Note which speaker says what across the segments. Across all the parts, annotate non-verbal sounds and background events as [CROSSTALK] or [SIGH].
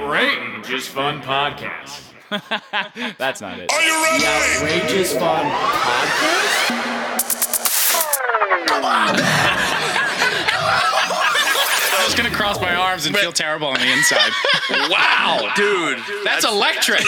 Speaker 1: outrageous fun podcast.
Speaker 2: That's not it.
Speaker 3: Are you ready?
Speaker 1: Outrageous fun podcast?
Speaker 2: I was gonna cross my arms and feel terrible on the inside.
Speaker 3: Wow, dude.
Speaker 2: That's electric.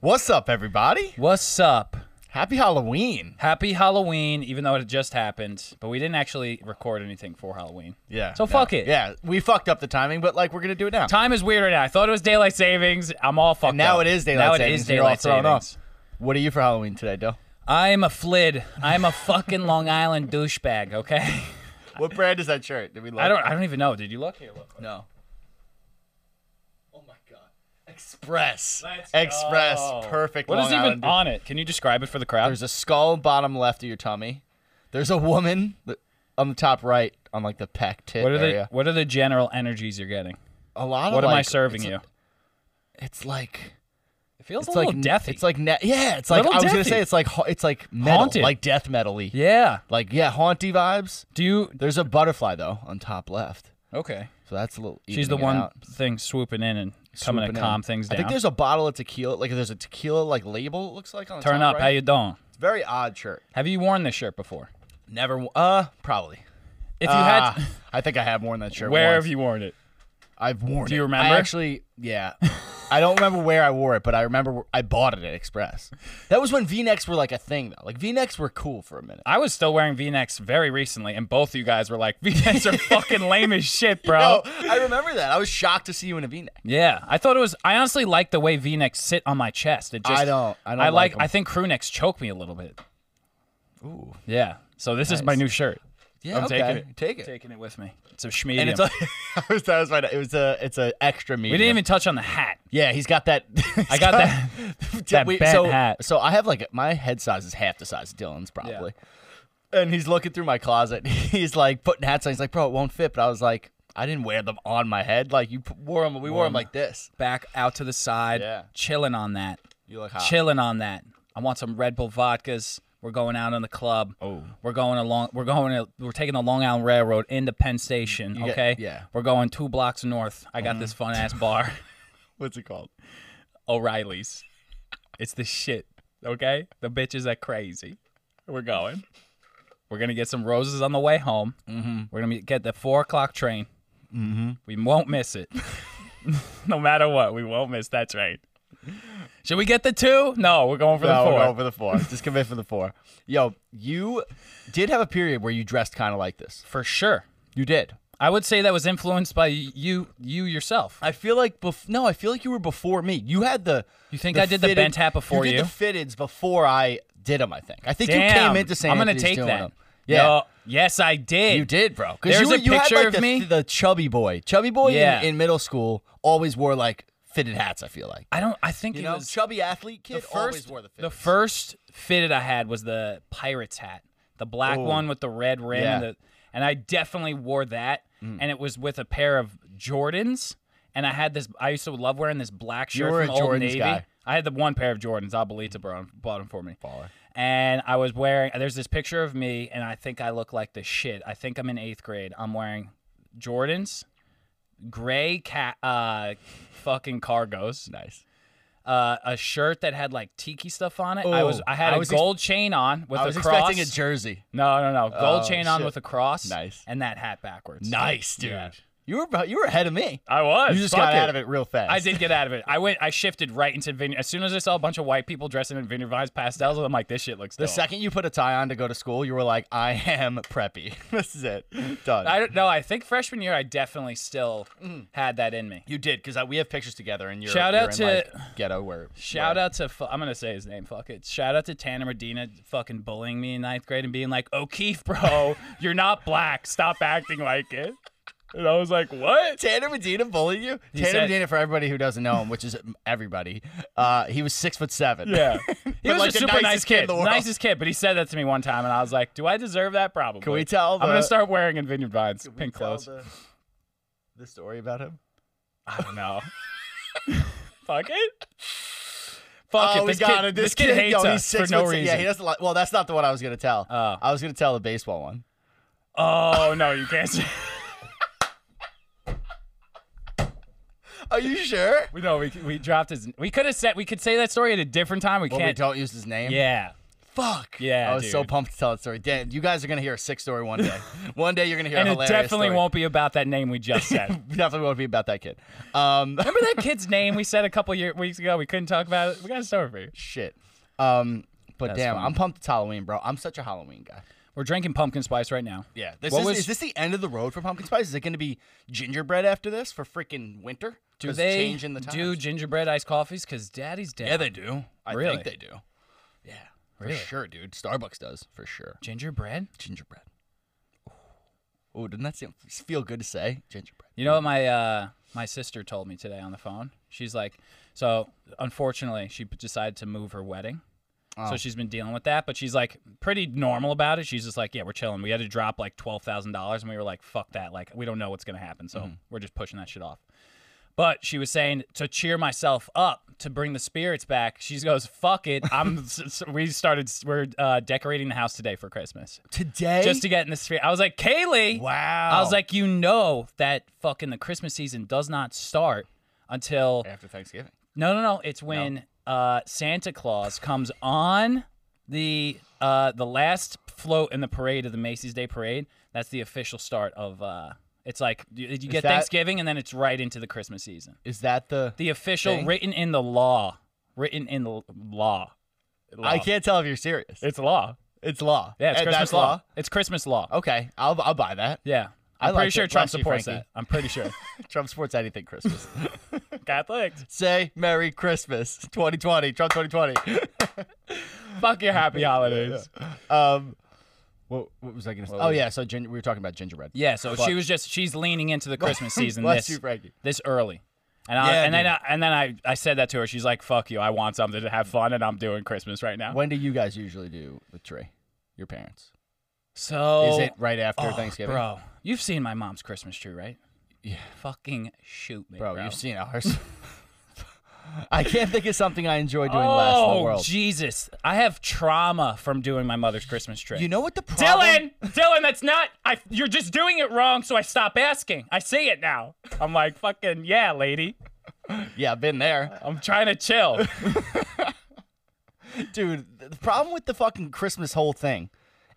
Speaker 4: What's up, everybody?
Speaker 5: What's up?
Speaker 4: Happy Halloween.
Speaker 5: Happy Halloween, even though it just happened, but we didn't actually record anything for Halloween.
Speaker 4: Yeah.
Speaker 5: So fuck it.
Speaker 4: Yeah, we fucked up the timing, but like we're gonna do it now.
Speaker 5: Time is weird right now. I thought it was daylight savings. I'm all fucked
Speaker 4: now
Speaker 5: up.
Speaker 4: it is daylight
Speaker 5: now
Speaker 4: savings.
Speaker 5: it is
Speaker 4: You're all
Speaker 5: daylight
Speaker 4: thrown off.
Speaker 5: savings.
Speaker 4: What are you for Halloween today, Dill?
Speaker 5: I'm a flid. I'm a fucking Long Island douchebag,
Speaker 4: [LAUGHS]
Speaker 5: okay?
Speaker 4: What brand is that shirt? Did we look?
Speaker 5: I don't I don't even know. Did you look here? Look.
Speaker 4: know. Oh my god. Express.
Speaker 5: Let's
Speaker 4: Express.
Speaker 5: go.
Speaker 4: Perfect.
Speaker 5: What
Speaker 4: Long
Speaker 5: is even
Speaker 4: Island.
Speaker 5: on it? Can you describe it for the crowd?
Speaker 4: There's a skull bottom left of your tummy. There's a woman th- on the top right on like the pec tit
Speaker 5: what are the
Speaker 4: area.
Speaker 5: what are the general energies you're getting?
Speaker 4: a lot of
Speaker 5: What am I
Speaker 4: like-
Speaker 5: serving
Speaker 4: it's-
Speaker 5: you?
Speaker 4: It's like
Speaker 5: It feels
Speaker 4: it's
Speaker 5: a
Speaker 4: like
Speaker 5: little deathy.
Speaker 4: It's like ne- yeah, it's like
Speaker 5: Little
Speaker 4: I was gonna
Speaker 5: deathy.
Speaker 4: say it's like ha- it's like metal,
Speaker 5: Haunted.
Speaker 4: like death metally.
Speaker 5: yeah.
Speaker 4: Like yeah, haunty vibes.
Speaker 5: Do you
Speaker 4: There's a butterfly though on top left,
Speaker 5: Okay.
Speaker 4: so that's a little.
Speaker 5: She's the
Speaker 4: evening it
Speaker 5: one
Speaker 4: out.
Speaker 5: thing swooping in and coming
Speaker 4: Swooping
Speaker 5: to
Speaker 4: in.
Speaker 5: calm things down.
Speaker 4: I think there's a bottle of tequila, like there's a tequila like label. It looks like on the
Speaker 5: Turn
Speaker 4: top
Speaker 5: up.
Speaker 4: right.
Speaker 5: How you doing?
Speaker 4: It's a very odd shirt.
Speaker 5: Have you worn this shirt before?
Speaker 4: Never. wo- Uh, probably.
Speaker 5: If you
Speaker 4: Ah,
Speaker 5: had,
Speaker 4: I think I have worn that
Speaker 5: [LAUGHS]
Speaker 4: shirt.
Speaker 5: where
Speaker 4: once.
Speaker 5: have you worn it?
Speaker 4: I've worn it.
Speaker 5: Do you
Speaker 4: I
Speaker 5: remember?
Speaker 4: actually, yeah. I don't remember where I wore it, but I remember wh- I bought it at Express. That was when V-necks were like a thing, though. Like V-necks were cool for a minute.
Speaker 5: I was still wearing V-necks very recently, and both of you guys were like, [LAUGHS] "V-necks are fucking lame as shit, bro."
Speaker 4: Oh, I remember that. I was shocked to see you in a V-neck.
Speaker 5: Yeah, I thought it was. I honestly like the way V-necks sit on my chest. It just,
Speaker 4: I don't- I don't
Speaker 5: I like.
Speaker 4: like 'em.
Speaker 5: I think crew necks choke me a little bit.
Speaker 4: Ooh.
Speaker 5: Yeah. So this is my new shirt.
Speaker 4: Yeah,
Speaker 5: I'm
Speaker 4: okay.
Speaker 5: taking it.
Speaker 4: Take it.
Speaker 5: Taking it with me. It's a schmedium.
Speaker 4: and it's like, [LAUGHS] I was, that was right. It was a, it's a extra medium.
Speaker 5: we didn't even touch on the [LAUGHS] hat.
Speaker 4: Yeah, he's got that. [LAUGHS]
Speaker 5: I got that. that bent
Speaker 4: so,
Speaker 5: hat.
Speaker 4: So I have like my head size is half the size of Dylan's probably. And he's looking through my closet. [LAUGHS] He's like putting hats on. He's like, bro, it won't fit. But I was like, I didn't wear them on my head. Like you p- wore them. We wore them like this.
Speaker 5: Back out to the side.
Speaker 4: Yeah.
Speaker 5: Chilling on that.
Speaker 4: You look hot.
Speaker 5: chilling on that. I want some Red Bull vodkas. We're going out in the club. Oh, we're going along. We're going. To, we're taking the Long Island Railroad into Penn Station.
Speaker 4: get-
Speaker 5: okay.
Speaker 4: yeah. Mm-hmm.
Speaker 5: We're going two blocks north. I got this fun ass bar, [LAUGHS]
Speaker 4: What's it called?
Speaker 5: O'Reilly's. It's the shit. Okay. The bitches are crazy. We're going. We're gonna get some roses on the way home. Mm-hmm. We're gonna get the four o'clock train. Mm-hmm. We won't miss it. [LAUGHS] no matter what, we won't miss that train. Should we get the two? No, we're going for the
Speaker 4: No,
Speaker 5: 4
Speaker 4: we're going for the four. Just commit for the four. Yo, you did have a period where you dressed kind of like this.
Speaker 5: For sure.
Speaker 4: You did.
Speaker 5: I would say that was influenced by you you yourself.
Speaker 4: I feel like bef- no, I feel like you were before me. You had the.
Speaker 5: You think I did the bent hat before
Speaker 4: did
Speaker 5: you?
Speaker 4: the fitteds before I did them. I think. I think you
Speaker 5: Damn.
Speaker 4: came into St.
Speaker 5: I'm gonna
Speaker 4: Anthony's
Speaker 5: take
Speaker 4: doing
Speaker 5: that.
Speaker 4: 'em. Yeah,
Speaker 5: No, yes, I did.
Speaker 4: you did, bro. 'Cause
Speaker 5: There's
Speaker 4: you, were-
Speaker 5: a
Speaker 4: you had,
Speaker 5: picture
Speaker 4: like,
Speaker 5: of
Speaker 4: the,
Speaker 5: me.
Speaker 4: The chubby boy, chubby boy in-
Speaker 5: Yeah.
Speaker 4: in, middle school always wore like fitted hats. I feel like
Speaker 5: I don't. I think
Speaker 4: you
Speaker 5: it
Speaker 4: know,
Speaker 5: was
Speaker 4: chubby athlete kid
Speaker 5: the
Speaker 4: always
Speaker 5: first.
Speaker 4: wore the
Speaker 5: the
Speaker 4: fitted.
Speaker 5: first fitted I had was the pirates hat, the black one with the red rim,
Speaker 4: Yeah. Mm.
Speaker 5: and, the, and I definitely wore that. And it was with a pair of Jordans, and I had this. I used to love wearing this black shirt
Speaker 4: were
Speaker 5: from
Speaker 4: a
Speaker 5: Old
Speaker 4: Jordans
Speaker 5: Navy.
Speaker 4: guy.
Speaker 5: I had the one pair of Jordans. Abuelita bro, bought them for me. And I was wearing. There's this picture of me, and I think I look like the shit. I think I'm in eighth grade. I'm wearing Jordans, gray cat, uh, fucking cargos. Nice. Uh, a shirt that had like tiki stuff on it. I was
Speaker 4: Oh,
Speaker 5: I had
Speaker 4: I
Speaker 5: a
Speaker 4: was ex-
Speaker 5: gold chain on with
Speaker 4: I
Speaker 5: a
Speaker 4: was
Speaker 5: cross.
Speaker 4: expecting a jersey.
Speaker 5: no, no, no. Gold
Speaker 4: Oh,
Speaker 5: chain on
Speaker 4: shit.
Speaker 5: with a cross.
Speaker 4: Nice.
Speaker 5: And that hat backwards.
Speaker 4: Nice, dude.
Speaker 5: Yeah.
Speaker 4: You were about, you were ahead of me.
Speaker 5: I was.
Speaker 4: You just
Speaker 5: Fuck
Speaker 4: got out of it real fast.
Speaker 5: I did get out of it. I went. I shifted right into vineyard. As soon as I saw a bunch of white people dressing in vineyard vines pastels, I'm like, this shit looks.
Speaker 4: The
Speaker 5: dope.
Speaker 4: second you put a tie on to go to school, you were like, I am preppy. [LAUGHS] this is it. Done.
Speaker 5: I don't know. I think freshman year, I definitely still
Speaker 4: Mm.
Speaker 5: had that in me.
Speaker 4: you did because we have pictures together, and you're
Speaker 5: Shout
Speaker 4: you're
Speaker 5: out
Speaker 4: in,
Speaker 5: to-
Speaker 4: like, ghetto where
Speaker 5: Shout out to fu- I'm gonna say his name. Fuck it. Shout out to Tanner Medina, fucking bullying me in ninth grade and being like, "O'Keefe,
Speaker 4: [LAUGHS]
Speaker 5: bro, you're not black. Stop acting like it." And I was like, "What?"
Speaker 4: Tanner Medina bullied you. Tanner
Speaker 5: said-
Speaker 4: Medina, for everybody who doesn't know him, which is everybody, uh, he was six foot seven. [LAUGHS]
Speaker 5: Yeah, he was
Speaker 4: like,
Speaker 5: a
Speaker 4: the
Speaker 5: super
Speaker 4: nicest
Speaker 5: nice
Speaker 4: kid in
Speaker 5: kid,
Speaker 4: the world.
Speaker 5: nicest kid. But he said that to me one time, and I was like, "Do I deserve that? Probably."
Speaker 4: Can we tell
Speaker 5: I'm gonna
Speaker 4: the-
Speaker 5: start wearing in vineyard vines, pink
Speaker 4: Tell
Speaker 5: clothes.
Speaker 4: The, the story about him.
Speaker 5: I don't
Speaker 4: [LAUGHS]
Speaker 5: know. Fuck it. Fuck it.
Speaker 4: Oh, we
Speaker 5: This
Speaker 4: got
Speaker 5: kid,
Speaker 4: him.
Speaker 5: this kid hates
Speaker 4: yo, he's
Speaker 5: us for
Speaker 4: six
Speaker 5: no
Speaker 4: foot se-
Speaker 5: reason.
Speaker 4: Yeah, he doesn't like. Well, that's not the one I was gonna tell.
Speaker 5: Oh.
Speaker 4: I was gonna tell the baseball one.
Speaker 5: Oh no, you can't. say-
Speaker 4: Are you sure?
Speaker 5: We know we, we dropped his. We could have said we could say that story at a different time. We
Speaker 4: But we
Speaker 5: can't.
Speaker 4: don't use his name.
Speaker 5: yeah.
Speaker 4: Fuck.
Speaker 5: Yeah,
Speaker 4: I was so
Speaker 5: dude.
Speaker 4: pumped to tell that story. Dan, you guys are gonna hear a sick story one
Speaker 5: [LAUGHS]
Speaker 4: day. one day you're gonna hear
Speaker 5: And
Speaker 4: a
Speaker 5: it
Speaker 4: hilarious
Speaker 5: definitely
Speaker 4: story.
Speaker 5: won't be about that name we just said. [LAUGHS]
Speaker 4: [LAUGHS] Definitely won't be about that kid. Um, [LAUGHS]
Speaker 5: Remember that kid's name we said a couple year, weeks ago? We couldn't talk about it. We got a story for you.
Speaker 4: shit. Um, but
Speaker 5: That's
Speaker 4: damn,
Speaker 5: funny.
Speaker 4: I'm pumped. It's Halloween, bro. I'm such a Halloween guy.
Speaker 5: We're drinking pumpkin spice right now.
Speaker 4: Yeah. This
Speaker 5: What
Speaker 4: is,
Speaker 5: was-
Speaker 4: is this the end of the road for pumpkin spice? Is it going to be gingerbread after this for freaking winter?
Speaker 5: Do
Speaker 4: 'Cause
Speaker 5: they
Speaker 4: changing the
Speaker 5: do
Speaker 4: times.
Speaker 5: gingerbread iced coffees? Because Daddy's dead.
Speaker 4: Yeah, they do. I
Speaker 5: Really?
Speaker 4: think they do. Yeah, for
Speaker 5: Really?
Speaker 4: sure, dude. Starbucks does for sure.
Speaker 5: gingerbread.
Speaker 4: Gingerbread. Oh, doesn't that seem, feel good to say? Gingerbread.
Speaker 5: You know what my uh, my sister told me today on the phone? She's like, so unfortunately, she p- decided to move her wedding. So she's been dealing with that, but she's like pretty normal about it. She's just like, yeah, we're chilling. We had to drop like twelve thousand dollars, and we were like, fuck that. Like we don't know what's gonna happen, so we're just pushing that shit off. But she was saying to cheer myself up to bring the spirits back. She goes, "Fuck it, I'm." s- s- we started. s- We're uh, decorating the house today for Christmas,
Speaker 4: Today,
Speaker 5: just to get in the spirit. I was like, "Kaylee,
Speaker 4: wow.
Speaker 5: I was like, you know that fucking the Christmas season does not start until
Speaker 4: after Thanksgiving.
Speaker 5: no no no. It's when uh, Santa Claus comes on the uh, the last float in the parade of the Macy's Day Parade. That's the official start of. Uh, it's like you, you get
Speaker 4: that-
Speaker 5: Thanksgiving and then it's right into the Christmas season.
Speaker 4: Is that the?
Speaker 5: The official
Speaker 4: Thing?
Speaker 5: written in the law, written in the l- law.
Speaker 4: I can't tell if you're serious.
Speaker 5: It's law.
Speaker 4: It's law.
Speaker 5: Yeah, it's
Speaker 4: Eh,
Speaker 5: Christmas
Speaker 4: that's
Speaker 5: law. It's Christmas law.
Speaker 4: Okay, I'll I'll buy that.
Speaker 5: Yeah.
Speaker 4: I
Speaker 5: I'm pretty
Speaker 4: like
Speaker 5: sure
Speaker 4: it.
Speaker 5: Trump
Speaker 4: Bless you,
Speaker 5: supports
Speaker 4: Frankie.
Speaker 5: that. I'm pretty
Speaker 4: [LAUGHS]
Speaker 5: sure.
Speaker 4: Trump supports anything Christmas. [LAUGHS]
Speaker 5: Catholics.
Speaker 4: Say Merry Christmas, 2020, Trump 2020.
Speaker 5: Fuck your
Speaker 4: [LAUGHS]
Speaker 5: happy holidays.
Speaker 4: Um, what, what was I gonna say? Oh yeah, so gin- we were talking about gingerbread.
Speaker 5: Yeah, so
Speaker 4: Fuck.
Speaker 5: she was just she's leaning into the Christmas season
Speaker 4: Bless
Speaker 5: this
Speaker 4: you, Frankie.
Speaker 5: this early. And, I,
Speaker 4: Yeah,
Speaker 5: and then
Speaker 4: dude.
Speaker 5: I, and then I, I said that to her. She's like, "Fuck you! I want something to have fun, and I'm doing Christmas right now."
Speaker 4: When do you guys usually do the tree? Your parents?
Speaker 5: so
Speaker 4: Is it right after
Speaker 5: Oh,
Speaker 4: Thanksgiving?
Speaker 5: bro? You've seen my mom's Christmas tree, right? Yeah. Fucking shoot me, bro.
Speaker 4: Bro, you've seen ours. [LAUGHS] I can't think of something I enjoy doing less in the
Speaker 5: Oh
Speaker 4: world.
Speaker 5: Jesus! I have trauma from doing my mother's Christmas tree.
Speaker 4: you know what the problem?
Speaker 5: Dylan, Dylan, that's not. I. You're just doing it wrong. So I stop asking. I see it now. I'm like, fucking yeah, lady.
Speaker 4: Yeah, I've been there,
Speaker 5: I'm trying to chill.
Speaker 4: dude. The problem with the fucking Christmas whole thing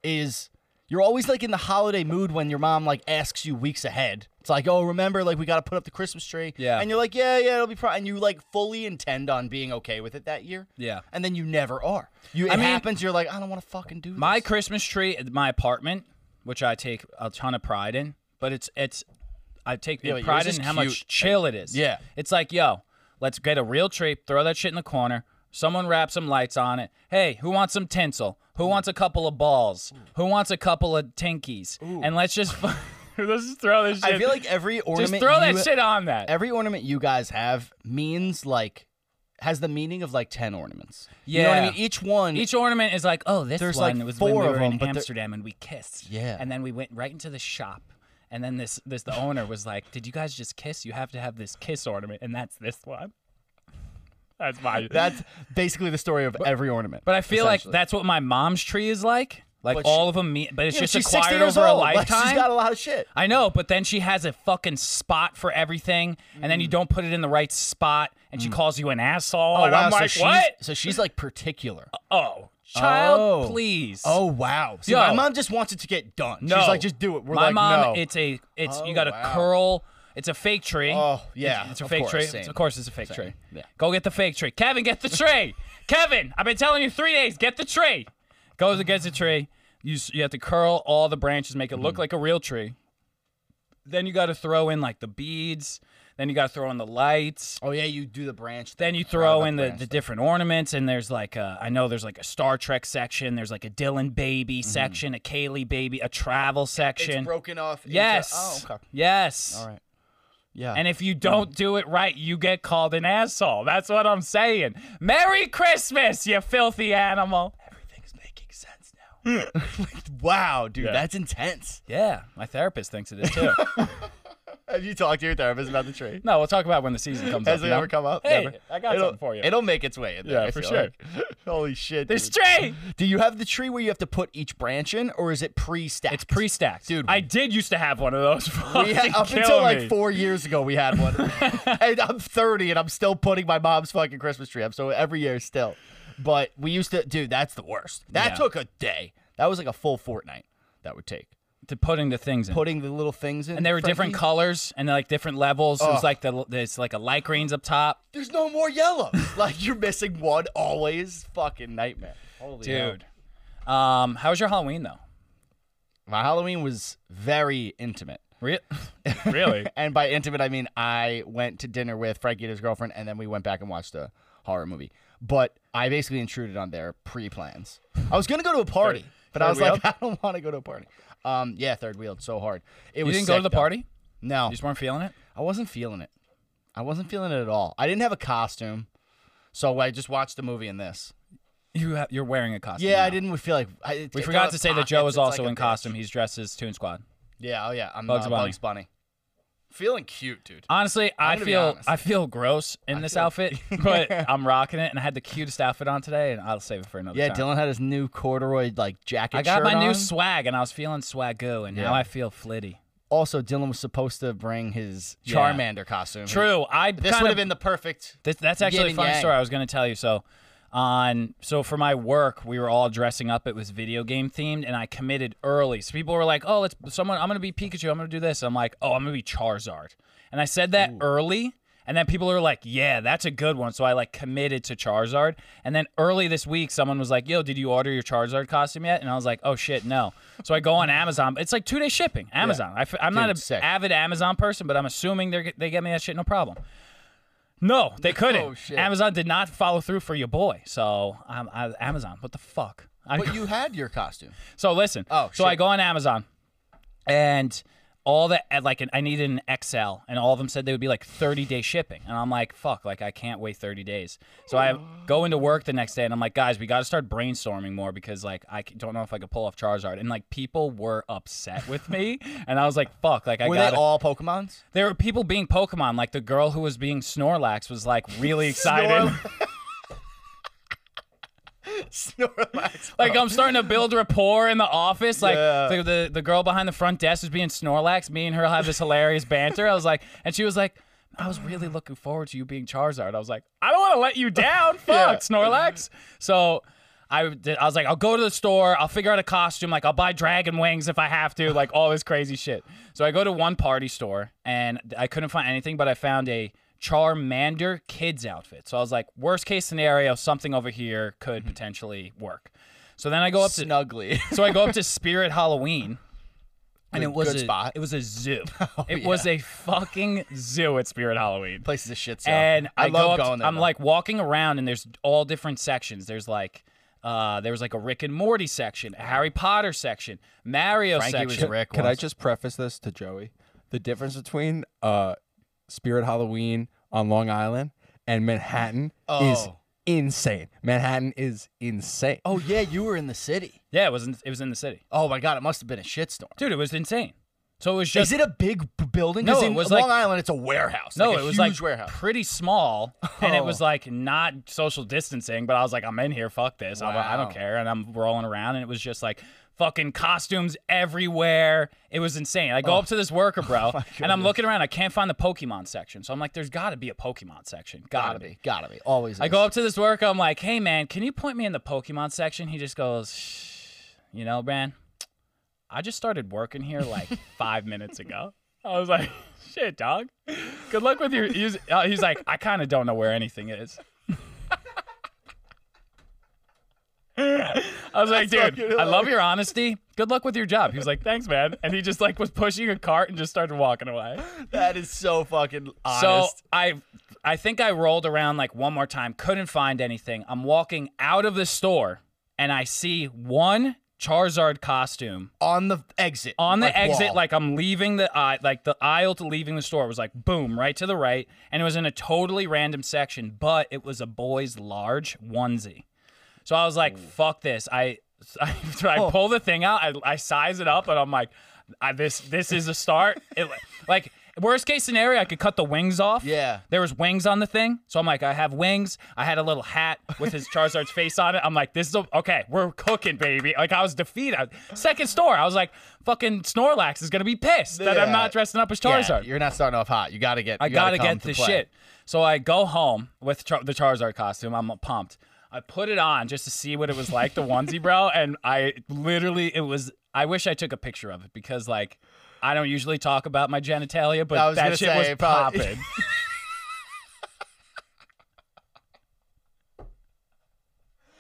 Speaker 4: is you're always like in the holiday mood when your mom like asks you weeks ahead. It's like, oh, remember, like we got to put up the Christmas tree.
Speaker 5: Yeah.
Speaker 4: And you're like, yeah, yeah, it'll be. Pro-, and you like fully intend on being okay with it that year.
Speaker 5: Yeah.
Speaker 4: And then you never are. You it
Speaker 5: I mean-
Speaker 4: happens. You're like, I don't want to fucking do this.
Speaker 5: My Christmas tree at my apartment, which I take a ton of pride in, but it's it's I take
Speaker 4: but
Speaker 5: pride
Speaker 4: yours
Speaker 5: in
Speaker 4: is
Speaker 5: how
Speaker 4: cute.
Speaker 5: much chill it is.
Speaker 4: Yeah.
Speaker 5: It's like, yo, let's get a real tree, throw that shit in the corner, someone wrap some lights on it. Hey, who wants some tinsel? Who wants a couple of balls? Who wants a couple of tinkies? And let's just [LAUGHS] fu- let's just throw this shit.
Speaker 4: I feel like every ornament
Speaker 5: just throw that
Speaker 4: you-
Speaker 5: shit on that.
Speaker 4: Every ornament you guys have means like has the meaning of like ten ornaments. You know what I
Speaker 5: Yeah.
Speaker 4: mean? Each one
Speaker 5: Each ornament is like, oh, this
Speaker 4: There's, like,
Speaker 5: one was when we
Speaker 4: four of
Speaker 5: were
Speaker 4: them,
Speaker 5: in
Speaker 4: but they're-
Speaker 5: Amsterdam and we kissed.
Speaker 4: Yeah.
Speaker 5: And then we went right into the shop. And then this this the owner was like, "Did you guys just kiss? You have to have this kiss ornament, and that's this one." That's my.
Speaker 4: that's basically the story of every ornament.
Speaker 5: but I feel like
Speaker 4: essentially.
Speaker 5: that's what my mom's tree is like. Like
Speaker 4: But
Speaker 5: all
Speaker 4: she-
Speaker 5: of them, mean, but it's
Speaker 4: Yeah, but
Speaker 5: just
Speaker 4: she's 60
Speaker 5: acquired
Speaker 4: years
Speaker 5: over a [LAUGHS]
Speaker 4: old. [LAUGHS] Like,
Speaker 5: lifetime.
Speaker 4: she's got a lot of shit.
Speaker 5: I know, but then she has a fucking spot for everything, and
Speaker 4: Mm.
Speaker 5: then you don't put it in the right spot, and she calls you an asshole. and I'm
Speaker 4: Oh, so
Speaker 5: like,
Speaker 4: she's,
Speaker 5: what?
Speaker 4: So she's like particular.
Speaker 5: Oh, child,
Speaker 4: Oh.
Speaker 5: please.
Speaker 4: Oh wow! See,
Speaker 5: Yo.
Speaker 4: my mom just wants it to get done.
Speaker 5: No,
Speaker 4: She's like, just do it. We're
Speaker 5: my
Speaker 4: like,
Speaker 5: mom,
Speaker 4: no.
Speaker 5: it's a, it's
Speaker 4: Oh,
Speaker 5: you got to
Speaker 4: wow.
Speaker 5: curl. It's a fake tree.
Speaker 4: Oh, yeah,
Speaker 5: it's, it's a
Speaker 4: of
Speaker 5: fake
Speaker 4: course,
Speaker 5: tree.
Speaker 4: same.
Speaker 5: It's- of course, it's a fake tree.
Speaker 4: yeah.
Speaker 5: Go get the fake tree, Kevin. Get the
Speaker 4: [LAUGHS]
Speaker 5: tree, Kevin. I've been telling you three days. Get the tree. Goes and gets the tree. You s- you have to curl all the branches, make it
Speaker 4: Mm-hmm.
Speaker 5: look like a real tree. Then you got to throw in like the beads. Then you got to throw in the lights.
Speaker 4: oh yeah, you do Oh, the branch.
Speaker 5: Then
Speaker 4: thing.
Speaker 5: you
Speaker 4: I forgot
Speaker 5: throw
Speaker 4: about
Speaker 5: in the,
Speaker 4: branch
Speaker 5: the
Speaker 4: thing.
Speaker 5: different ornaments, and there's like a, I know there's like a Star Trek section, there's like a Dylan baby section, a Kaylee baby, a travel section.
Speaker 4: Mm-hmm. It's broken off. into-
Speaker 5: Yes.
Speaker 4: oh okay.
Speaker 5: Yes.
Speaker 4: All right. Yeah.
Speaker 5: And if you don't do it right, you get called an asshole. That's what I'm saying. Merry Christmas, you filthy animal.
Speaker 4: everything's making sense now. [LAUGHS] wow, dude,
Speaker 5: Yeah.
Speaker 4: that's intense.
Speaker 5: [LAUGHS] Yeah, my therapist thinks it is too.
Speaker 4: Have you talked to your therapist about the [LAUGHS] tree?
Speaker 5: No, we'll talk about when the season comes
Speaker 4: Has
Speaker 5: up.
Speaker 4: it
Speaker 5: you know?
Speaker 4: ever come up?
Speaker 5: Hey,
Speaker 4: Never.
Speaker 5: I got
Speaker 4: it'll,
Speaker 5: something for you.
Speaker 4: It'll make its way in there.
Speaker 5: Yeah,
Speaker 4: I
Speaker 5: for
Speaker 4: feel
Speaker 5: sure.
Speaker 4: like. [LAUGHS] Holy shit.
Speaker 5: This
Speaker 4: dude.
Speaker 5: tree.
Speaker 4: Do you have the tree where you have to put each branch in, or is it pre-stacked?
Speaker 5: It's pre-stacked,
Speaker 4: Dude,
Speaker 5: I did used to have one of those. [LAUGHS]
Speaker 4: We had, up until like four years ago, we had one. and I'm 30 and I'm still putting my mom's fucking Christmas tree up. So every year still. But we used to, dude, that's the worst. That
Speaker 5: Yeah.
Speaker 4: took a day. That was like a full fortnight that would take.
Speaker 5: to putting the things in.
Speaker 4: Putting the little things in.
Speaker 5: and they were different
Speaker 4: Frankie?
Speaker 5: colors and like different levels. It was like the it's like a light greens up top.
Speaker 4: There's no more yellow. [LAUGHS] like you're missing one always. Fucking nightmare. Holy hell.
Speaker 5: Dude. Um, how was your Halloween though?
Speaker 4: My Halloween was very intimate.
Speaker 5: [LAUGHS] Re- really?
Speaker 4: And by intimate, I mean I went to dinner with Frankie and his girlfriend, and then we went back and watched a horror movie. But I basically intruded on their pre-plans. I was gonna go to a party, but I was like, [LAUGHS] I don't want to go to a party. Um, yeah, third wheeled so hard. It
Speaker 5: You
Speaker 4: was
Speaker 5: didn't go
Speaker 4: sick,
Speaker 5: to the
Speaker 4: though.
Speaker 5: party?
Speaker 4: No,
Speaker 5: You just weren't feeling it?
Speaker 4: I wasn't feeling it. I wasn't feeling it at all. I didn't have a costume, so I just watched the movie in this.
Speaker 5: You ha- you're wearing a costume.
Speaker 4: Yeah,
Speaker 5: now.
Speaker 4: I didn't feel like I, it-
Speaker 5: We
Speaker 4: it's out
Speaker 5: forgot
Speaker 4: of
Speaker 5: to say that
Speaker 4: pocket.
Speaker 5: Joe
Speaker 4: It's
Speaker 5: is also
Speaker 4: like a
Speaker 5: in
Speaker 4: bitch.
Speaker 5: costume. He's dressed as Toon Squad.
Speaker 4: Yeah, oh yeah, I'm
Speaker 5: Bugs
Speaker 4: uh,
Speaker 5: Bunny.
Speaker 4: Bugs Bunny. Feeling cute, dude.
Speaker 5: Honestly, I
Speaker 4: gonna be
Speaker 5: feel
Speaker 4: honest.
Speaker 5: I feel gross in this
Speaker 4: [LAUGHS]
Speaker 5: outfit, [LAUGHS] but I'm rocking it, and I had the cutest outfit on today, and I'll save it for another
Speaker 4: Yeah,
Speaker 5: time.
Speaker 4: Dylan had his new corduroy like jacket.
Speaker 5: I got
Speaker 4: shirt
Speaker 5: my new
Speaker 4: on.
Speaker 5: swag, and I was feeling swagoo, and now
Speaker 4: Yeah.
Speaker 5: I feel flitty.
Speaker 4: also Dylan was supposed to bring his
Speaker 5: Yeah.
Speaker 4: Charmander costume.
Speaker 5: True, I
Speaker 4: This
Speaker 5: kind
Speaker 4: would
Speaker 5: of-
Speaker 4: have been the perfect.
Speaker 5: Th- that's actually a
Speaker 4: and
Speaker 5: funny
Speaker 4: yang.
Speaker 5: story I was going to tell you. So, on so for my work, we were all dressing up. It was video game themed, and I committed early. So people were like, "Oh, let's someone. I'm going to be Pikachu. I'm going to do this." I'm like, "Oh, I'm going to be Charizard," and I said that early. And then people are like, "Yeah, that's a good one." So I like committed to Charizard. And then early this week, someone was like, "Yo, did you order your Charizard costume yet?" And I was like, "Oh shit, no." So I go
Speaker 4: [LAUGHS]
Speaker 5: on Amazon. It's like two day shipping. Amazon. I f- I'm not an
Speaker 4: Dude, sick.
Speaker 5: avid Amazon person, but I'm assuming they they get me that shit no problem. No, they couldn't.
Speaker 4: Oh, shit.
Speaker 5: Amazon did not follow through for your boy. So um, I, Amazon, what the fuck? I,
Speaker 4: But you had your costume.
Speaker 5: [LAUGHS] so listen.
Speaker 4: Oh,
Speaker 5: so
Speaker 4: shit.
Speaker 5: I go on Amazon, and all the and, like I needed an XL, and all of them said they would be like 30 day shipping, and I'm like, fuck, like I can't wait 30 days. So
Speaker 4: [GASPS]
Speaker 5: I go into work the next day, and I'm like, guys, we got to start brainstorming more because like I c- don't know if I could pull off Charizard, and like people were upset with
Speaker 4: [LAUGHS]
Speaker 5: me, and I was like, fuck, like I
Speaker 4: Were
Speaker 5: got
Speaker 4: they
Speaker 5: [LAUGHS]
Speaker 4: all Pokemon's?
Speaker 5: there were people being Pokemon. Like the girl who was being Snorlax was like
Speaker 4: [LAUGHS]
Speaker 5: really excited.
Speaker 4: Snorlax.
Speaker 5: like I'm starting to build rapport in the office. Like
Speaker 4: Yeah.
Speaker 5: the, the the girl behind the front desk was being Snorlax. Me and her have this hilarious banter. I was like, and she was like. I was really looking forward to you being Charizard. I was like, I don't want to let you down. Fuck, Snorlax. So I, did, I was like, I'll go to the store. I'll figure out a costume. Like, I'll buy dragon wings if I have to. Like, all this crazy shit. So I go to one party store and I couldn't find anything, but I found a Charmander kids outfit. So I was like, worst case scenario, something over here could potentially work. So then I go up to
Speaker 4: [LAUGHS] Snuggly.
Speaker 5: so I go up to Spirit Halloween, [LAUGHS] and
Speaker 4: Good-
Speaker 5: it was
Speaker 4: good
Speaker 5: a,
Speaker 4: spot. Oh,
Speaker 5: It was a
Speaker 4: [LAUGHS]
Speaker 5: zoo. it was a fucking zoo at Spirit
Speaker 4: [LAUGHS]
Speaker 5: Halloween.
Speaker 4: Place is a shit show.
Speaker 5: And I, go
Speaker 4: love
Speaker 5: up,
Speaker 4: going there.
Speaker 5: I'm
Speaker 4: though.
Speaker 5: like walking around, and there's all different sections. There's like. Uh, there was like a Rick and Morty section, a Harry Potter section, Mario
Speaker 4: Frankie was
Speaker 5: section.
Speaker 4: Rick.
Speaker 6: Can I
Speaker 4: once.
Speaker 6: just preface this to Joey? The difference between uh, Spirit Halloween on Long Island and Manhattan is
Speaker 4: Oh.
Speaker 6: insane. Manhattan is insane.
Speaker 4: Oh yeah, you were in the city.
Speaker 5: yeah, it was in, it was in the city,
Speaker 4: Oh my god, it must have been a shitstorm.
Speaker 5: dude. It was insane. So it was just
Speaker 4: Is it a big b- building? 'Cause
Speaker 5: No,
Speaker 4: in
Speaker 5: it was
Speaker 4: Long
Speaker 5: like-
Speaker 4: Island. It's a warehouse.
Speaker 5: No,
Speaker 4: like a
Speaker 5: it was
Speaker 4: huge
Speaker 5: like
Speaker 4: warehouse.
Speaker 5: pretty small, and it was
Speaker 4: Oh.
Speaker 5: like not social distancing. But I was like, I'm in here, fuck this, I'm- I
Speaker 4: Wow.
Speaker 5: don't care, and I'm rolling around, and it was just like fucking costumes everywhere. It was insane. I go
Speaker 4: Oh.
Speaker 5: up to this
Speaker 4: [LAUGHS]
Speaker 5: worker, bro, and I'm looking around. I can't find the Pokemon section, so I'm like, there's got to be a Pokemon section, gotta,
Speaker 4: Gotta
Speaker 5: be.
Speaker 4: be, gotta be. Always.
Speaker 5: I
Speaker 4: is.
Speaker 5: go up to this worker, I'm like, hey man, can you point me in the Pokemon section? He just goes, Shh. you know, Bran, I just started working here like five minutes ago. I was like, [LAUGHS] shit, dog. Good luck with your. He's, uh, he's like, I kind of don't know where anything is. [LAUGHS] I was like, dude, I love your honesty. Good luck with your job. He was like, thanks, man. And he just like was pushing a cart and just started walking away.
Speaker 4: That is so fucking
Speaker 5: So
Speaker 4: honest.
Speaker 5: I I think I rolled around like one more time, couldn't find anything. I'm walking out of the store and I see one Charizard costume
Speaker 4: on the exit.
Speaker 5: on the
Speaker 4: like,
Speaker 5: exit,
Speaker 4: wall.
Speaker 5: like I'm leaving the aisle, like the aisle to leaving the store was like boom right to the right, and it was in a totally random section, but it was a boy's large onesie. So I was like, fuck this. I [LAUGHS] I, I pull the thing out, I, I size it up, and I'm [LAUGHS] like, I, this this is a start. It, like Worst case scenario, I could cut the wings off.
Speaker 4: Yeah.
Speaker 5: There was wings on the thing, so I'm like, I have wings. I had a little hat with his Charizard's face on it. I'm like, this is a- okay. We're cooking, baby. Like I was defeated. I- Second store, I was like, fucking Snorlax is gonna be pissed that I'm
Speaker 4: Yeah.
Speaker 5: not dressing up as
Speaker 4: Yeah,
Speaker 5: Charizard.
Speaker 4: you're not starting off hot. You got to get.
Speaker 5: I
Speaker 4: you gotta
Speaker 5: gotta,
Speaker 4: come
Speaker 5: get
Speaker 4: to
Speaker 5: the
Speaker 4: play.
Speaker 5: shit. So I go home with Char- the Charizard costume. I'm pumped. I put it on just to see what it was like, the onesie, bro. [LAUGHS] And I literally, it was. I wish I took a picture of it because, like, I don't usually talk about my genitalia, but
Speaker 4: I was gonna
Speaker 5: that shit
Speaker 4: say,
Speaker 5: was
Speaker 4: probably- [LAUGHS]
Speaker 5: popping.
Speaker 4: [LAUGHS]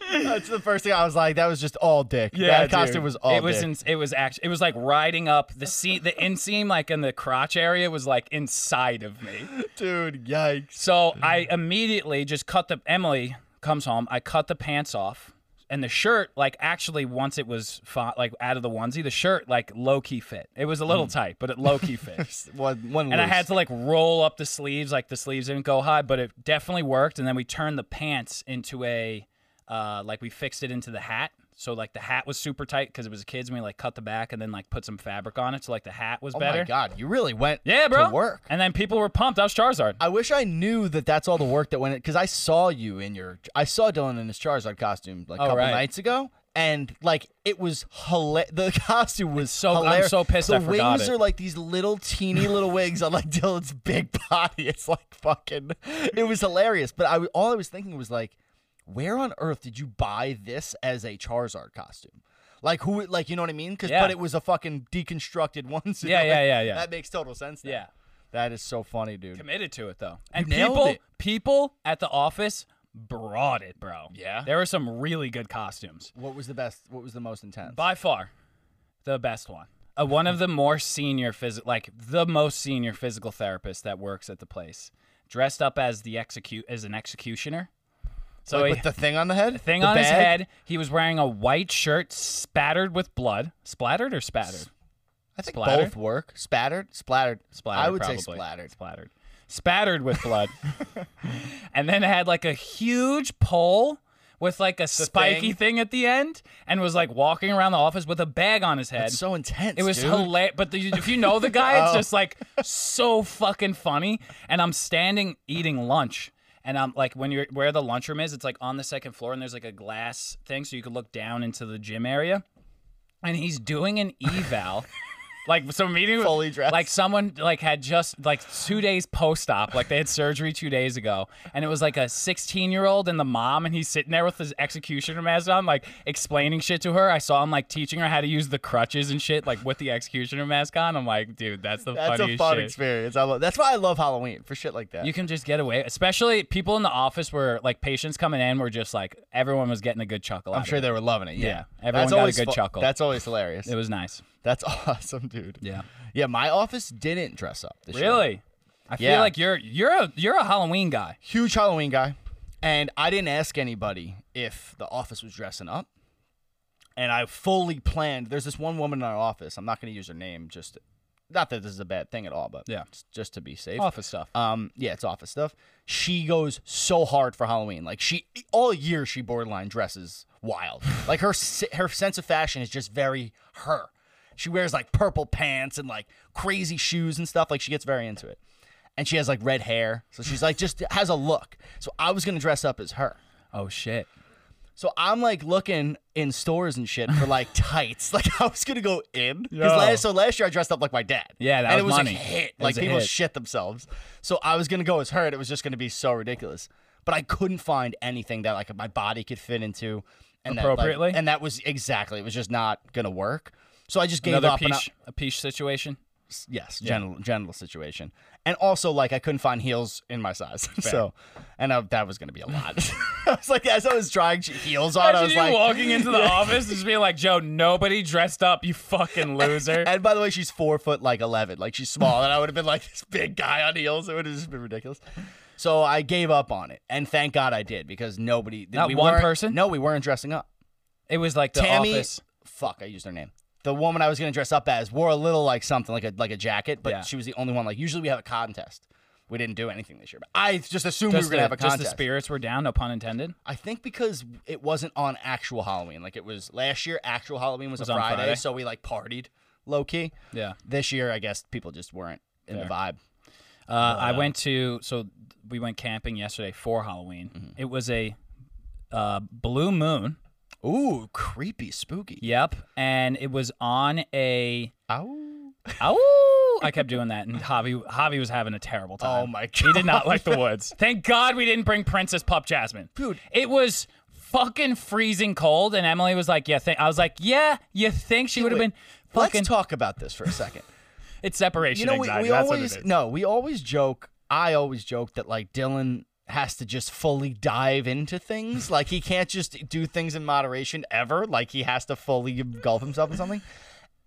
Speaker 4: That's the first thing I was like. That was just all dick.
Speaker 5: Yeah,
Speaker 4: that costume
Speaker 5: dude.
Speaker 4: was all.
Speaker 5: It was
Speaker 4: dick.
Speaker 5: ins- it was actually it was like riding up the seam, the inseam, like in the crotch area, was like inside of me.
Speaker 4: [LAUGHS] dude. Yikes.
Speaker 5: So I immediately just cut the Emily comes home. I cut the pants off and the shirt. Like actually, once it was fi- like out of the onesie, the shirt like low key fit. It was a
Speaker 4: Hmm.
Speaker 5: little tight, but it low key
Speaker 4: [LAUGHS]
Speaker 5: fit.
Speaker 4: One, one
Speaker 5: And I
Speaker 4: loose.
Speaker 5: had to like roll up the sleeves. Like the sleeves didn't go high, but it definitely worked. And then we turned the pants into a uh, like we fixed it into the hat. So like the hat was super tight because it was a kids. And we like cut the back and then like put some fabric on it. So like the hat was
Speaker 4: Oh
Speaker 5: better.
Speaker 4: my god, you really went.
Speaker 5: Yeah, bro.
Speaker 4: To work.
Speaker 5: And then people were pumped. I was Charizard.
Speaker 4: I wish I knew that that's all the work that went in because I saw you in your I saw Dylan in his Charizard costume like a
Speaker 5: Oh,
Speaker 4: couple
Speaker 5: right.
Speaker 4: nights ago. And like it was hilarious. The [LAUGHS] costume was
Speaker 5: so- I'm
Speaker 4: hilarious.
Speaker 5: so pissed
Speaker 4: The
Speaker 5: I forgot
Speaker 4: wings
Speaker 5: it.
Speaker 4: are like these little
Speaker 5: [LAUGHS]
Speaker 4: teeny little wings on like Dylan's big body. [LAUGHS] It's like fucking. It was hilarious. But I all I was thinking was like, where on earth did you buy this as a Charizard costume? Like who? Like you know what I mean? Because
Speaker 5: Yeah.
Speaker 4: but it was a fucking deconstructed [LAUGHS] one. so,
Speaker 5: Yeah,
Speaker 4: like,
Speaker 5: yeah, yeah, yeah.
Speaker 4: That makes total sense. now.
Speaker 5: Yeah.
Speaker 4: That is so funny, dude.
Speaker 5: committed to it though. And
Speaker 4: nailed
Speaker 5: people
Speaker 4: it.
Speaker 5: people at the office brought it, bro.
Speaker 2: Yeah?
Speaker 5: There were some really good costumes.
Speaker 4: What was the best? What was the most intense?
Speaker 5: By far the best one. Uh, one of the more senior phys- like the most senior physical therapist that works at the place dressed up as the execute as an executioner. So
Speaker 4: Like,
Speaker 5: he-
Speaker 4: with the thing on the head?
Speaker 5: thing
Speaker 4: The
Speaker 5: on his
Speaker 4: bag?
Speaker 5: head, he was wearing a white shirt spattered with blood. Splattered or spattered?
Speaker 4: I think
Speaker 5: Splattered?
Speaker 4: both work. Spattered? Splattered.
Speaker 5: Splattered.
Speaker 4: I would
Speaker 5: probably.
Speaker 4: say splattered.
Speaker 5: Splattered. Spattered with
Speaker 4: [LAUGHS]
Speaker 5: blood. and then it had like a huge pole with like a spiky
Speaker 4: thing?
Speaker 5: thing. at the end and was like walking around the office with a bag on his head.
Speaker 4: It's so intense.
Speaker 5: it was
Speaker 4: dude.
Speaker 5: hilarious, but the, if you know the guy, it's just like so fucking funny. And I'm standing eating lunch, and I'm like, when you're where the lunchroom is, it's like on the second floor, and there's like a glass thing so you could look down into the gym area. And he's doing an eval, like so meeting with-
Speaker 4: Fully dressed.
Speaker 5: like someone like had just like two days post op, like they had surgery two days ago, and it was like a 16 year old and the mom, and he's sitting there with his executioner mask on, like explaining shit to her. I saw him like teaching her how to use the crutches and shit, like with the executioner mask on. I'm like, dude, that's the
Speaker 4: That's a
Speaker 5: funniest
Speaker 4: fun
Speaker 5: shit.
Speaker 4: experience. I love, that's why I love Halloween for shit like that.
Speaker 5: You can just get away, especially people in the office were like patients coming in were just like everyone was getting a good chuckle.
Speaker 4: I'm sure they were loving it. Yeah,
Speaker 5: Yeah, everyone
Speaker 4: that's
Speaker 5: got a
Speaker 4: always
Speaker 5: good chuckle.
Speaker 4: That's always hilarious.
Speaker 5: it was nice.
Speaker 4: that's [LAUGHS] awesome, dude.
Speaker 5: Yeah.
Speaker 4: yeah. My office didn't dress up. This year.
Speaker 5: Really, I
Speaker 4: Yeah.
Speaker 5: feel like you're you're a you're a Halloween guy.
Speaker 4: huge Halloween guy, and I didn't ask anybody if the office was dressing up. And I fully planned. There's this one woman in our office. I'm not going to use her name. Just not that this is a bad thing at all, but
Speaker 5: Yeah.
Speaker 4: just, just to be safe.
Speaker 5: Office stuff.
Speaker 4: Um, yeah, it's office stuff. She goes so hard for Halloween. Like she all year, she borderline dresses wild. like her se- her sense of fashion is just very her. She wears like purple pants and like crazy shoes and stuff. Like she gets very into it, and she has like red hair. So she's like just has a look. So I was gonna dress up as her.
Speaker 5: Oh shit.
Speaker 4: So I'm like looking in stores and shit
Speaker 5: [LAUGHS]
Speaker 4: for like tights. [LAUGHS] Like I was gonna go in because
Speaker 5: Yo.
Speaker 4: last so last year I dressed up like my dad.
Speaker 5: Yeah, that
Speaker 4: and
Speaker 5: was
Speaker 4: it was
Speaker 5: money.
Speaker 4: like hit.
Speaker 5: That
Speaker 4: Like
Speaker 5: was a
Speaker 4: people
Speaker 5: hit.
Speaker 4: shit themselves. So I was gonna go as her, and it was just gonna be so ridiculous. But I couldn't find anything that like my body could fit into and that, like-
Speaker 5: Appropriately?
Speaker 4: and that was exactly it was just not gonna work. So I just gave
Speaker 5: Another
Speaker 4: up. and I-
Speaker 5: peach, a peach situation.
Speaker 4: yes, genital genital situation, and also like I couldn't find heels in my size. [LAUGHS] So, and I, that was gonna be a lot. [LAUGHS] I was like, as I was trying heels on, I
Speaker 5: Imagine
Speaker 4: was
Speaker 5: you
Speaker 4: like
Speaker 5: walking into
Speaker 4: [LAUGHS]
Speaker 5: the office and just being like, Joe, nobody dressed up, you
Speaker 4: [LAUGHS]
Speaker 5: fucking loser.
Speaker 4: And by the way, she's four foot like eleven, like she's small, and I would have been like [LAUGHS] this big guy on heels. It would have just been ridiculous. So I gave up on it, and thank God I did because nobody,
Speaker 5: Not
Speaker 4: we
Speaker 5: one
Speaker 4: weren't-
Speaker 5: person?
Speaker 4: No, we weren't dressing up.
Speaker 5: it was like the
Speaker 4: Tammy,
Speaker 5: office.
Speaker 4: fuck, I used her name. The woman I was gonna dress up as wore a little like something, like a like a jacket, but
Speaker 5: Yeah.
Speaker 4: she was the only one. Like usually we have a contest. We didn't do anything this year, but I just assumed we
Speaker 5: Just,
Speaker 4: were
Speaker 5: the,
Speaker 4: gonna have a
Speaker 5: just
Speaker 4: contest.
Speaker 5: the spirits were down, no pun intended.
Speaker 4: I think because it wasn't on actual Halloween. Like it was last year, actual Halloween was,
Speaker 5: Was
Speaker 4: a
Speaker 5: on
Speaker 4: Friday,
Speaker 5: Friday.
Speaker 4: so we like partied low key.
Speaker 5: Yeah.
Speaker 4: This year, I guess people just weren't in the vibe.
Speaker 5: Uh, I went to so we went camping yesterday for Halloween.
Speaker 4: Mm-hmm.
Speaker 5: It was a uh, blue moon.
Speaker 4: Ooh, creepy, spooky.
Speaker 5: Yep, and it was on a
Speaker 4: Ow.
Speaker 5: oh. I kept doing that, and Javi Javi was having a terrible time.
Speaker 4: Oh my
Speaker 5: He did not like the woods. Thank God we didn't bring Princess Pup Jasmine,
Speaker 4: Dude.
Speaker 5: It was fucking freezing cold, and Emily was like, "Yeah." Th-. I was like, "Yeah." You think she would have
Speaker 4: wait.
Speaker 5: been fucking?
Speaker 4: Let's talk about this for
Speaker 5: [LAUGHS]
Speaker 4: a second.
Speaker 5: it's separation
Speaker 4: you know, we,
Speaker 5: anxiety.
Speaker 4: we
Speaker 5: That's
Speaker 4: always
Speaker 5: what it is.
Speaker 4: no, we always joke. I always joke that like Dylan has to just fully dive into
Speaker 5: [LAUGHS]
Speaker 4: things. Like he can't just do things in moderation ever. Like he has to fully engulf himself in something.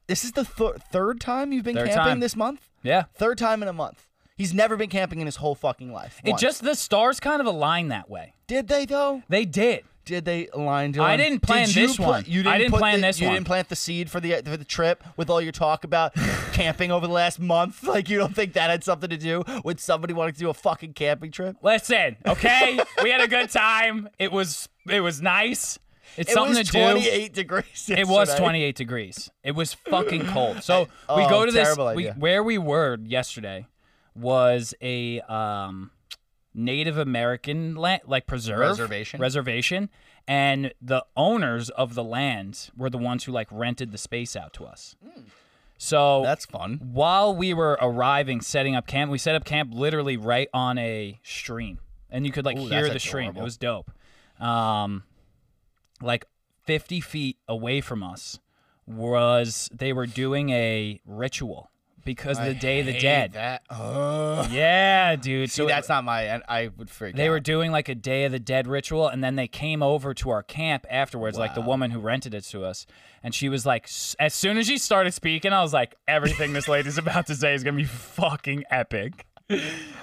Speaker 4: This is the th- third time you've been
Speaker 5: Third
Speaker 4: camping
Speaker 5: time.
Speaker 4: this month.
Speaker 5: Yeah.
Speaker 4: Third time in a month. He's never been camping in his whole fucking life.
Speaker 5: It
Speaker 4: Once.
Speaker 5: just the stars kind of align that way.
Speaker 4: did they though?
Speaker 5: They did.
Speaker 4: Did they align Dylan?
Speaker 5: I didn't plan
Speaker 4: Did you
Speaker 5: this
Speaker 4: pla-
Speaker 5: one.
Speaker 4: You
Speaker 5: I
Speaker 4: didn't
Speaker 5: didn't
Speaker 4: put
Speaker 5: plan
Speaker 4: the-
Speaker 5: this
Speaker 4: you
Speaker 5: one.
Speaker 4: didn't plant the seed for the for the trip with all your
Speaker 5: [LAUGHS]
Speaker 4: talk about camping over the last month. [LAUGHS] Like you don't think that had something to do with somebody wanting to do a fucking camping trip?
Speaker 5: Listen, okay,
Speaker 4: [LAUGHS]
Speaker 5: we had a good time. It was it was nice. It's something
Speaker 4: it was
Speaker 5: to do.
Speaker 4: 28 degrees.
Speaker 5: It was
Speaker 4: yesterday.
Speaker 5: 28 degrees. It was
Speaker 4: [GASPS]
Speaker 5: fucking cold. So
Speaker 4: I-
Speaker 5: we
Speaker 4: oh,
Speaker 5: go to this
Speaker 4: terrible
Speaker 5: we,
Speaker 4: idea.
Speaker 5: where we were yesterday was a um, Native American land like preserve
Speaker 4: Reservation?
Speaker 5: reservation, and the owners of the land were the ones who like rented the space out to us. So
Speaker 4: Hmm. That's fun.
Speaker 5: while we were arriving, setting up camp, we set up camp literally right on a stream, and you could like
Speaker 4: Ooh,
Speaker 5: hear
Speaker 4: that's
Speaker 5: the stream. It
Speaker 4: adorable.
Speaker 5: was dope. Um, like 50 feet away from us was they were doing a ritual because of the Day of the Dead.
Speaker 4: That. Oh.
Speaker 5: Yeah, dude.
Speaker 4: See,
Speaker 5: so it-
Speaker 4: that's not my. and I would freak.
Speaker 5: they
Speaker 4: out.
Speaker 5: were doing like a Day of the Dead ritual, and then they came over to our camp afterwards. Like the woman who rented it to us, and she was like, s- as soon as she started speaking, I was like, everything this lady's [LAUGHS] about to say is gonna be fucking epic.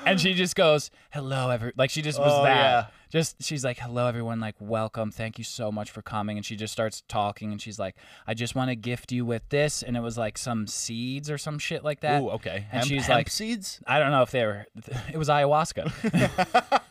Speaker 5: And she just goes, "Hello, every," like she just was
Speaker 4: Oh,
Speaker 5: that.
Speaker 4: yeah.
Speaker 5: Just she's like, "Hello, everyone. Like, welcome. Thank you so much for coming." And she just starts talking, and she's like, "I just want to gift you with this," and it was like some seeds or some shit like that.
Speaker 4: Ooh, okay.
Speaker 5: And
Speaker 4: hemp,
Speaker 5: she's
Speaker 4: hemp
Speaker 5: like,
Speaker 4: seeds.
Speaker 5: I don't know if they were. [LAUGHS] It was
Speaker 4: [LAUGHS]
Speaker 5: ayahuasca.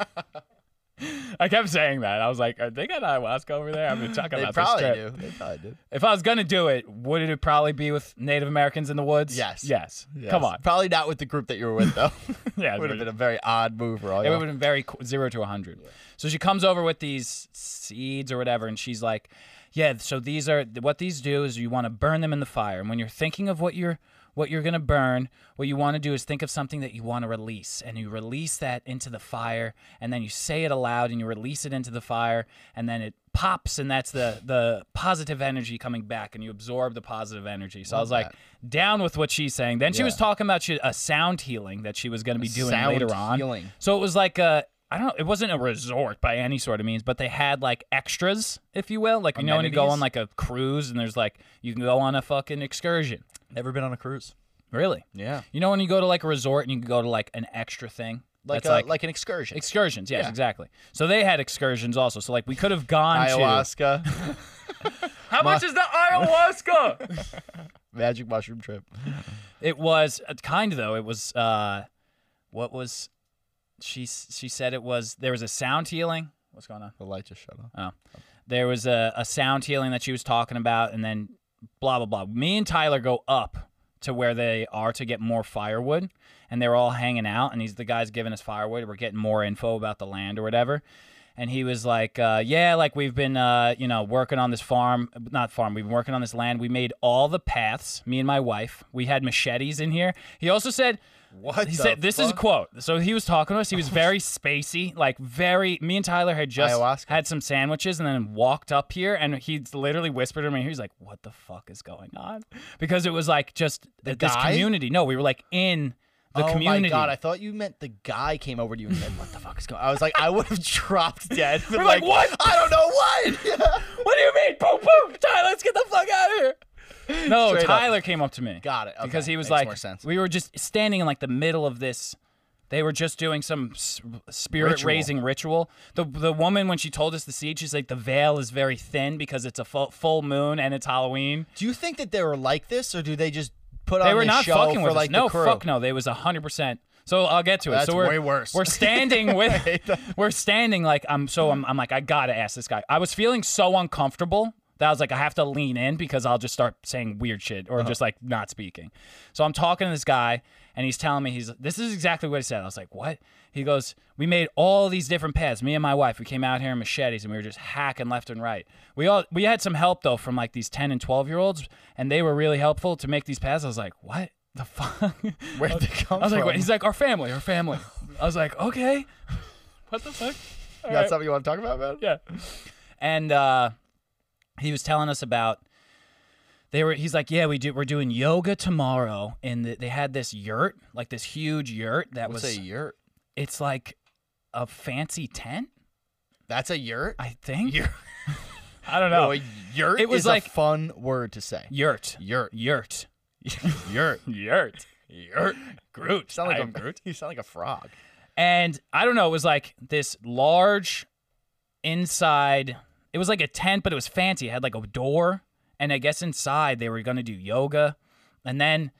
Speaker 5: I kept saying that. I was like, "Are they got ayahuasca over there?"
Speaker 4: [LAUGHS]
Speaker 5: I'm gonna talk
Speaker 4: They
Speaker 5: about
Speaker 4: probably
Speaker 5: this
Speaker 4: do. They probably do.
Speaker 5: If I was gonna do it, would it probably be with Native Americans in the woods?
Speaker 4: Yes.
Speaker 5: Yes. Come
Speaker 4: Yes.
Speaker 5: on.
Speaker 4: Probably not with the group that you were with though.
Speaker 5: [LAUGHS] Yeah.
Speaker 4: it would have been a very odd move for all
Speaker 5: It
Speaker 4: y'all.
Speaker 5: would have been very qu- zero to a 100. So she comes over with these seeds or whatever, and she's like, Yeah, so these are what these do is you want to burn them in the fire. And when you're thinking of what you're what you're gonna burn, what you want to do is think of something that you want to release, and you release that into the fire, and then you say it aloud, and you release it into the fire, and then it pops, and that's the the positive energy coming back, and you absorb the positive energy. So I was like, down with what she's saying. Then she was talking about she, a sound healing that she was gonna be doing
Speaker 4: sound
Speaker 5: later on.
Speaker 4: healing.
Speaker 5: So it was like a I don't know, it wasn't a resort by any sort of means, but they had like extras, if you will. Like you know when you go
Speaker 4: Amenities?
Speaker 5: on like a cruise and there's like you can go on a fucking excursion.
Speaker 4: Never been on a cruise.
Speaker 5: Really?
Speaker 4: Yeah.
Speaker 5: You know when you go to like a resort and you can go to like an extra thing?
Speaker 4: Like
Speaker 5: That's
Speaker 4: a, like, an excursion.
Speaker 5: excursions, yes, exactly. So they had excursions also. So like we could have gone to
Speaker 4: Ayahuasca,
Speaker 5: [LAUGHS] How much is the ayahuasca?
Speaker 4: magic mushroom trip.
Speaker 5: [LAUGHS] it was uh, kind of though, it was uh what was she s- she said it was there was a sound healing. What's going on?
Speaker 4: The light just shut off.
Speaker 5: Oh. There was a, a sound healing that she was talking about, and then blah, blah, blah. Me and Tyler go up to where they are to get more firewood, and they're all hanging out, and he's the guy's giving us firewood. We're getting more info about the land or whatever. And he was like, uh, yeah, like we've been, uh, you know, working on this farm, not farm, we've been working on this land. We made all the paths, me and my wife. We had machetes in here. He also said,
Speaker 4: What
Speaker 5: he
Speaker 4: the
Speaker 5: said, this is a
Speaker 4: fuck?
Speaker 5: quote. So he was talking to us. He was very spacey, like very. Me and Tyler had just
Speaker 4: Ayahuasca.
Speaker 5: had some sandwiches and then walked up here, and he literally whispered to me. He was like, "What the fuck is going on?" Because it was like just th- this
Speaker 4: guy?
Speaker 5: community. No, we were like in the
Speaker 4: oh
Speaker 5: community.
Speaker 4: my god! I thought you meant the guy came over to you and said, "What the fuck is going?" on? I was like, I would have [LAUGHS] dropped dead. been
Speaker 5: We're like, "What?"
Speaker 4: I don't
Speaker 5: [LAUGHS]
Speaker 4: know what.
Speaker 5: what do you mean? Boom, boom, Tyler, let's get the fuck out of here. No,
Speaker 4: Straight up.
Speaker 5: Tyler came up to me.
Speaker 4: Got it. Okay.
Speaker 5: Because he was
Speaker 4: Makes
Speaker 5: like,
Speaker 4: more sense.
Speaker 5: we were just standing in like the middle of this. They were just doing some s- spirit raising ritual. The the woman when she told us the seed, she's like, the veil is very thin because it's a full, full moon and it's Halloween.
Speaker 4: Do you think that they were like this, or do they just put
Speaker 5: They
Speaker 4: on
Speaker 5: were
Speaker 4: this
Speaker 5: not
Speaker 4: show
Speaker 5: fucking
Speaker 4: for
Speaker 5: with
Speaker 4: like
Speaker 5: us. No,
Speaker 4: the crew?
Speaker 5: fuck no. They was hundred percent. So I'll get to it.
Speaker 4: That's
Speaker 5: so we're,
Speaker 4: way worse.
Speaker 5: We're standing with, we're standing like I'm. So I'm, I'm like I gotta ask this guy. I was feeling so uncomfortable that I was like I have to lean in because I'll just start saying weird shit or just like not speaking. So I'm talking to this guy and he's telling me he's this is exactly what he said. I was like, what? He goes, we made all these different paths. Me and my wife, we came out here in machetes and we were just hacking left and right. We all we had some help though from like these ten and twelve year olds, and they were really helpful to make these paths. I was like, what? The [LAUGHS] fuck? Where'd
Speaker 4: they come
Speaker 5: I was like,
Speaker 4: from?
Speaker 5: wait. he's like, our family, our family. I was like, okay. What the fuck?
Speaker 4: You got something you want to talk about, man?
Speaker 5: yeah. And uh, he was telling us about they were. He's like, yeah, we do. We're doing yoga tomorrow, and the, they had this yurt, like this huge yurt that
Speaker 4: What's
Speaker 5: was.
Speaker 4: a yurt?
Speaker 5: It's like a fancy tent,
Speaker 4: That's a yurt.
Speaker 5: I think. [LAUGHS] I don't know.
Speaker 4: No, a yurt
Speaker 5: It was
Speaker 4: is
Speaker 5: like-
Speaker 4: a fun word to say.
Speaker 5: yurt.
Speaker 4: Yurt.
Speaker 5: Yurt.
Speaker 4: Yurt.
Speaker 5: Yurt. Yurt. Groot.
Speaker 4: You sound like
Speaker 5: I
Speaker 4: a
Speaker 5: am Groot.
Speaker 4: You sound like a frog.
Speaker 5: And I don't know, it was like this large inside. It was like a tent, but it was fancy. It had like a door. And I guess inside they were going to do yoga. And then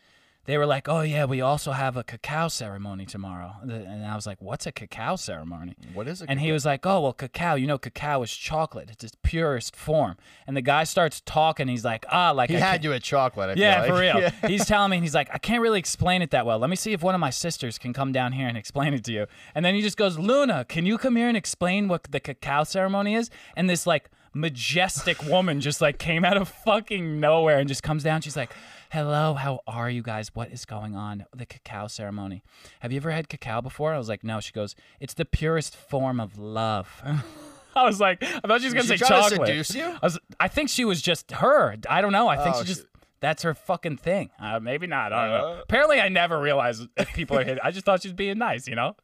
Speaker 5: they were like, oh, yeah, we also have a cacao ceremony tomorrow. And I was like, what's a cacao ceremony?
Speaker 4: What is it?
Speaker 5: And he was like, "Oh well, cacao. You know, cacao is chocolate. It's its purest form." And the guy starts talking. He's like, "Ah, like
Speaker 4: he
Speaker 5: I can't-
Speaker 4: had you at chocolate. I feel
Speaker 5: yeah, for
Speaker 4: like. [LAUGHS]
Speaker 5: real. He's telling me, and he's like, I can't really explain it that well. Let me see if one of my sisters can come down here and explain it to you. And then he just goes, Luna, can you come here and explain what the cacao ceremony is? And this like majestic woman just like came out of fucking nowhere and just comes down. She's like, Hello, how are you guys? What is going on? The cacao ceremony. Have you ever had cacao before? I was like, No. She goes, It's the purest form of love. [LAUGHS] I was like, I thought she was gonna say
Speaker 4: she trying to
Speaker 5: chocolate.
Speaker 4: seduce you?
Speaker 5: I, was, I think she was just her. I don't know. I think
Speaker 4: Oh,
Speaker 5: she just
Speaker 4: she-
Speaker 5: that's her fucking thing. Uh, maybe not. I don't know. Apparently, I never realized if people are hit. I just thought she was being nice, you know.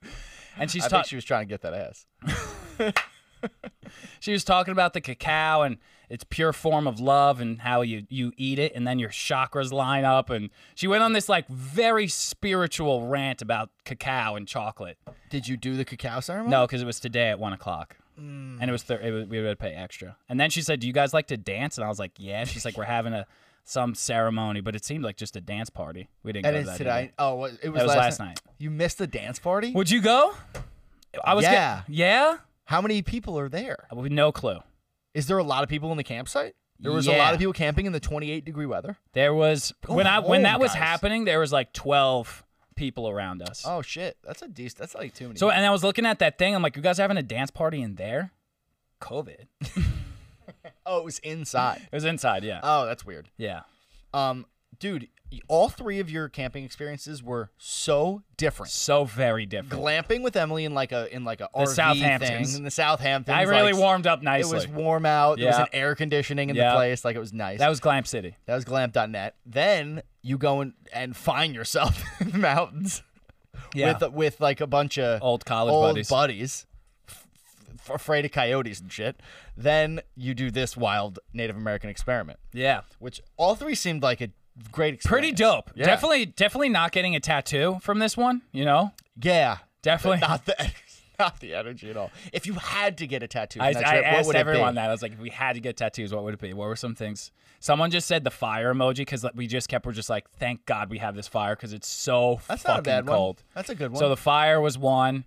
Speaker 5: And she's
Speaker 4: I
Speaker 5: talking.
Speaker 4: think she was trying to get that ass.
Speaker 5: she was talking about the cacao and its pure form of love and how you you eat it and then your chakras line up and she went on this like very spiritual rant about cacao and chocolate.
Speaker 4: Did you do the cacao ceremony?
Speaker 5: No, because it was today at one o'clock.
Speaker 4: Mm.
Speaker 5: And it was, thir- it was we would pay extra. And then she said, "Do you guys like to dance?" And I was like, "Yeah." She's like, "We're having a some ceremony, but it seemed like just a dance party. We didn't
Speaker 4: And
Speaker 5: go
Speaker 4: it's
Speaker 5: to that
Speaker 4: today.
Speaker 5: either.
Speaker 4: Oh, what- it was,
Speaker 5: That was last night.
Speaker 4: You missed the dance party.
Speaker 5: Would you go? I was.
Speaker 4: Yeah.
Speaker 5: Get- yeah.
Speaker 4: How many people are there?
Speaker 5: With no clue.
Speaker 4: Is there a lot of people in the campsite? There was a
Speaker 5: Yeah.
Speaker 4: lot of people camping in the 28 degree weather.
Speaker 5: There was when I when
Speaker 4: home,
Speaker 5: that was
Speaker 4: guys.
Speaker 5: happening, there was like twelve people around us.
Speaker 4: Oh shit, that's a decent. That's like too many.
Speaker 5: So and I was looking at that thing. I'm like, "You guys having a dance party in there?" COVID. It
Speaker 4: oh, it was inside.
Speaker 5: was inside. Yeah.
Speaker 4: Oh, that's weird.
Speaker 5: yeah.
Speaker 4: Um, dude, all three of your camping experiences were so different.
Speaker 5: So very different.
Speaker 4: Glamping with Emily in like a in like a RV
Speaker 5: Southamptons.
Speaker 4: thing in the Southampton.
Speaker 5: I really
Speaker 4: like,
Speaker 5: warmed up
Speaker 4: It
Speaker 5: nicely.
Speaker 4: was warm out. There was
Speaker 5: Yeah.
Speaker 4: an air conditioning in
Speaker 5: Yeah.
Speaker 4: the place. Like it was nice.
Speaker 5: that was Glam City.
Speaker 4: That was glamp.net. Then you go and, and find yourself [LAUGHS] in the mountains
Speaker 5: Yeah.
Speaker 4: with with like a bunch of
Speaker 5: Old college
Speaker 4: old
Speaker 5: buddies.
Speaker 4: f- f- afraid of coyotes and shit. Then you do this wild Native American experiment,
Speaker 5: yeah.
Speaker 4: which all three seemed like a great experience.
Speaker 5: Pretty dope.
Speaker 4: Yeah.
Speaker 5: Definitely definitely not getting a tattoo from this one, you know?
Speaker 4: Yeah,
Speaker 5: Definitely.
Speaker 4: [LAUGHS] not the not the energy at all. If you had to get a
Speaker 5: [LAUGHS]
Speaker 4: tattoo,
Speaker 5: I,
Speaker 4: from that
Speaker 5: I
Speaker 4: trip, what
Speaker 5: asked
Speaker 4: would it
Speaker 5: everyone
Speaker 4: be?
Speaker 5: that. I was like, if we had to get tattoos, what would it be? What were some things? Someone just said the fire emoji because we just kept, we're just like, thank God we have this fire because it's so
Speaker 4: That's
Speaker 5: fucking
Speaker 4: not a bad
Speaker 5: cold.
Speaker 4: one. That's a good one.
Speaker 5: So the fire was one.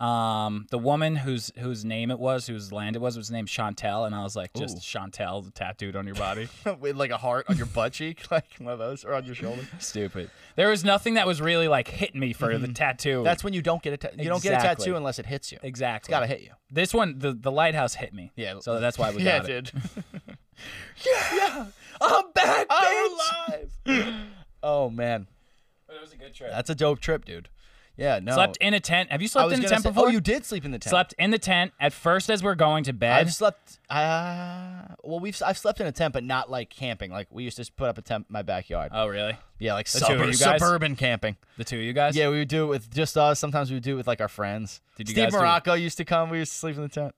Speaker 5: Um, the woman whose whose name it was, whose land it was, was named Chantel, and I was like, just Chantel tattooed on your
Speaker 4: [LAUGHS]
Speaker 5: body.
Speaker 4: [LAUGHS] with like a heart on your butt cheek, [LAUGHS] like one of those, or on
Speaker 5: [LAUGHS]
Speaker 4: your shoulder.
Speaker 5: Stupid. There was nothing that was really like hitting me for
Speaker 4: [LAUGHS]
Speaker 5: the tattoo.
Speaker 4: That's when you don't get a ta- you don't get a
Speaker 5: Exactly.
Speaker 4: tattoo unless it hits you.
Speaker 5: exactly.
Speaker 4: It's gotta hit you.
Speaker 5: This one, the, the lighthouse hit me.
Speaker 4: Yeah.
Speaker 5: So that's why we
Speaker 4: [LAUGHS] yeah,
Speaker 5: got it.
Speaker 4: dude.
Speaker 5: [LAUGHS]
Speaker 4: [LAUGHS]
Speaker 5: I'm back,
Speaker 4: I'm alive. [LAUGHS] oh man,
Speaker 5: But it was a good trip.
Speaker 4: that's a dope trip, dude. Yeah, no.
Speaker 5: Slept in a tent. Have you
Speaker 4: I
Speaker 5: slept
Speaker 4: was
Speaker 5: in a
Speaker 4: gonna
Speaker 5: tent
Speaker 4: say-
Speaker 5: before?
Speaker 4: Oh, you did sleep in the
Speaker 5: [LAUGHS]
Speaker 4: tent.
Speaker 5: Slept in the tent at first as we're going to bed.
Speaker 4: I've slept. Uh, well, we've I've slept in a tent, but not like camping. Like we used to just put up a tent in my backyard.
Speaker 5: oh, really?
Speaker 4: yeah, like
Speaker 5: two of
Speaker 4: suburb,
Speaker 5: you guys?
Speaker 4: suburban camping.
Speaker 5: The two of you guys?
Speaker 4: Yeah, we would do it with just us. Sometimes we would do it with like our friends.
Speaker 5: Did you
Speaker 4: Steve
Speaker 5: guys do-
Speaker 4: Morocco used to come. We used to sleep in the tent.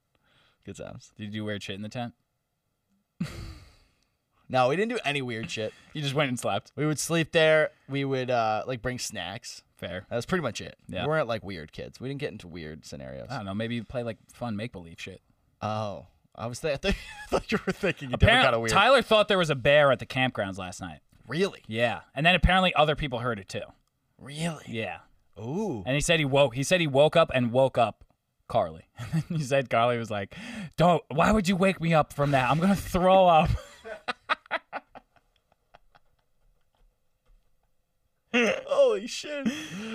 Speaker 4: Good times.
Speaker 5: Did you do weird shit in the tent?
Speaker 4: No, we didn't do any weird shit.
Speaker 5: You just went and slept.
Speaker 4: We would sleep there. We would uh, like bring snacks.
Speaker 5: Fair.
Speaker 4: That was pretty much it.
Speaker 5: Yeah.
Speaker 4: We weren't like weird kids. We didn't get into weird scenarios.
Speaker 5: I don't know. Maybe you play like fun make believe shit.
Speaker 4: Oh, I was th- [LAUGHS] I thought I thought you were thinking you never
Speaker 5: Apparently,
Speaker 4: got a weird.
Speaker 5: Tyler thought there was a bear at the campgrounds last night.
Speaker 4: really,
Speaker 5: Yeah. And then apparently other people heard it too.
Speaker 4: really.
Speaker 5: Yeah.
Speaker 4: Ooh,
Speaker 5: And he said he woke. He said he woke up and woke up Carly. [LAUGHS] And then he said Carly was like, "Don't. Why would you wake me up from that? I'm gonna throw up."
Speaker 4: Holy shit.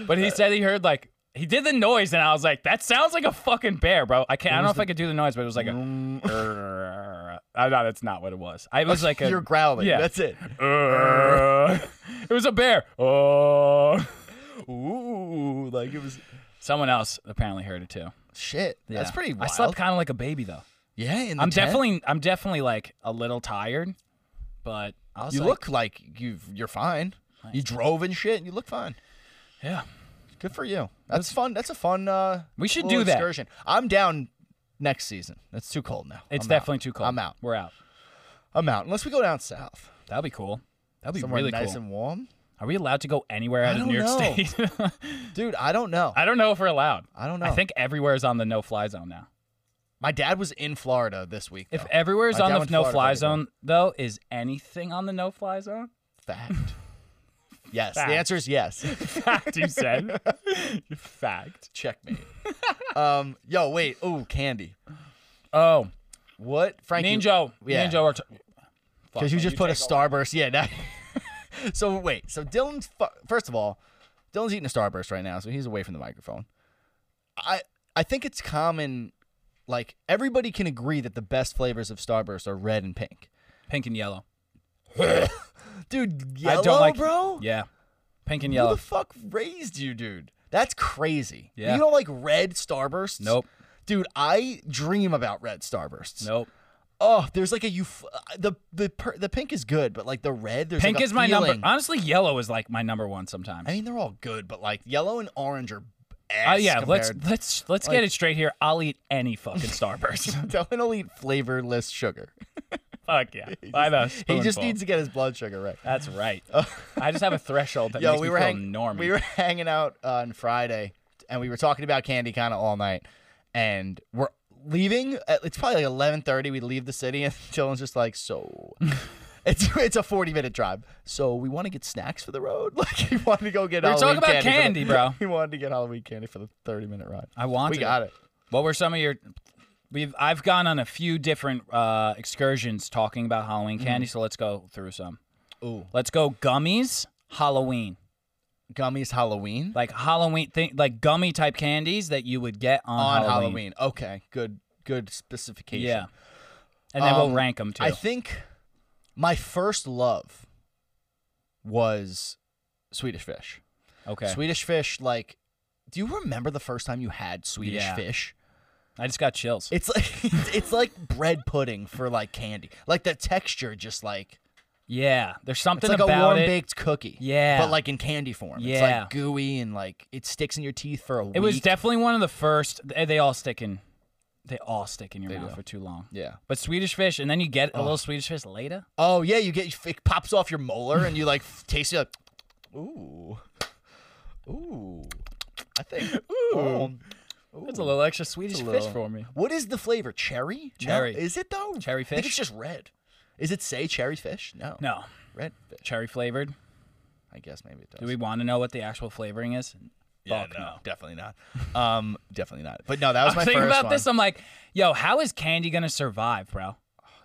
Speaker 5: But he said he heard like he did the noise, and I was like, "That sounds like a fucking bear, bro." I can't. I don't know if I could do the noise, but it was like a.
Speaker 4: Mm.
Speaker 5: I know that's not what it was. I it was like a.
Speaker 4: [LAUGHS] You're growling.
Speaker 5: Yeah.
Speaker 4: That's it.
Speaker 5: [LAUGHS] it was a bear. Oh.
Speaker 4: Ooh, like it was
Speaker 5: Someone else apparently heard it too.
Speaker 4: shit. That's
Speaker 5: Yeah.
Speaker 4: pretty wild.
Speaker 5: I slept kind of like a baby though.
Speaker 4: yeah, in the
Speaker 5: I'm
Speaker 4: tent?
Speaker 5: definitely, I'm definitely like a little tired, but I was
Speaker 4: You
Speaker 5: like,
Speaker 4: look like you've you're fine. You drove and shit, and you look fine.
Speaker 5: yeah.
Speaker 4: Good for you. That's fun. That's a fun. uh
Speaker 5: We should
Speaker 4: little
Speaker 5: do that.
Speaker 4: excursion. I'm down next season. That's too cold now.
Speaker 5: It's
Speaker 4: I'm out.
Speaker 5: definitely too cold.
Speaker 4: I'm out.
Speaker 5: We're out.
Speaker 4: I'm out. Unless we go down south,
Speaker 5: That'd be cool. That'd be
Speaker 4: somewhere
Speaker 5: really
Speaker 4: nice
Speaker 5: cool.
Speaker 4: and warm.
Speaker 5: Are we allowed to go anywhere out
Speaker 4: I
Speaker 5: of
Speaker 4: don't
Speaker 5: New York
Speaker 4: know.
Speaker 5: State? [LAUGHS]
Speaker 4: Dude, I don't know.
Speaker 5: I don't know if we're allowed.
Speaker 4: I don't
Speaker 5: I
Speaker 4: know.
Speaker 5: think everywhere is on the no fly zone now.
Speaker 4: My dad was in Florida this week.
Speaker 5: If
Speaker 4: though.
Speaker 5: everywhere is
Speaker 4: My
Speaker 5: on
Speaker 4: dad
Speaker 5: the
Speaker 4: went to
Speaker 5: no
Speaker 4: Florida
Speaker 5: fly
Speaker 4: for everything.
Speaker 5: zone, though, is anything on the no fly
Speaker 4: [LAUGHS]
Speaker 5: zone? [LAUGHS]
Speaker 4: fact. Yes,
Speaker 5: Fact.
Speaker 4: the answer is
Speaker 5: [LAUGHS]
Speaker 4: yes.
Speaker 5: Fact, you
Speaker 4: [LAUGHS]
Speaker 5: said. Fact.
Speaker 4: Checkmate. um, yo, wait. Ooh, candy.
Speaker 5: Oh,
Speaker 4: What, Frankie?
Speaker 5: Ninjo.
Speaker 4: yeah.
Speaker 5: Ninjo. Are t-
Speaker 4: Because you just put a starburst. Yeah. now- [LAUGHS] so wait. So Dylan's fu- first of all, Dylan's eating a starburst right now, so he's away from the microphone. I I think it's common, like everybody can agree that the best flavors of starburst are red
Speaker 5: [LAUGHS]
Speaker 4: and pink.
Speaker 5: pink and yellow.
Speaker 4: Dude, yellow,
Speaker 5: I don't like
Speaker 4: bro.
Speaker 5: Yeah. Pink and
Speaker 4: Who
Speaker 5: yellow.
Speaker 4: the fuck raised you, dude? That's crazy.
Speaker 5: Yeah.
Speaker 4: You don't like red starbursts?
Speaker 5: Nope.
Speaker 4: Dude, I dream about red starbursts.
Speaker 5: Nope.
Speaker 4: Oh, there's like a euph- the the per- the pink is good, but like the red, there's
Speaker 5: Pink
Speaker 4: like a
Speaker 5: is my
Speaker 4: feeling.
Speaker 5: number. Honestly, yellow is like my number one sometimes.
Speaker 4: I mean, they're all good, but like yellow and orange are.
Speaker 5: Oh
Speaker 4: Ass
Speaker 5: yeah, let's
Speaker 4: compared-
Speaker 5: let's let's
Speaker 4: like-
Speaker 5: get it straight here. I'll eat any fucking
Speaker 4: [LAUGHS]
Speaker 5: Starburst. [LAUGHS]
Speaker 4: Dylan will eat flavorless sugar.
Speaker 5: Fuck yeah, by the
Speaker 4: He just
Speaker 5: spoonful.
Speaker 4: needs to get his blood sugar right.
Speaker 5: That's
Speaker 4: [LAUGHS]
Speaker 5: right. I just have a threshold that
Speaker 4: Yo,
Speaker 5: makes
Speaker 4: we
Speaker 5: me
Speaker 4: were
Speaker 5: feel
Speaker 4: hang-
Speaker 5: normy.
Speaker 4: we were [LAUGHS] hanging out on Friday, and we were talking about candy kind of all night, and we're leaving. At, it's probably like eleven thirty. We leave the city, [LAUGHS] and Dylan's just
Speaker 5: [LAUGHS]
Speaker 4: like, so. It's, it's a 40 minute drive. So we want to get snacks for the road. [LAUGHS] Like, he wanted to go get
Speaker 5: We were
Speaker 4: Halloween
Speaker 5: talking about
Speaker 4: for the-
Speaker 5: candy, bro.
Speaker 4: [LAUGHS] He wanted to get Halloween candy for the 30 minute ride.
Speaker 5: I wanted.
Speaker 4: We got it.
Speaker 5: What were some of your? We've I've gone on a few different uh, excursions talking about Halloween candy. So let's go through some.
Speaker 4: Mm-hmm. Ooh.
Speaker 5: Let's go gummies Halloween,
Speaker 4: Gummies Halloween?
Speaker 5: like Halloween thing, like gummy type candies that you would get on,
Speaker 4: on Halloween. Okay, good, good specification.
Speaker 5: Yeah, and then
Speaker 4: Um,
Speaker 5: we'll rank them too.
Speaker 4: I think my first love was Swedish fish.
Speaker 5: okay,
Speaker 4: Swedish fish, like, do you remember the first time you had Swedish
Speaker 5: Yeah.
Speaker 4: fish?
Speaker 5: I just got chills.
Speaker 4: It's like [LAUGHS] it's like bread pudding for like candy. Like the texture, just like
Speaker 5: yeah, there's
Speaker 4: it's
Speaker 5: something
Speaker 4: like a
Speaker 5: about
Speaker 4: warm
Speaker 5: it.
Speaker 4: baked cookie.
Speaker 5: Yeah.
Speaker 4: but like in candy form. it's
Speaker 5: Yeah.
Speaker 4: like gooey and like it sticks in your teeth for a week.
Speaker 5: It was definitely one of the first. eh, They, they all stick in. They all stick in your mouth for too long.
Speaker 4: yeah.
Speaker 5: But Swedish fish, and then you get a little Swedish fish later.
Speaker 4: Oh yeah, you get it pops off your molar and you like f- taste it like, ooh, ooh. I think ooh.
Speaker 5: That's a little extra Swedish fish for me.
Speaker 4: What is the flavor? Cherry? No.
Speaker 5: Cherry.
Speaker 4: Is it though?
Speaker 5: Cherry
Speaker 4: I think it's
Speaker 5: fish?
Speaker 4: just red. Is it say cherry fish? No.
Speaker 5: No,
Speaker 4: Red fish.
Speaker 5: cherry flavored.
Speaker 4: I guess maybe it does.
Speaker 5: Do we want to know what the actual flavoring is?
Speaker 4: yeah,
Speaker 5: Fuck
Speaker 4: no,
Speaker 5: [LAUGHS]
Speaker 4: Definitely not. Um, definitely not. But no, that was
Speaker 5: I'm
Speaker 4: my
Speaker 5: thinking
Speaker 4: first
Speaker 5: about
Speaker 4: one.
Speaker 5: this. I'm like, yo, how is candy gonna survive, bro?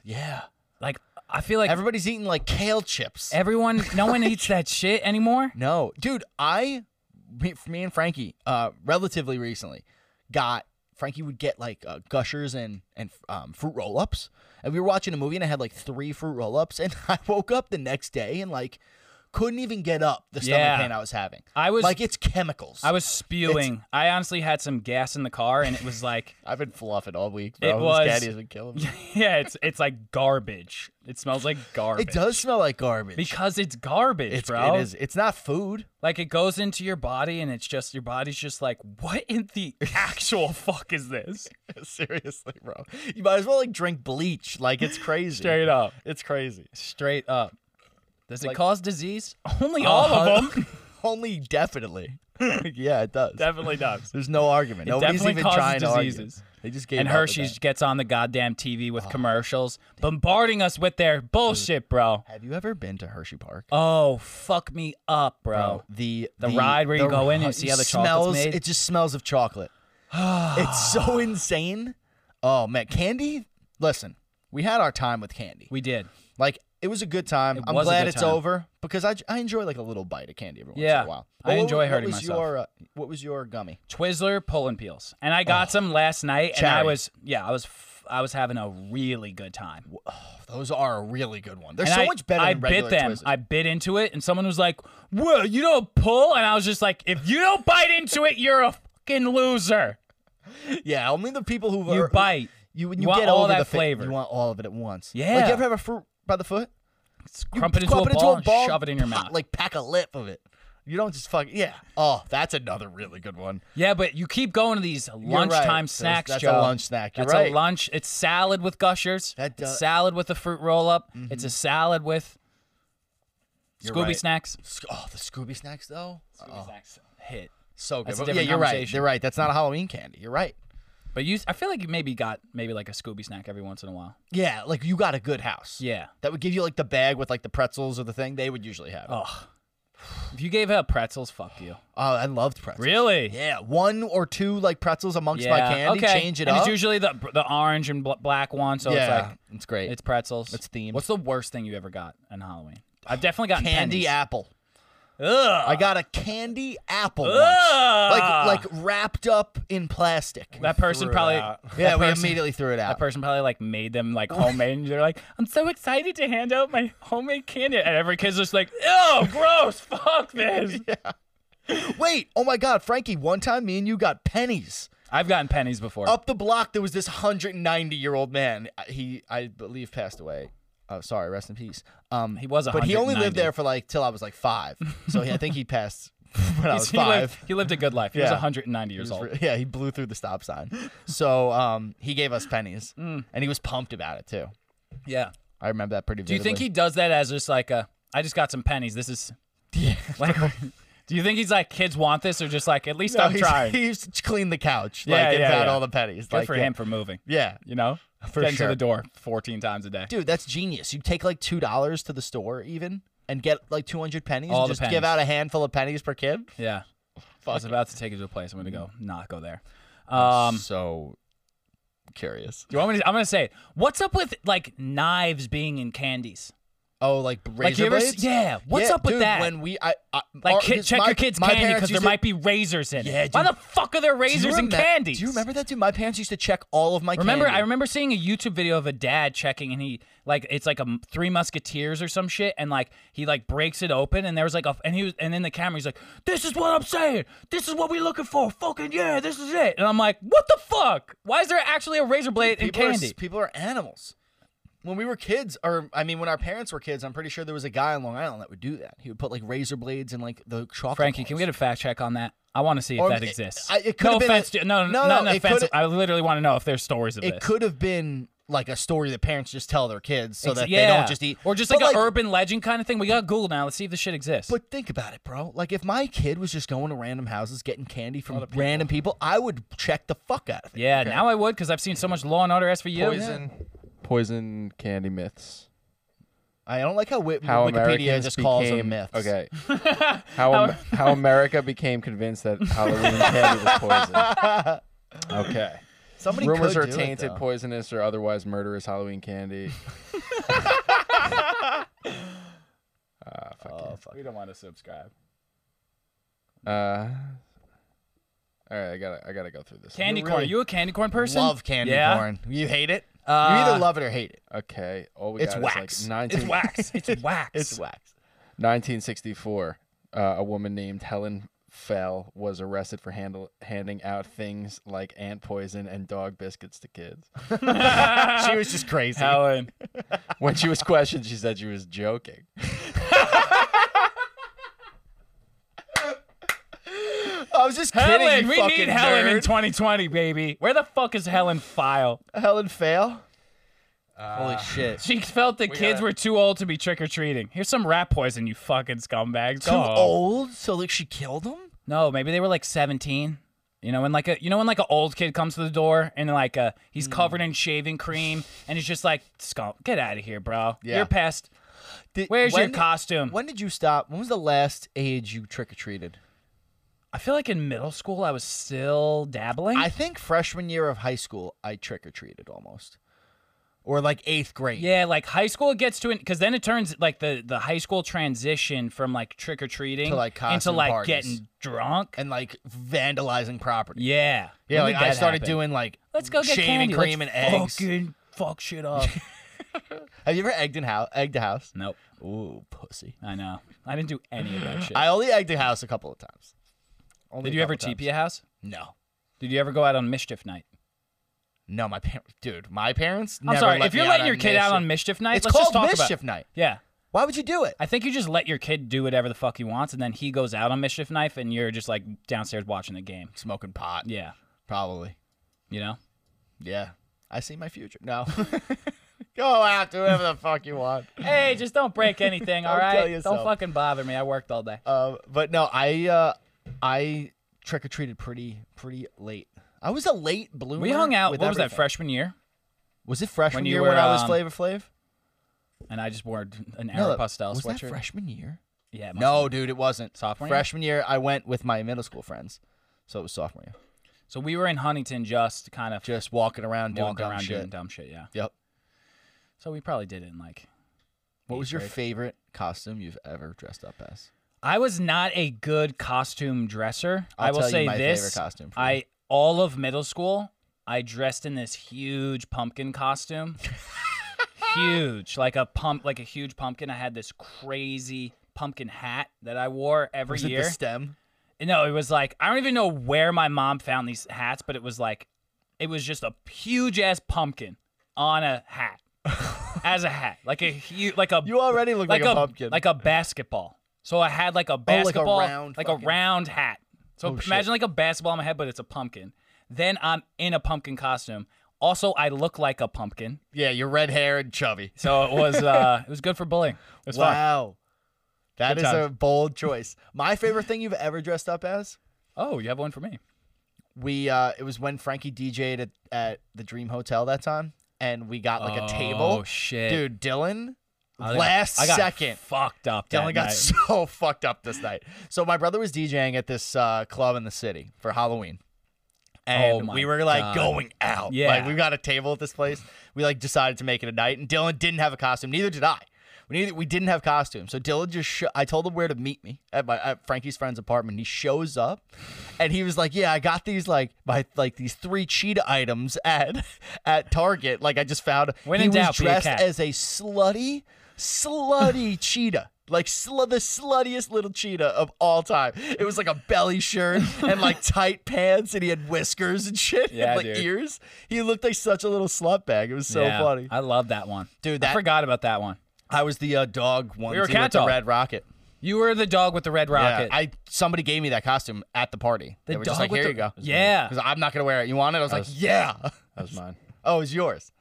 Speaker 4: yeah.
Speaker 5: Like, I feel like
Speaker 4: Everybody's eating like kale chips.
Speaker 5: everyone, no one eats that shit anymore.
Speaker 4: No, dude, I, me, me and Frankie, uh, relatively recently, got Frankie would get like uh, gushers and and um, fruit roll ups, and we were watching a movie, and I had like three fruit roll ups, and [LAUGHS] I woke up the next day and like couldn't even get up the stomach
Speaker 5: Yeah.
Speaker 4: pain I was having.
Speaker 5: I was-
Speaker 4: like, it's chemicals.
Speaker 5: I was spewing. I honestly had some gas in the car, and it was like, [LAUGHS]
Speaker 4: I've been fluffing all week.
Speaker 5: It
Speaker 4: Bro.
Speaker 5: was-
Speaker 4: This daddy has been killing me.
Speaker 5: yeah, it's it's like garbage. It smells like garbage.
Speaker 4: It does smell like garbage.
Speaker 5: Because it's garbage,
Speaker 4: it's
Speaker 5: bro.
Speaker 4: it is. It's not food. [LAUGHS]
Speaker 5: Like it goes into your body and it's just your body's just like, what in the actual fuck is this?
Speaker 4: Seriously, bro. You might as well like drink bleach. Like it's crazy.
Speaker 5: Straight up.
Speaker 4: It's crazy.
Speaker 5: Straight up. Does it cause disease? [LAUGHS] Only all of them.
Speaker 4: Only definitely. yeah, it does.
Speaker 5: [LAUGHS] definitely
Speaker 4: [LAUGHS]
Speaker 5: does.
Speaker 4: There's no argument. Nobody's
Speaker 5: definitely
Speaker 4: even
Speaker 5: causes
Speaker 4: trying to
Speaker 5: diseases.
Speaker 4: argue. They just gave
Speaker 5: And
Speaker 4: up with
Speaker 5: Hershey's
Speaker 4: that.
Speaker 5: gets on the goddamn TV
Speaker 4: Ah.
Speaker 5: with commercials, bombarding us with their bullshit, bro.
Speaker 4: Have you ever been to Hershey Park? Oh,
Speaker 5: Oh, fuck me up, bro.
Speaker 4: the,
Speaker 5: The ride where you go in and
Speaker 4: ri-
Speaker 5: see how the chocolate's
Speaker 4: smells,
Speaker 5: made?
Speaker 4: It just smells of
Speaker 5: [SIGHS]
Speaker 4: chocolate. it's so insane. Oh man, candy. Listen, we had our time with candy.
Speaker 5: We did.
Speaker 4: Like It was a good time. I'm
Speaker 5: was a
Speaker 4: glad
Speaker 5: good
Speaker 4: it's
Speaker 5: time.
Speaker 4: over because I, I enjoy like a little bite of candy every once
Speaker 5: Yeah,
Speaker 4: in a while.
Speaker 5: I
Speaker 4: what-
Speaker 5: enjoy
Speaker 4: what
Speaker 5: hurting
Speaker 4: was
Speaker 5: myself.
Speaker 4: Your, uh, what was your gummy?
Speaker 5: Twizzler pull and peels, and I got some last night, and I
Speaker 4: Cherry.
Speaker 5: was yeah, I was f- I was having a really good time.
Speaker 4: Oh, Those are a really good one. They're
Speaker 5: And
Speaker 4: so
Speaker 5: I,
Speaker 4: much better
Speaker 5: I
Speaker 4: than
Speaker 5: bit
Speaker 4: regular
Speaker 5: them.
Speaker 4: Twizzlers.
Speaker 5: I bit into it, and someone was like, "Well, you don't pull," and I was just like, "If you don't bite into it, you're a fucking loser."
Speaker 4: yeah, only the people who
Speaker 5: You
Speaker 4: are, who-
Speaker 5: bite.
Speaker 4: You when
Speaker 5: You
Speaker 4: you,
Speaker 5: want
Speaker 4: get
Speaker 5: all
Speaker 4: over
Speaker 5: that
Speaker 4: the fa-
Speaker 5: flavor.
Speaker 4: You want all of it at once. Like
Speaker 5: Yeah.
Speaker 4: you ever have a fruit by the foot?
Speaker 5: Crump it into,
Speaker 4: Crump
Speaker 5: a, ball and shove it in your
Speaker 4: pa-
Speaker 5: mouth.
Speaker 4: Like pack a lip of it. You don't just fuck. Yeah. Oh, that's another really good one.
Speaker 5: yeah, but you keep going to these lunchtime
Speaker 4: That's-
Speaker 5: snacks,
Speaker 4: that's a
Speaker 5: Joe.
Speaker 4: lunch snack. You're
Speaker 5: that's
Speaker 4: right.
Speaker 5: a lunch. It's salad with gushers.
Speaker 4: That
Speaker 5: it's
Speaker 4: do-
Speaker 5: salad with a fruit roll up. It's a salad with Scooby
Speaker 4: right.
Speaker 5: snacks.
Speaker 4: Sc- Oh, the Scooby snacks though. Oh,
Speaker 5: Snacks hit.
Speaker 4: so good.
Speaker 5: Uh, That's a
Speaker 4: But yeah,
Speaker 5: different
Speaker 4: you're right.
Speaker 5: conversation.
Speaker 4: You're right. That's not a Halloween candy. You're right.
Speaker 5: But you, I feel like you maybe got maybe like a Scooby snack every once in a while.
Speaker 4: Yeah, like you got a good house.
Speaker 5: Yeah.
Speaker 4: That would give you like the bag with like the pretzels or the thing. They would usually have. It. Oh,
Speaker 5: If you gave out pretzels, fuck you.
Speaker 4: I loved pretzels.
Speaker 5: Really?
Speaker 4: Yeah, one or two like pretzels amongst my candy.
Speaker 5: Okay.
Speaker 4: Change it
Speaker 5: and
Speaker 4: up.
Speaker 5: It's usually the the orange and bl- black one, so
Speaker 4: yeah,
Speaker 5: it's like
Speaker 4: it's great.
Speaker 5: it's pretzels.
Speaker 4: It's themed.
Speaker 5: What's the worst thing you ever got on Halloween? I've definitely gotten
Speaker 4: candy
Speaker 5: pennies.
Speaker 4: apple.
Speaker 5: Ugh.
Speaker 4: I got a candy apple
Speaker 5: Ugh.
Speaker 4: once, like like wrapped up in plastic.
Speaker 5: that person
Speaker 6: threw it
Speaker 5: probably.
Speaker 6: out.
Speaker 4: yeah,
Speaker 5: that
Speaker 4: we
Speaker 5: person-
Speaker 4: immediately threw it
Speaker 5: That
Speaker 4: out.
Speaker 5: person probably like made them like homemade, and they're like, "I'm so excited to hand out my homemade candy," and every kid's just like, "Oh, gross!
Speaker 4: [LAUGHS]
Speaker 5: Fuck this!"
Speaker 4: Wait, oh my God, Frankie! One time, me and you got pennies.
Speaker 5: I've gotten pennies before.
Speaker 4: Up the block, there was this 190 year old man. He, I believe, passed away. Oh, sorry, rest in peace. Um,
Speaker 5: He was
Speaker 4: but he only lived
Speaker 5: 190.
Speaker 4: there for like till I was like five. So he, I think he passed [LAUGHS] when I
Speaker 5: [LAUGHS]
Speaker 4: was
Speaker 5: he,
Speaker 4: five.
Speaker 5: lived, he lived a good life. He was
Speaker 4: Yeah.
Speaker 5: 190 years
Speaker 4: was
Speaker 5: old.
Speaker 4: re- yeah, he blew through the stop sign. So um, he gave us pennies,
Speaker 5: Mm.
Speaker 4: and he was pumped about it too.
Speaker 5: [LAUGHS] Yeah.
Speaker 4: I remember that pretty.
Speaker 5: Do
Speaker 4: Vividly.
Speaker 5: you think he does that as just like a? I just got some pennies. This
Speaker 4: [LAUGHS]
Speaker 5: is. [LAUGHS] Like, do you think he's like kids want this or just like at least
Speaker 4: [LAUGHS] No,
Speaker 5: I'm
Speaker 4: he's-
Speaker 5: trying?
Speaker 4: He used to clean the couch.
Speaker 5: Yeah,
Speaker 4: like, and
Speaker 5: yeah,
Speaker 4: found
Speaker 5: yeah.
Speaker 4: all the pennies.
Speaker 5: Good
Speaker 4: like,
Speaker 5: for
Speaker 4: yeah.
Speaker 5: him for moving.
Speaker 4: Yeah,
Speaker 5: You know,
Speaker 4: For
Speaker 5: getting
Speaker 4: sure.
Speaker 5: to the door 14 times a day.
Speaker 4: dude, that's genius. You take like two dollars to the store even, and get like 200 pennies.
Speaker 5: All
Speaker 4: and
Speaker 5: the
Speaker 4: just give
Speaker 5: pennies.
Speaker 4: out a handful of pennies per kid. [LAUGHS]
Speaker 5: Yeah. I was about to take it to a place. I'm gonna go
Speaker 4: Mm-hmm.
Speaker 5: not go there. Um,
Speaker 4: so curious.
Speaker 5: do you want me to? I'm gonna say, it. what's up with like knives being in candies?
Speaker 4: Oh, like razor
Speaker 5: Like you ever? s-
Speaker 4: blades?
Speaker 5: Yeah. What's
Speaker 4: Yeah,
Speaker 5: up with
Speaker 4: dude,
Speaker 5: that?
Speaker 4: When we, I, I
Speaker 5: like
Speaker 4: our-
Speaker 5: kid,
Speaker 4: 'cause
Speaker 5: check
Speaker 4: my-
Speaker 5: your kids'
Speaker 4: my
Speaker 5: candy
Speaker 4: parents
Speaker 5: because there
Speaker 4: used to-
Speaker 5: might be razors in
Speaker 4: Yeah,
Speaker 5: it. Why the
Speaker 4: dude.
Speaker 5: fuck are there
Speaker 4: Do you
Speaker 5: razors in
Speaker 4: remem-
Speaker 5: candies?
Speaker 4: Do you remember that, dude? My parents used to check all of my
Speaker 5: Remember,
Speaker 4: candy.
Speaker 5: I remember seeing a YouTube video of a dad checking, and he like it's like a m- Three Musketeers or some shit, and like he like breaks it open, and there was like a and he was and then the camera he's like, "This is what I'm saying. This is what we looking for. Fucking yeah, this is it." And I'm like, "What the fuck? Why is there actually a razor blade in
Speaker 4: people are s-
Speaker 5: candy?"
Speaker 4: people are animals. When we were kids, or I mean, when our parents were kids, I'm pretty sure there was a guy on Long Island that would do that. He would put like razor blades in like the chocolate.
Speaker 5: Frankie, can we
Speaker 4: bars.
Speaker 5: get a fact check on that? I want to see if
Speaker 4: Or
Speaker 5: that
Speaker 4: it-
Speaker 5: exists.
Speaker 4: I- it could've
Speaker 5: no
Speaker 4: been a-
Speaker 5: offense, to- no,
Speaker 4: No,
Speaker 5: no,
Speaker 4: no,
Speaker 5: no,
Speaker 4: it
Speaker 5: offense.
Speaker 4: could've-
Speaker 5: I literally want to know if there's stories of
Speaker 4: It
Speaker 5: this.
Speaker 4: could have been like a story that parents just tell their kids so
Speaker 5: Ex-
Speaker 4: that
Speaker 5: yeah.
Speaker 4: they don't just eat,
Speaker 5: or just
Speaker 4: But,
Speaker 5: like, an urban legend kind of thing. We got Google now. Let's see if this shit exists.
Speaker 4: But think about it, bro. Like if my kid was just going to random houses getting candy from random people, I would check the fuck out of it.
Speaker 5: yeah, now I would because I've seen so much Law and Order SVU.
Speaker 6: Poison, poison candy myths.
Speaker 4: I don't like how, wi-
Speaker 6: How
Speaker 4: Wikipedia
Speaker 6: Americans
Speaker 4: just
Speaker 6: became
Speaker 4: calls them myths. [LAUGHS]
Speaker 6: okay. How Am- how America became convinced that Halloween candy was poison.
Speaker 4: [LAUGHS]
Speaker 6: Okay.
Speaker 4: Somebody
Speaker 6: Rumors
Speaker 4: could
Speaker 6: are
Speaker 4: do it,
Speaker 6: tainted,
Speaker 4: though.
Speaker 6: poisonous, or otherwise murderous Halloween candy.
Speaker 4: Oh, fuck.
Speaker 5: [LAUGHS] We don't want to subscribe.
Speaker 6: Uh, all right, I gotta I gotta go through this.
Speaker 5: Candy
Speaker 4: You
Speaker 5: corn. Are
Speaker 4: really
Speaker 5: you a candy corn person?
Speaker 4: Love candy
Speaker 5: Yeah.
Speaker 4: corn. You hate it? you
Speaker 5: Uh,
Speaker 4: either love it or hate it.
Speaker 6: Okay. All we
Speaker 4: It's
Speaker 6: got
Speaker 4: wax.
Speaker 6: is
Speaker 4: It's
Speaker 6: like 19,
Speaker 5: It's [LAUGHS] wax. It's wax.
Speaker 4: It's wax.
Speaker 6: 1964. Uh, a woman named Helen Fell was arrested for handle, handing out things like ant poison and dog biscuits to kids. [LAUGHS]
Speaker 4: she was just crazy.
Speaker 5: Helen.
Speaker 6: When she was questioned, she said she was joking.
Speaker 4: I was just [LAUGHS] kidding.
Speaker 5: Helen.
Speaker 4: you
Speaker 5: We
Speaker 4: fucking
Speaker 5: need Helen in
Speaker 4: nerd.
Speaker 5: 2020, baby. Where the fuck is Helen File?
Speaker 4: Helen fail.
Speaker 5: Ah.
Speaker 4: Holy shit!
Speaker 5: She felt the kids
Speaker 6: gotta-
Speaker 5: were too old to be trick or treating. Here's some rat poison, you fucking scumbags.
Speaker 4: Too
Speaker 5: Go home.
Speaker 4: old, so like she killed him.
Speaker 5: No, maybe they were like 17. You know, when like a you know when like an old kid comes to the door and like uh
Speaker 4: Hmm.
Speaker 5: he's covered in shaving cream and he's just like, "Scum, get out of here, bro.
Speaker 4: Yeah.
Speaker 5: You're past.
Speaker 4: Did-
Speaker 5: Where's your
Speaker 4: when-
Speaker 5: costume?"
Speaker 4: When did you stop? When was the last age you trick or treated?
Speaker 5: I feel like in middle school I was still dabbling.
Speaker 4: I think freshman year of high school, I trick or treated almost. or like eighth grade.
Speaker 5: Yeah, like high school it gets to it because then it turns like the the high school transition from like trick or treating
Speaker 4: To, like,
Speaker 5: into
Speaker 4: costume
Speaker 5: like
Speaker 4: parties.
Speaker 5: getting drunk.
Speaker 4: And like vandalizing property.
Speaker 5: yeah,
Speaker 4: Yeah,
Speaker 5: When
Speaker 4: like
Speaker 5: did
Speaker 4: I
Speaker 5: that
Speaker 4: started
Speaker 5: happen?
Speaker 4: doing like
Speaker 5: Let's go get
Speaker 4: shaving
Speaker 5: candy.
Speaker 4: cream
Speaker 5: Let's
Speaker 4: and eggs.
Speaker 5: Fucking fuck shit
Speaker 4: [LAUGHS]
Speaker 5: up.
Speaker 4: Have you ever egged in house? Egged a house?
Speaker 5: nope,
Speaker 4: Ooh, pussy.
Speaker 5: I know. I didn't do any of that shit.
Speaker 4: I only egged a house a couple of times. Only
Speaker 5: Did
Speaker 4: a
Speaker 5: you ever
Speaker 4: couple times.
Speaker 5: TP a house?
Speaker 4: No.
Speaker 5: Did you ever go out on mischief night?
Speaker 4: No, my parents, dude, my parents.
Speaker 5: I'm
Speaker 4: never
Speaker 5: sorry.
Speaker 4: let
Speaker 5: If
Speaker 4: me
Speaker 5: you're
Speaker 4: out
Speaker 5: letting
Speaker 4: on
Speaker 5: your kid out on mischief night,
Speaker 4: it's
Speaker 5: let's just
Speaker 4: called
Speaker 5: talk
Speaker 4: mischief
Speaker 5: about.
Speaker 4: night.
Speaker 5: Yeah,
Speaker 4: Why would you do it?
Speaker 5: I think you just let your kid do whatever the fuck he wants, and then he goes out on mischief knife, and you're just like downstairs watching the game.
Speaker 4: Smoking pot.
Speaker 5: Yeah,
Speaker 4: probably.
Speaker 5: you know.
Speaker 4: Yeah, I see my future.
Speaker 5: [LAUGHS]
Speaker 4: No, [LAUGHS] go out, do whatever the fuck you want.
Speaker 5: Hey, just [LAUGHS] don't break anything, all
Speaker 4: Don't kill
Speaker 5: right?
Speaker 4: yourself.
Speaker 5: Don't fucking bother me. I worked all day.
Speaker 4: Um, but no, I uh, I trick or treated pretty pretty late. I was a late bloomer.
Speaker 5: We hung out.
Speaker 4: with
Speaker 5: What was that
Speaker 4: everything.
Speaker 5: freshman year?
Speaker 4: Was it freshman
Speaker 5: When you
Speaker 4: year
Speaker 5: were,
Speaker 4: when I was
Speaker 5: um,
Speaker 4: Flavor Flav?
Speaker 5: And I just wore an
Speaker 4: No,
Speaker 5: Aero
Speaker 4: that-
Speaker 5: pastel
Speaker 4: was
Speaker 5: sweatshirt.
Speaker 4: that freshman year?
Speaker 5: Yeah. it must have
Speaker 4: No,
Speaker 5: been.
Speaker 4: dude, it wasn't.
Speaker 5: Sophomore year?
Speaker 4: Freshman year, I went with my middle school friends, so it was sophomore year.
Speaker 5: So we were in Huntington, just kind of
Speaker 4: Just walking around doing
Speaker 5: walking
Speaker 4: dumb
Speaker 5: around
Speaker 4: shit.
Speaker 5: doing dumb shit. Yeah.
Speaker 4: Yep.
Speaker 5: So we probably did it in like.
Speaker 4: What was your
Speaker 5: grade.
Speaker 4: favorite costume you've ever dressed up as?
Speaker 5: I was not a good costume dresser.
Speaker 4: I'll
Speaker 5: I will
Speaker 4: tell you
Speaker 5: say
Speaker 4: my
Speaker 5: this.
Speaker 4: favorite costume for
Speaker 5: I all of middle school, I dressed in this huge pumpkin
Speaker 4: [LAUGHS]
Speaker 5: costume. huge, like a pump, like a huge pumpkin. I had this crazy pumpkin hat that I wore every
Speaker 4: Was it
Speaker 5: year.
Speaker 4: the stem?
Speaker 5: No, it was like I don't even know where my mom found these hats, but it was like it was just a huge ass pumpkin on a
Speaker 4: [LAUGHS]
Speaker 5: hat. as a hat. Like a huge like a
Speaker 4: You already look like, a, pumpkin. Oh,
Speaker 5: like a basketball. So I had like a
Speaker 4: a
Speaker 5: basketball
Speaker 4: round
Speaker 5: like a
Speaker 4: fucking-
Speaker 5: round hat. So
Speaker 4: Oh, shit.
Speaker 5: imagine like a basketball on my head, but it's a pumpkin. Then I'm in a pumpkin costume. Also, I look like a pumpkin.
Speaker 4: yeah, you're red hair and chubby.
Speaker 5: So it
Speaker 4: [LAUGHS]
Speaker 5: was uh it was good for bullying. It was fun.
Speaker 4: Wow. that
Speaker 5: Good
Speaker 4: is a
Speaker 5: times.
Speaker 4: bold choice. My favorite thing you've ever dressed up as?
Speaker 5: Oh, you have one for me.
Speaker 4: We uh it was when Frankie DJ'd at, at the Dream Hotel that time and we got like a table.
Speaker 5: Oh shit.
Speaker 4: Dude, Dylan
Speaker 5: I got-
Speaker 4: last
Speaker 5: I got
Speaker 4: second
Speaker 5: fucked up. that
Speaker 4: Dylan got
Speaker 5: night.
Speaker 4: so [LAUGHS] fucked up this night. So my brother was DJing at this uh, club in the city for Halloween.
Speaker 5: Oh
Speaker 4: And
Speaker 5: my
Speaker 4: we were like
Speaker 5: God.
Speaker 4: going out.
Speaker 5: Yeah.
Speaker 4: Like we got a table at this place. We like decided to make it a night and Dylan didn't have a costume, neither did I. We neither, we didn't have costumes. So Dylan just sho- I told him where to meet me at my at Frankie's friend's apartment. He shows up and he was like, "Yeah, I got these like my like these three cheetah items at [LAUGHS] at Target. Like I just found
Speaker 5: When
Speaker 4: he
Speaker 5: in
Speaker 4: was
Speaker 5: doubt, be a
Speaker 4: dressed
Speaker 5: cat.
Speaker 4: as a slutty, slutty cheetah. Like sl- the sluttiest little cheetah of all time. It was like a belly shirt and [LAUGHS] like tight pants, and he had whiskers and shit, and,
Speaker 5: Yeah,
Speaker 4: like
Speaker 5: dude.
Speaker 4: ears. He looked like such a little slut bag. It was so
Speaker 5: Yeah,
Speaker 4: funny.
Speaker 5: I love that one,
Speaker 4: Dude,
Speaker 5: I
Speaker 4: that-
Speaker 5: forgot about that one.
Speaker 4: I was the uh, dog one.
Speaker 5: were cat
Speaker 4: with the
Speaker 5: dog.
Speaker 4: red rocket.
Speaker 5: You were the dog with the red
Speaker 4: Yeah,
Speaker 5: rocket.
Speaker 4: I somebody gave me that costume at the party.
Speaker 5: The
Speaker 4: they were just
Speaker 5: dog
Speaker 4: like,
Speaker 5: with
Speaker 4: "Here
Speaker 5: the-
Speaker 4: you [LAUGHS] go."
Speaker 5: Yeah.
Speaker 4: because I'm not gonna wear it. You want it? I was like, "Yeah." [LAUGHS]
Speaker 6: That was mine.
Speaker 4: Oh, it's yours.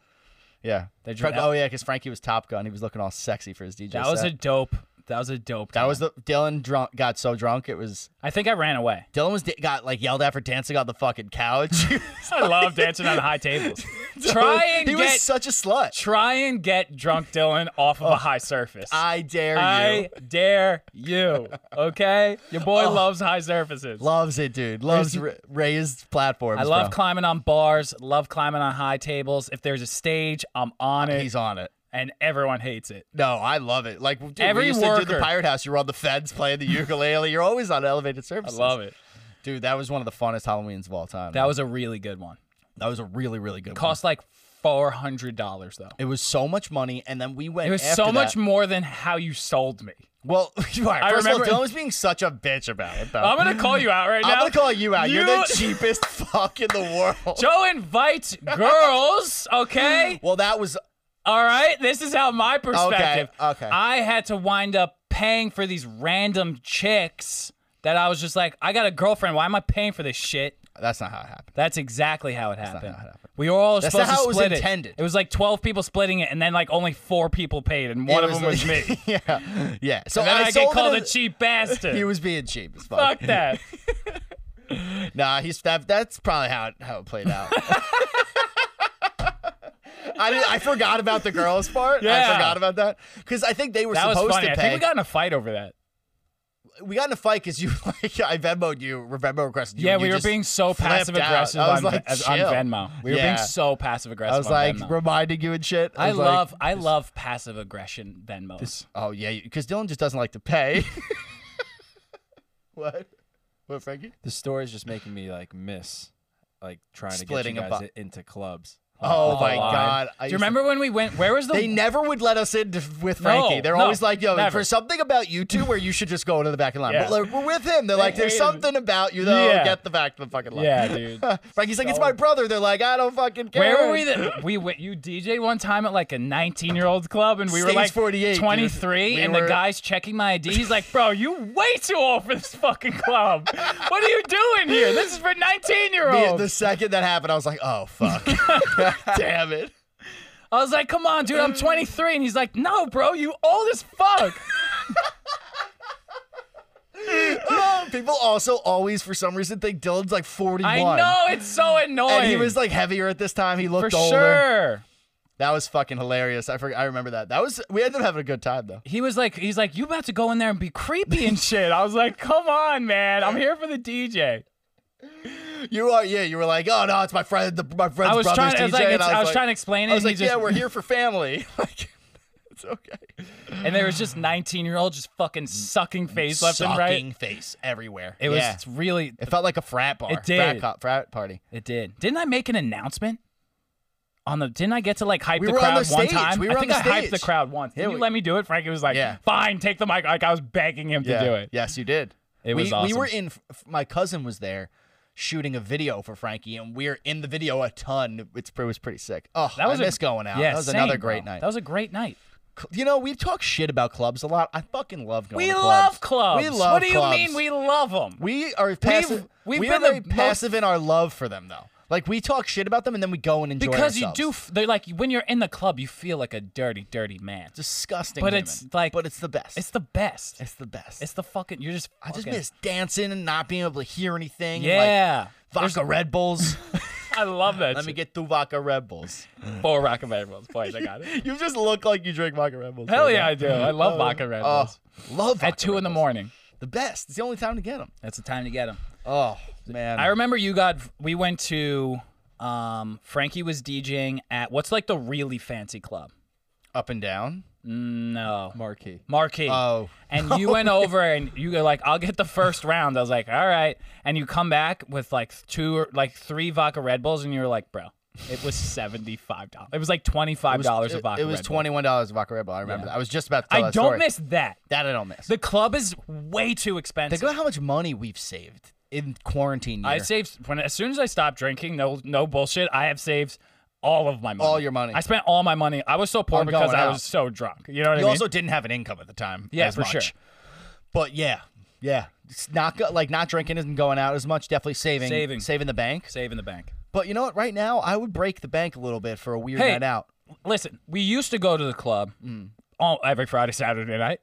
Speaker 4: Yeah.
Speaker 5: They drew
Speaker 4: Frank,
Speaker 5: that-
Speaker 4: oh yeah, because Frankie was Top Gun. He was looking all sexy for his DJ.
Speaker 5: that was a
Speaker 4: set.
Speaker 5: dope. That was a dope.
Speaker 4: That
Speaker 5: time.
Speaker 4: was the Dylan drunk got so drunk it was
Speaker 5: I think I ran
Speaker 4: [LAUGHS]
Speaker 5: away.
Speaker 4: Dylan was got like yelled at for dancing on the fucking couch. [LAUGHS]
Speaker 5: I love dancing on high [LAUGHS] tables. try and
Speaker 4: he
Speaker 5: get
Speaker 4: was such a slut.
Speaker 5: try and get drunk Dylan off of a high surface.
Speaker 4: Oh, I dare you. Oh.
Speaker 5: I dare
Speaker 4: [LAUGHS]
Speaker 5: you. Okay? Your boy loves high surfaces.
Speaker 4: Loves it, dude. Loves ra- raised platforms.
Speaker 5: I love
Speaker 4: bro.
Speaker 5: climbing on bars, love climbing on high tables. If there's a stage, I'm on it
Speaker 4: He's on it.
Speaker 5: and everyone hates it.
Speaker 4: No, I love it. Like dude,
Speaker 5: Every
Speaker 4: we used to do the
Speaker 5: worker.
Speaker 4: pirate house. You were on the fence playing the ukulele. You're always on elevated
Speaker 5: I
Speaker 4: surfaces.
Speaker 5: love it.
Speaker 4: dude. That was one of the funnest Halloweens of all time.
Speaker 5: That was a really good one.
Speaker 4: that was a really really good. one.
Speaker 5: Cost like $400 though.
Speaker 4: It was so much money, and then we went.
Speaker 5: It was
Speaker 4: after
Speaker 5: so
Speaker 4: that-
Speaker 5: much more than how you sold me.
Speaker 4: Well, [LAUGHS] all right,
Speaker 5: I
Speaker 4: first of all,
Speaker 5: remember-
Speaker 4: Dylan was being such a bitch about it. Though.
Speaker 5: I'm gonna call you out right
Speaker 4: I'm
Speaker 5: now.
Speaker 4: gonna call you out. You... are the
Speaker 5: You-
Speaker 4: cheapest [LAUGHS] fuck in the world.
Speaker 5: Joe invites
Speaker 4: [LAUGHS]
Speaker 5: girls, okay?
Speaker 4: Well, that was
Speaker 5: All right, this is how my perspective.
Speaker 4: okay.
Speaker 5: I had to wind up paying for these random chicks that I was just like, I got a girlfriend. Why am I paying for this shit?
Speaker 4: that's not how it happened.
Speaker 5: That's exactly how it happened.
Speaker 4: how it happened.
Speaker 5: We were all
Speaker 4: That's
Speaker 5: supposed
Speaker 4: not
Speaker 5: to
Speaker 4: how it was
Speaker 5: split
Speaker 4: intended.
Speaker 5: It was like 12 people splitting it, and then like only four people paid, and one
Speaker 4: It
Speaker 5: of them was me.
Speaker 4: [LAUGHS] like-
Speaker 5: And
Speaker 4: yeah, yeah. So
Speaker 5: then I, get
Speaker 4: sold it
Speaker 5: called a
Speaker 4: as-
Speaker 5: cheap bastard.
Speaker 4: [LAUGHS] He was being cheap as fuck.
Speaker 5: Fuck
Speaker 4: [LAUGHS]
Speaker 5: that.
Speaker 4: Nah, he's that. That's probably how it, how it
Speaker 5: [LAUGHS]
Speaker 4: played out. [LAUGHS] I did, I forgot about the girls part. I
Speaker 5: Yeah.
Speaker 4: forgot about that because I think they were
Speaker 5: That was
Speaker 4: supposed
Speaker 5: funny.
Speaker 4: to
Speaker 5: I
Speaker 4: pay.
Speaker 5: think we got in a fight over that.
Speaker 4: we got in a fight because you [LAUGHS] like I Venmoed you, or Venmo requested you.
Speaker 5: yeah,
Speaker 4: and
Speaker 5: we
Speaker 4: you
Speaker 5: were
Speaker 4: just
Speaker 5: being so
Speaker 4: flipped
Speaker 5: passive aggressive
Speaker 4: out. I was
Speaker 5: on,
Speaker 4: like,
Speaker 5: as- on
Speaker 4: chill.
Speaker 5: Venmo. We were
Speaker 4: Yeah.
Speaker 5: being so passive aggressive.
Speaker 4: I was
Speaker 5: on
Speaker 4: like
Speaker 5: Venmo.
Speaker 4: reminding you and shit.
Speaker 5: I
Speaker 4: was like,
Speaker 5: love I love passive aggression Venmos.
Speaker 4: Oh yeah, because Dylan just doesn't like to pay. [LAUGHS] what? What, Frankie?
Speaker 6: The story's just making me like miss, like trying
Speaker 4: Splitting
Speaker 6: to
Speaker 4: a
Speaker 6: get you guys
Speaker 4: bu-
Speaker 6: i- into clubs.
Speaker 4: Oh,
Speaker 5: line.
Speaker 4: my god! I
Speaker 5: Do you
Speaker 4: used to-
Speaker 5: remember when we went? Where was the?
Speaker 4: They never would let us in to- with Frankie. They're
Speaker 5: no,
Speaker 4: always like, "Yo,
Speaker 5: never.
Speaker 4: for something about you two, where you should just go into the back of the line."
Speaker 5: Yeah.
Speaker 4: But like, we're with him. They're like, "There's
Speaker 5: hated it.
Speaker 4: something about you, though.
Speaker 5: Yeah.
Speaker 4: Get the back to the fucking
Speaker 5: [LAUGHS]
Speaker 4: line." [LAUGHS]
Speaker 5: yeah, dude.
Speaker 4: Frankie's like, "It's my brother." They're like, "I don't fucking care."
Speaker 5: Where were we? That we went. You DJ one time at like a 19 year old club, and we were
Speaker 4: Stage
Speaker 5: like
Speaker 4: 48, dude.
Speaker 5: 23,
Speaker 4: We
Speaker 5: and
Speaker 4: were-
Speaker 5: the guy's checking my ID. He's like, "Bro, you way too old for this fucking club. what are you doing here? This is for 19 year
Speaker 4: Me-
Speaker 5: olds."
Speaker 4: the second that happened, I was like,
Speaker 5: [LAUGHS]
Speaker 4: "Oh fuck, [LAUGHS] damn it!"
Speaker 5: I was like, "Come on, dude,
Speaker 4: [LAUGHS]
Speaker 5: I'm 23," and he's like, "No, bro, you old as fuck."
Speaker 4: People also always, for some reason, think Dylan's like 41.
Speaker 5: I know it's so annoying.
Speaker 4: And he was like heavier at this time. He
Speaker 5: for
Speaker 4: looked older.
Speaker 5: sure.
Speaker 4: That was fucking hilarious. I forgot. I remember that. That was. We ended up having a good time though.
Speaker 5: He was like, he's like, you about to go in there and be creepy and shit. I was like, come on, man, I'm here for the DJ.
Speaker 4: You are. Yeah. You were like, oh no, it's my friend. The, my friend's
Speaker 5: I was
Speaker 4: brother's
Speaker 5: trying, I was
Speaker 4: DJ.
Speaker 5: like,
Speaker 4: and
Speaker 5: it's- I was
Speaker 4: like-
Speaker 5: trying to explain it.
Speaker 4: I was
Speaker 5: and
Speaker 4: like,
Speaker 5: he just,
Speaker 4: yeah, we're here for family. [LAUGHS] like, it's okay.
Speaker 5: and there was just 19 year old just fucking sucking face left and
Speaker 4: Sucking
Speaker 5: right.
Speaker 4: face everywhere.
Speaker 5: It was
Speaker 4: Yeah.
Speaker 5: really,
Speaker 4: It felt like a frat bar.
Speaker 5: It
Speaker 4: Frat,
Speaker 5: did.
Speaker 4: co- frat party.
Speaker 5: it did. Didn't I make an announcement? On the didn't I get to like hype
Speaker 4: We
Speaker 5: the
Speaker 4: were on
Speaker 5: crowd
Speaker 4: the
Speaker 5: one
Speaker 4: stage.
Speaker 5: time?
Speaker 4: We
Speaker 5: I
Speaker 4: were on
Speaker 5: think
Speaker 4: the
Speaker 5: I hyped the
Speaker 4: stage.
Speaker 5: crowd once. Did
Speaker 4: Yeah,
Speaker 5: you
Speaker 4: we-
Speaker 5: let me do it? Frankie was like,
Speaker 4: Yeah.
Speaker 5: "Fine, take the mic." Like I was begging him to do it.
Speaker 4: Yes, you did.
Speaker 5: It
Speaker 4: we,
Speaker 5: was
Speaker 4: We
Speaker 5: awesome.
Speaker 4: were in. f- My cousin was there. Shooting a video for Frankie, and we're in the video a ton. It's, it was pretty sick. Oh, that was I miss going out.
Speaker 5: Yeah,
Speaker 4: that was
Speaker 5: same,
Speaker 4: another
Speaker 5: bro.
Speaker 4: great night.
Speaker 5: That was a great night.
Speaker 4: Cl- You know, we talk shit about clubs a lot. I fucking love going
Speaker 5: We
Speaker 4: to
Speaker 5: love
Speaker 4: clubs.
Speaker 5: clubs.
Speaker 4: We love
Speaker 5: What do you
Speaker 4: clubs.
Speaker 5: mean we love them?
Speaker 4: We are passive.
Speaker 5: we've
Speaker 4: we
Speaker 5: been
Speaker 4: are very
Speaker 5: the most-
Speaker 4: passive in our love for them, though. Like we talk shit about them and then we go and enjoy
Speaker 5: because you
Speaker 4: ourselves.
Speaker 5: do. F- they're like when you're in the club, you feel like a dirty, dirty man.
Speaker 4: disgusting.
Speaker 5: But
Speaker 4: human.
Speaker 5: it's like-
Speaker 4: but it's the best.
Speaker 5: It's the best.
Speaker 4: it's the best.
Speaker 5: It's the fucking. You're just.
Speaker 4: I just
Speaker 5: fucking-
Speaker 4: miss dancing and not being able to hear anything. and,
Speaker 5: Yeah.
Speaker 4: like, vodka Red
Speaker 5: [LAUGHS]
Speaker 4: Bulls.
Speaker 5: I love that.
Speaker 4: Let me get two vodka
Speaker 5: [LAUGHS]
Speaker 4: Red Bulls.
Speaker 5: four Rocket Red Bulls. Boys, I got
Speaker 4: [LAUGHS]
Speaker 5: it.
Speaker 4: You just look like you drink vodka Red Bulls.
Speaker 5: Hell
Speaker 4: right
Speaker 5: yeah,
Speaker 4: now.
Speaker 5: I do. I love Vodka Red
Speaker 4: Oh,
Speaker 5: Bulls.
Speaker 4: love vodka
Speaker 5: At two
Speaker 4: Red
Speaker 5: in the
Speaker 4: Bulls.
Speaker 5: morning.
Speaker 4: The best. It's the only time to get them.
Speaker 5: That's the time to get them.
Speaker 4: Oh man.
Speaker 5: I remember you got. We went to. Um, Frankie was DJing at what's like the really fancy club.
Speaker 4: Up and down.
Speaker 5: No,
Speaker 6: Marquee.
Speaker 5: Marquee.
Speaker 4: Oh.
Speaker 5: And
Speaker 4: [LAUGHS]
Speaker 5: you went over and you were like, I'll get the first round. I was like, all right. And you come back with like two or like three vodka Red Bulls and you were like, bro, it was $75. It was like $25 a
Speaker 4: It-
Speaker 5: vodka
Speaker 4: It was
Speaker 5: Red Bull.
Speaker 4: twenty one dollars vodka Red Bull. I remember that. I was just about to tell
Speaker 5: I
Speaker 4: that
Speaker 5: don't
Speaker 4: story.
Speaker 5: miss that.
Speaker 4: that. I don't miss.
Speaker 5: The club is way too expensive.
Speaker 4: Think about how much money we've saved in quarantine year.
Speaker 5: I saved when as soon as I stopped drinking, no no bullshit, I have saved all of my money.
Speaker 4: All your money.
Speaker 5: I spent all my money. I was so poor
Speaker 4: On
Speaker 5: because
Speaker 4: going
Speaker 5: I
Speaker 4: out.
Speaker 5: was so drunk. You know what I
Speaker 4: you
Speaker 5: mean?
Speaker 4: also didn't have an income at the time.
Speaker 5: yeah,
Speaker 4: as
Speaker 5: for
Speaker 4: much.
Speaker 5: sure.
Speaker 4: But yeah, yeah, it's not go- like not drinking isn't going out as much. Definitely saving,
Speaker 5: Saving.
Speaker 4: saving the bank.
Speaker 5: Saving the bank.
Speaker 4: But you know what? Right now, I would break the bank a little bit for a weird
Speaker 5: Hey.
Speaker 4: night out.
Speaker 5: Listen, we used to go to the club
Speaker 4: Mm.
Speaker 5: all every Friday, Saturday night.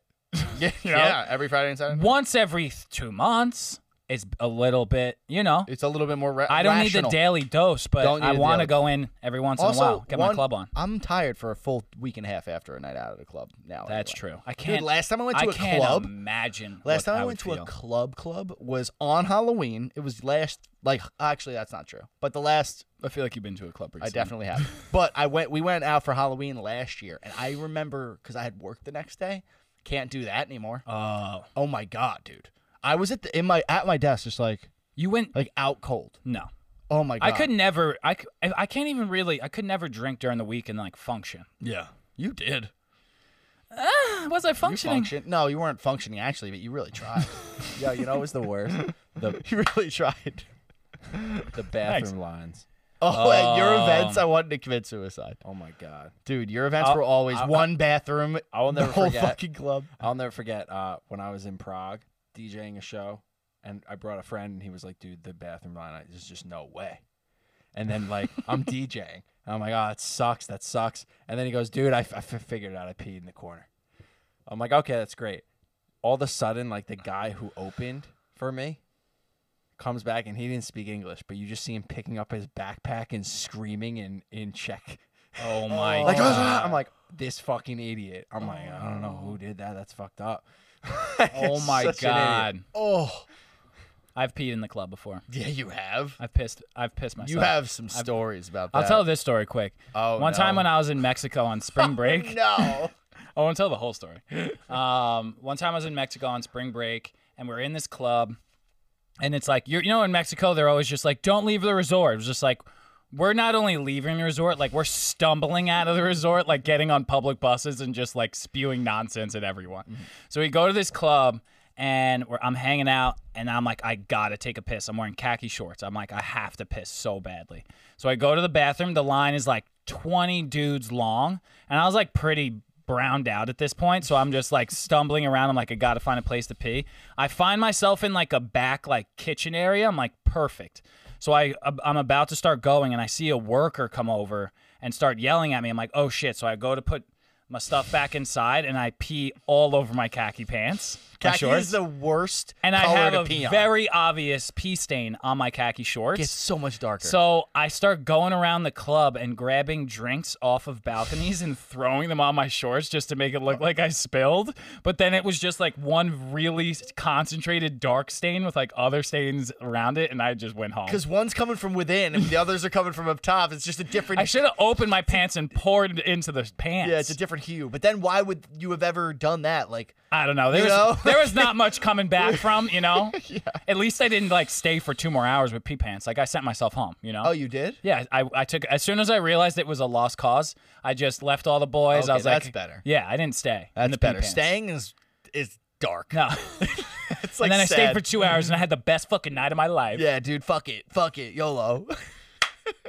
Speaker 4: Yeah,
Speaker 5: [LAUGHS] yeah,
Speaker 4: every Friday and Saturday.
Speaker 5: Once every th- two months is a little bit, you know.
Speaker 4: It's a little bit more. Ra-
Speaker 5: I don't need the
Speaker 4: rational.
Speaker 5: daily dose, but
Speaker 4: Don't need
Speaker 5: I
Speaker 4: the
Speaker 5: want to
Speaker 4: daily-
Speaker 5: go in every once
Speaker 4: Also,
Speaker 5: in a while, get my
Speaker 4: one-
Speaker 5: club on.
Speaker 4: I'm tired for a full week and a half after a night out at a club. Now
Speaker 5: That's
Speaker 4: anyway.
Speaker 5: true. I can't.
Speaker 4: last time I went to
Speaker 5: a
Speaker 4: a club-
Speaker 5: imagine.
Speaker 4: Last
Speaker 5: what
Speaker 4: time I,
Speaker 5: would
Speaker 4: went to a
Speaker 5: feel.
Speaker 4: club club was on Halloween. It was last like actually that's not true. But the last
Speaker 5: I feel like you've been to a club
Speaker 4: I
Speaker 5: recently. [LAUGHS]
Speaker 4: definitely have. But I went we went out for Halloween last year and I remember cuz I had work the next day. Can't do that anymore.
Speaker 5: Oh,
Speaker 4: oh my god, dude. I was at the, in my at my desk just like
Speaker 5: you went?
Speaker 4: like out cold.
Speaker 5: No,
Speaker 4: Oh my god.
Speaker 5: I could never. I, c- I- I can't even really. I could never drink during the week and like function. [SIGHS]
Speaker 4: Yeah. You did.
Speaker 5: Was I
Speaker 4: You
Speaker 5: functioning?
Speaker 4: function. No, you weren't functioning actually, but you
Speaker 5: [LAUGHS]
Speaker 4: really tried.
Speaker 6: Yo, you know what's the worst? The
Speaker 4: you
Speaker 5: [LAUGHS]
Speaker 4: really tried.
Speaker 6: the bathroom lines.
Speaker 4: Oh, at your
Speaker 5: Um.
Speaker 4: events I wanted to commit suicide.
Speaker 6: Oh my god.
Speaker 4: Dude, your events were always one bathroom,
Speaker 6: I will never
Speaker 4: the whole
Speaker 6: forget.
Speaker 4: fucking club.
Speaker 6: I'll never forget uh, when I was in Prague DJing a show, and I brought a friend, and he was like, "Dude, the bathroom line, I- there's just no way." And then like I'm DJing, and I'm like, "Oh, it sucks. That sucks." And then he goes, "Dude, I, f- I f- figured it out. I peed in the corner." I'm like, "Okay, that's great." All of a sudden, like the guy who opened for me comes back, and he didn't speak English, but you just see him picking up his backpack and screaming in in Czech.
Speaker 5: Oh my
Speaker 6: Like,
Speaker 5: god!
Speaker 6: I'm like, this fucking idiot. I'm like, I don't know who did that. That's fucked up. [LAUGHS]
Speaker 4: [LAUGHS]
Speaker 5: Oh my
Speaker 4: Such an
Speaker 5: god.
Speaker 4: idiot. Oh,
Speaker 5: I've peed in the club before.
Speaker 4: yeah, you have.
Speaker 5: I've pissed I've pissed myself.
Speaker 4: You have some stories about that.
Speaker 5: I'll tell this story quick.
Speaker 4: Oh,
Speaker 5: One time
Speaker 4: no.
Speaker 5: when I was in Mexico on
Speaker 4: [LAUGHS]
Speaker 5: spring break.
Speaker 4: No.
Speaker 5: I won't tell the whole story. Um, one time I was in Mexico on spring break, and we are in this club, and it's like you're, you know, in Mexico they're always just like, "Don't leave the resort." It was just like, we're not only leaving the resort, like we're stumbling out of the resort, like getting on public buses and just like spewing nonsense at everyone. So we go to this club. And we're, I'm hanging out, and I'm like, I gotta take a piss. I'm wearing khaki shorts. I'm like, I have to piss so badly. So I go to the bathroom. The line is like 20 dudes long, and I was like pretty browned out at this point, so I'm just like stumbling around. I'm like, I gotta find a place to pee. I find myself in like a back like kitchen area. I'm like, perfect. So I I'm about to start going, and I see a worker come over and start yelling at me. I'm like, oh shit. So I go to put my stuff back inside, and I pee all over my khaki pants. [LAUGHS] my
Speaker 4: Khaki
Speaker 5: shorts.
Speaker 4: is the worst
Speaker 5: and I
Speaker 4: color
Speaker 5: have
Speaker 4: to
Speaker 5: a
Speaker 4: pee on.
Speaker 5: very obvious pee stain on my khaki shorts.
Speaker 4: It's so much darker.
Speaker 5: So I start going around the club and grabbing drinks off of balconies and throwing them on my shorts just to make it look like I spilled. But then it was just like one really concentrated dark stain with like other stains around it, and I just went home.
Speaker 4: because one's coming from
Speaker 5: [LAUGHS]
Speaker 4: within and the others are coming from up top. It's just a different.
Speaker 5: I should have opened my pants and poured it into the pants.
Speaker 4: yeah, it's a different hue. But then why would you have ever done that? Like,
Speaker 5: I don't know. There
Speaker 4: You
Speaker 5: was
Speaker 4: know?
Speaker 5: there was not much coming back from, you
Speaker 4: [LAUGHS]
Speaker 5: know. At least I didn't like stay for two more hours with pee pants. Like I sent myself home, you know.
Speaker 4: oh, you did?
Speaker 5: Yeah, I, I took as soon as I realized it was a lost cause, I just left all the boys.
Speaker 4: Okay,
Speaker 5: I was like,
Speaker 4: that's better.
Speaker 5: Yeah, I didn't stay. in
Speaker 4: That's
Speaker 5: the pee
Speaker 4: better.
Speaker 5: pants.
Speaker 4: Staying is is dark.
Speaker 5: No.
Speaker 4: [LAUGHS] It's like
Speaker 5: and then I stayed
Speaker 4: sad.
Speaker 5: for two hours and I had the best fucking night of my life.
Speaker 4: [LAUGHS] Yeah, dude, fuck it. Fuck it. YOLO. [LAUGHS]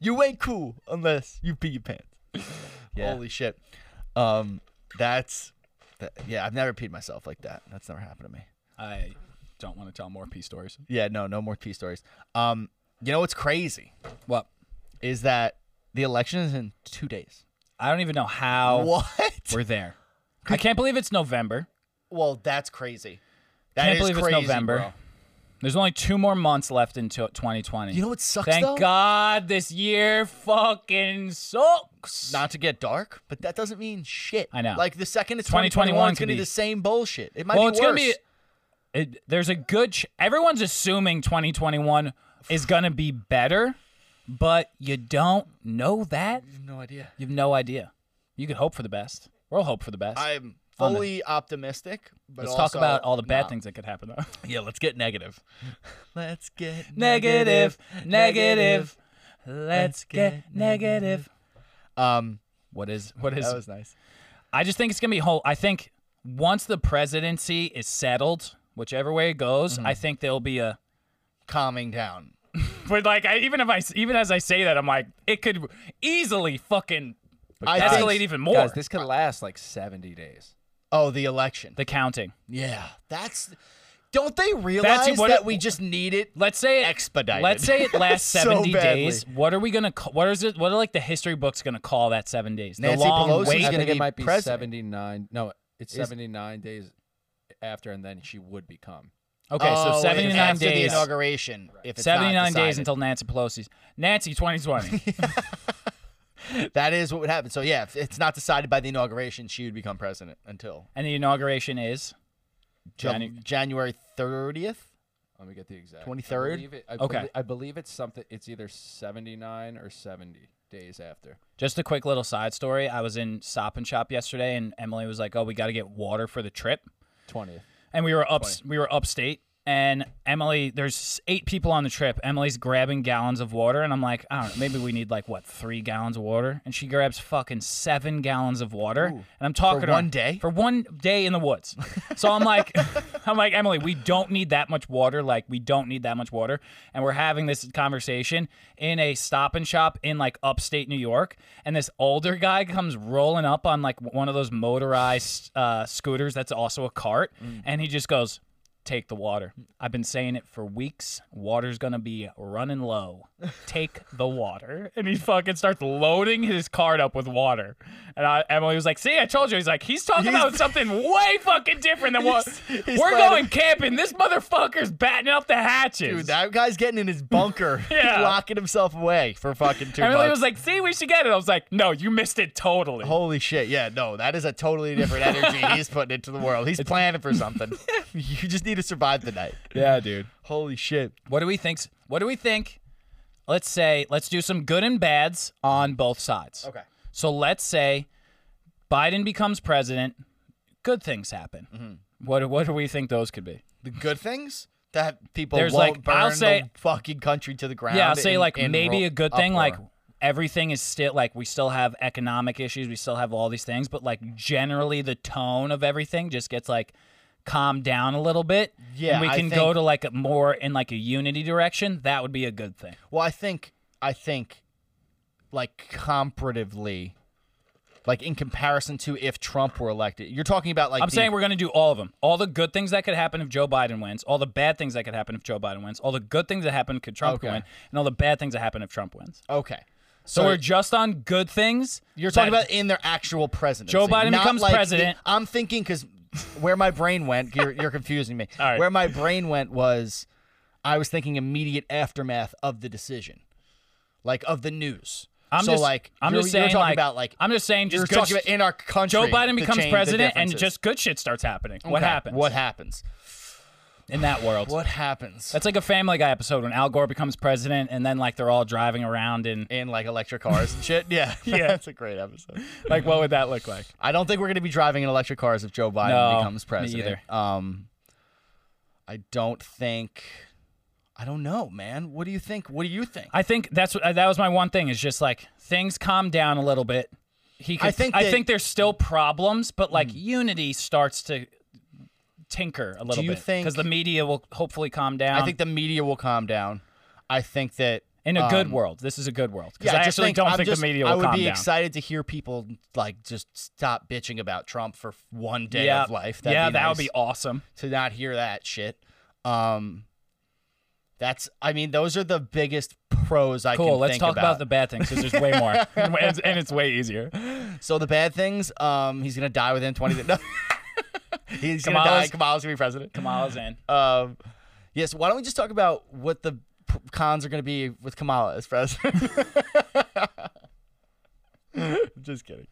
Speaker 4: you ain't cool unless you pee your pants. Holy shit. Um that's that, yeah, I've never peed myself like that. That's never happened to me.
Speaker 5: I don't want to tell more pee stories.
Speaker 4: Yeah, no, no more pee stories. Um you know what's crazy
Speaker 5: What?
Speaker 4: is that the election is in 2 days.
Speaker 5: I don't even know how
Speaker 4: What?
Speaker 5: [LAUGHS] we're there. I can't believe it's November.
Speaker 4: well, that's crazy. That
Speaker 5: can't
Speaker 4: is
Speaker 5: believe
Speaker 4: crazy,
Speaker 5: it's November.
Speaker 4: bro.
Speaker 5: There's only two more months left until 2020.
Speaker 4: You know what sucks
Speaker 5: Thank
Speaker 4: though?
Speaker 5: God this year fucking sucks.
Speaker 4: Not to get dark, but that doesn't mean shit.
Speaker 5: I know.
Speaker 4: Like the second it's
Speaker 5: 2021
Speaker 4: 2021, it's
Speaker 5: could
Speaker 4: gonna be
Speaker 5: be-
Speaker 4: the same bullshit. It might
Speaker 5: well,
Speaker 4: be
Speaker 5: it's
Speaker 4: worse.
Speaker 5: gonna be. It, there's a good. Ch- everyone's assuming 2021 is gonna be better, but you don't know that.
Speaker 4: I have no idea.
Speaker 5: You have no idea. You could hope for the best. We'll hope for the best.
Speaker 4: [LAUGHS] I'm
Speaker 5: On the-
Speaker 4: fully optimistic. But
Speaker 5: Let's
Speaker 4: also-
Speaker 5: talk about all the bad
Speaker 4: Nah.
Speaker 5: things that could happen though.
Speaker 4: Yeah, let's get negative. [LAUGHS] Let's get
Speaker 5: negative, negative. Let's get negative.
Speaker 4: Um,
Speaker 5: What is? What is?
Speaker 4: that was nice.
Speaker 5: I just think it's gonna be whole. I think once the presidency is settled, whichever way it goes, I think there'll be a
Speaker 4: Calming down.
Speaker 5: But like, I, even if I even as I say that, I'm like, it could easily fucking
Speaker 4: I
Speaker 5: escalate
Speaker 4: think-
Speaker 5: even more.
Speaker 6: Guys, this could last like 70 days.
Speaker 4: Oh, the election.
Speaker 5: the counting.
Speaker 4: yeah, that's. Don't they realize
Speaker 5: what
Speaker 4: that
Speaker 5: it-
Speaker 4: we just need it?
Speaker 5: Let's say it,
Speaker 4: Expedited.
Speaker 5: Let's say it
Speaker 4: [LAUGHS]
Speaker 5: lasts
Speaker 4: So
Speaker 5: seventy
Speaker 4: badly.
Speaker 5: days. What are we gonna? Call, what is it? What are like the history books gonna call that seven days? The
Speaker 4: Nancy
Speaker 5: long
Speaker 4: Pelosi's
Speaker 5: wait.
Speaker 4: He's
Speaker 6: I
Speaker 4: gonna
Speaker 6: think it
Speaker 4: be
Speaker 6: might be
Speaker 4: president.
Speaker 6: 79. No, it's 79 days after, and then she would become.
Speaker 5: Okay,
Speaker 4: Oh,
Speaker 5: so
Speaker 4: it's
Speaker 5: seventy nine
Speaker 4: after
Speaker 5: days.
Speaker 4: the inauguration. If it's not
Speaker 5: Seventy nine days
Speaker 4: decided.
Speaker 5: until Nancy Pelosi's Nancy twenty
Speaker 4: [LAUGHS]
Speaker 5: twenty.
Speaker 4: that is what would happen. So yeah, if it's not decided by the inauguration, she would become president until
Speaker 5: and the inauguration is
Speaker 4: Jan-
Speaker 5: Janu-
Speaker 4: January thirtieth.
Speaker 6: Let me get the exact.
Speaker 4: 23rd?
Speaker 6: I believe it- I
Speaker 5: Okay.
Speaker 6: belie- I believe it's something. It's either 79 or 70 days after.
Speaker 5: Just a quick little side story. I was in Stop and Shop yesterday, and Emily was like, "Oh, we got to get water for the trip."
Speaker 6: 20th.
Speaker 5: and we were up we were upstate and Emily there's eight people on the trip. Emily's grabbing gallons of water and I'm like, I don't know, maybe we need like what, 3 gallons of water? And she grabs fucking 7 gallons of water. and I'm talking to her-
Speaker 4: one day?
Speaker 5: For one day in the woods. So I'm like [LAUGHS] I'm like, "Emily, we don't need that much water. Like we don't need that much water." And we're having this conversation in a stop and shop in like upstate New York, and this older guy comes rolling up on like one of those motorized uh, scooters that's also a cart, and he just goes take the water. I've been saying it for weeks. Water's gonna be running low. Take the water. And he fucking starts loading his card up with water. And I, Emily was like, "See, I told you." He's like, "He's talking about something way fucking different than what
Speaker 4: he's
Speaker 5: we're
Speaker 4: planning-
Speaker 5: going camping. This motherfucker's batting up the hatches."
Speaker 4: Dude, that guy's getting in his bunker,
Speaker 5: [LAUGHS] Yeah.
Speaker 4: locking himself away for fucking two
Speaker 5: Emily
Speaker 4: months.
Speaker 5: was like, "See, we should get it." I was like, "No, you missed it totally."
Speaker 4: Holy shit! Yeah, no, that is a totally different energy he's putting into the world. He's planning
Speaker 5: [LAUGHS]
Speaker 4: for something. you just need to survive the night.
Speaker 5: yeah, dude.
Speaker 4: Holy shit!
Speaker 5: What do we think? What do we think? Let's say let's do some good and bads on both sides. Okay. So let's say Biden becomes president. Good things happen. What what do we think those could be?
Speaker 4: The good things that people
Speaker 5: There's
Speaker 4: won't
Speaker 5: like-
Speaker 4: burn
Speaker 5: I'll say-
Speaker 4: the fucking country to the ground.
Speaker 5: Yeah, I'll say
Speaker 4: in-
Speaker 5: like
Speaker 4: in
Speaker 5: maybe
Speaker 4: ro-
Speaker 5: a good thing. Like
Speaker 4: uproar.
Speaker 5: everything is still like we still have economic issues, we still have all these things, but like generally the tone of everything just gets like calmed down a little bit.
Speaker 4: Yeah,
Speaker 5: and we
Speaker 4: I
Speaker 5: can go
Speaker 4: think-
Speaker 5: to like a more in like a unity direction. That would be a good thing.
Speaker 4: Well, I think I think like comparatively, like in comparison to if Trump were elected, you're talking about like
Speaker 5: I'm
Speaker 4: the-
Speaker 5: saying we're going to do all of them. All the good things that could happen if Joe Biden wins, all the bad things that could happen if Joe Biden wins, all the good things that happen could Trump
Speaker 4: Okay.
Speaker 5: win, and all the bad things that happen if Trump wins.
Speaker 4: okay.
Speaker 5: So, we're just on good things.
Speaker 4: You're talking
Speaker 5: that-
Speaker 4: about in their actual presidency.
Speaker 5: Joe Biden
Speaker 4: not
Speaker 5: becomes
Speaker 4: like the-
Speaker 5: president.
Speaker 4: I'm thinking because where my brain went, you're, you're
Speaker 5: [LAUGHS]
Speaker 4: confusing me.
Speaker 5: right.
Speaker 4: Where my brain went was I was thinking immediate aftermath of the decision, like of the news.
Speaker 5: I'm
Speaker 4: so
Speaker 5: just
Speaker 4: like
Speaker 5: I'm
Speaker 4: you're,
Speaker 5: just
Speaker 4: you're
Speaker 5: saying
Speaker 4: talking
Speaker 5: like,
Speaker 4: about like
Speaker 5: I'm just saying
Speaker 4: you're
Speaker 5: just good
Speaker 4: talking
Speaker 5: sh-
Speaker 4: about in our country.
Speaker 5: Joe Biden
Speaker 4: to
Speaker 5: becomes
Speaker 4: change the
Speaker 5: president and
Speaker 4: differences.
Speaker 5: just good shit starts happening. What
Speaker 4: Okay,
Speaker 5: happens?
Speaker 4: What happens?
Speaker 5: in that world?
Speaker 4: What happens?
Speaker 5: That's like a Family Guy episode when Al Gore becomes president and then like they're all driving around and
Speaker 4: in like electric cars and shit. Yeah,
Speaker 5: [LAUGHS] Yeah.
Speaker 4: that's a great episode.
Speaker 5: like what would that look like?
Speaker 4: I don't think we're going to be driving in electric cars if Joe Biden
Speaker 5: No,
Speaker 4: becomes
Speaker 5: me
Speaker 4: president.
Speaker 5: either.
Speaker 4: Um, I don't think. I don't know, man. What do you think? What do you think?
Speaker 5: I think that's what that was my one thing is just like things calm down a little bit. He could,
Speaker 4: I think that- Hmm.
Speaker 5: there's still problems, but like unity starts to tinker a little
Speaker 4: you
Speaker 5: bit
Speaker 4: think-
Speaker 5: because the media will hopefully calm down.
Speaker 4: I think the media will calm down. I think that
Speaker 5: in a good
Speaker 4: um,
Speaker 5: world, this is a good world because
Speaker 4: Yeah,
Speaker 5: I
Speaker 4: just
Speaker 5: actually
Speaker 4: think,
Speaker 5: don't
Speaker 4: I'm
Speaker 5: think
Speaker 4: just-
Speaker 5: the media will
Speaker 4: I would
Speaker 5: calm
Speaker 4: be
Speaker 5: down.
Speaker 4: excited to hear people like just stop bitching about Trump for one day
Speaker 5: yeah,
Speaker 4: of life. That'd
Speaker 5: yeah,
Speaker 4: be
Speaker 5: that would
Speaker 4: nice.
Speaker 5: be awesome.
Speaker 4: to not hear that shit. Um, that's I mean those are the biggest pros I
Speaker 5: Cool.
Speaker 4: can
Speaker 5: Let's
Speaker 4: think
Speaker 5: talk about. the bad things because there's way
Speaker 4: [LAUGHS]
Speaker 5: more, and it's- and it's way easier.
Speaker 4: so the bad things. Um, he's gonna die within
Speaker 5: [LAUGHS]
Speaker 4: twenty. [LAUGHS] no. he's gonna die.
Speaker 5: Kamala's-
Speaker 4: Kamala's gonna be president.
Speaker 5: Kamala's in.
Speaker 4: Um, yes. Why don't we just talk about what the p- cons are gonna be with Kamala as president? [LAUGHS] just kidding.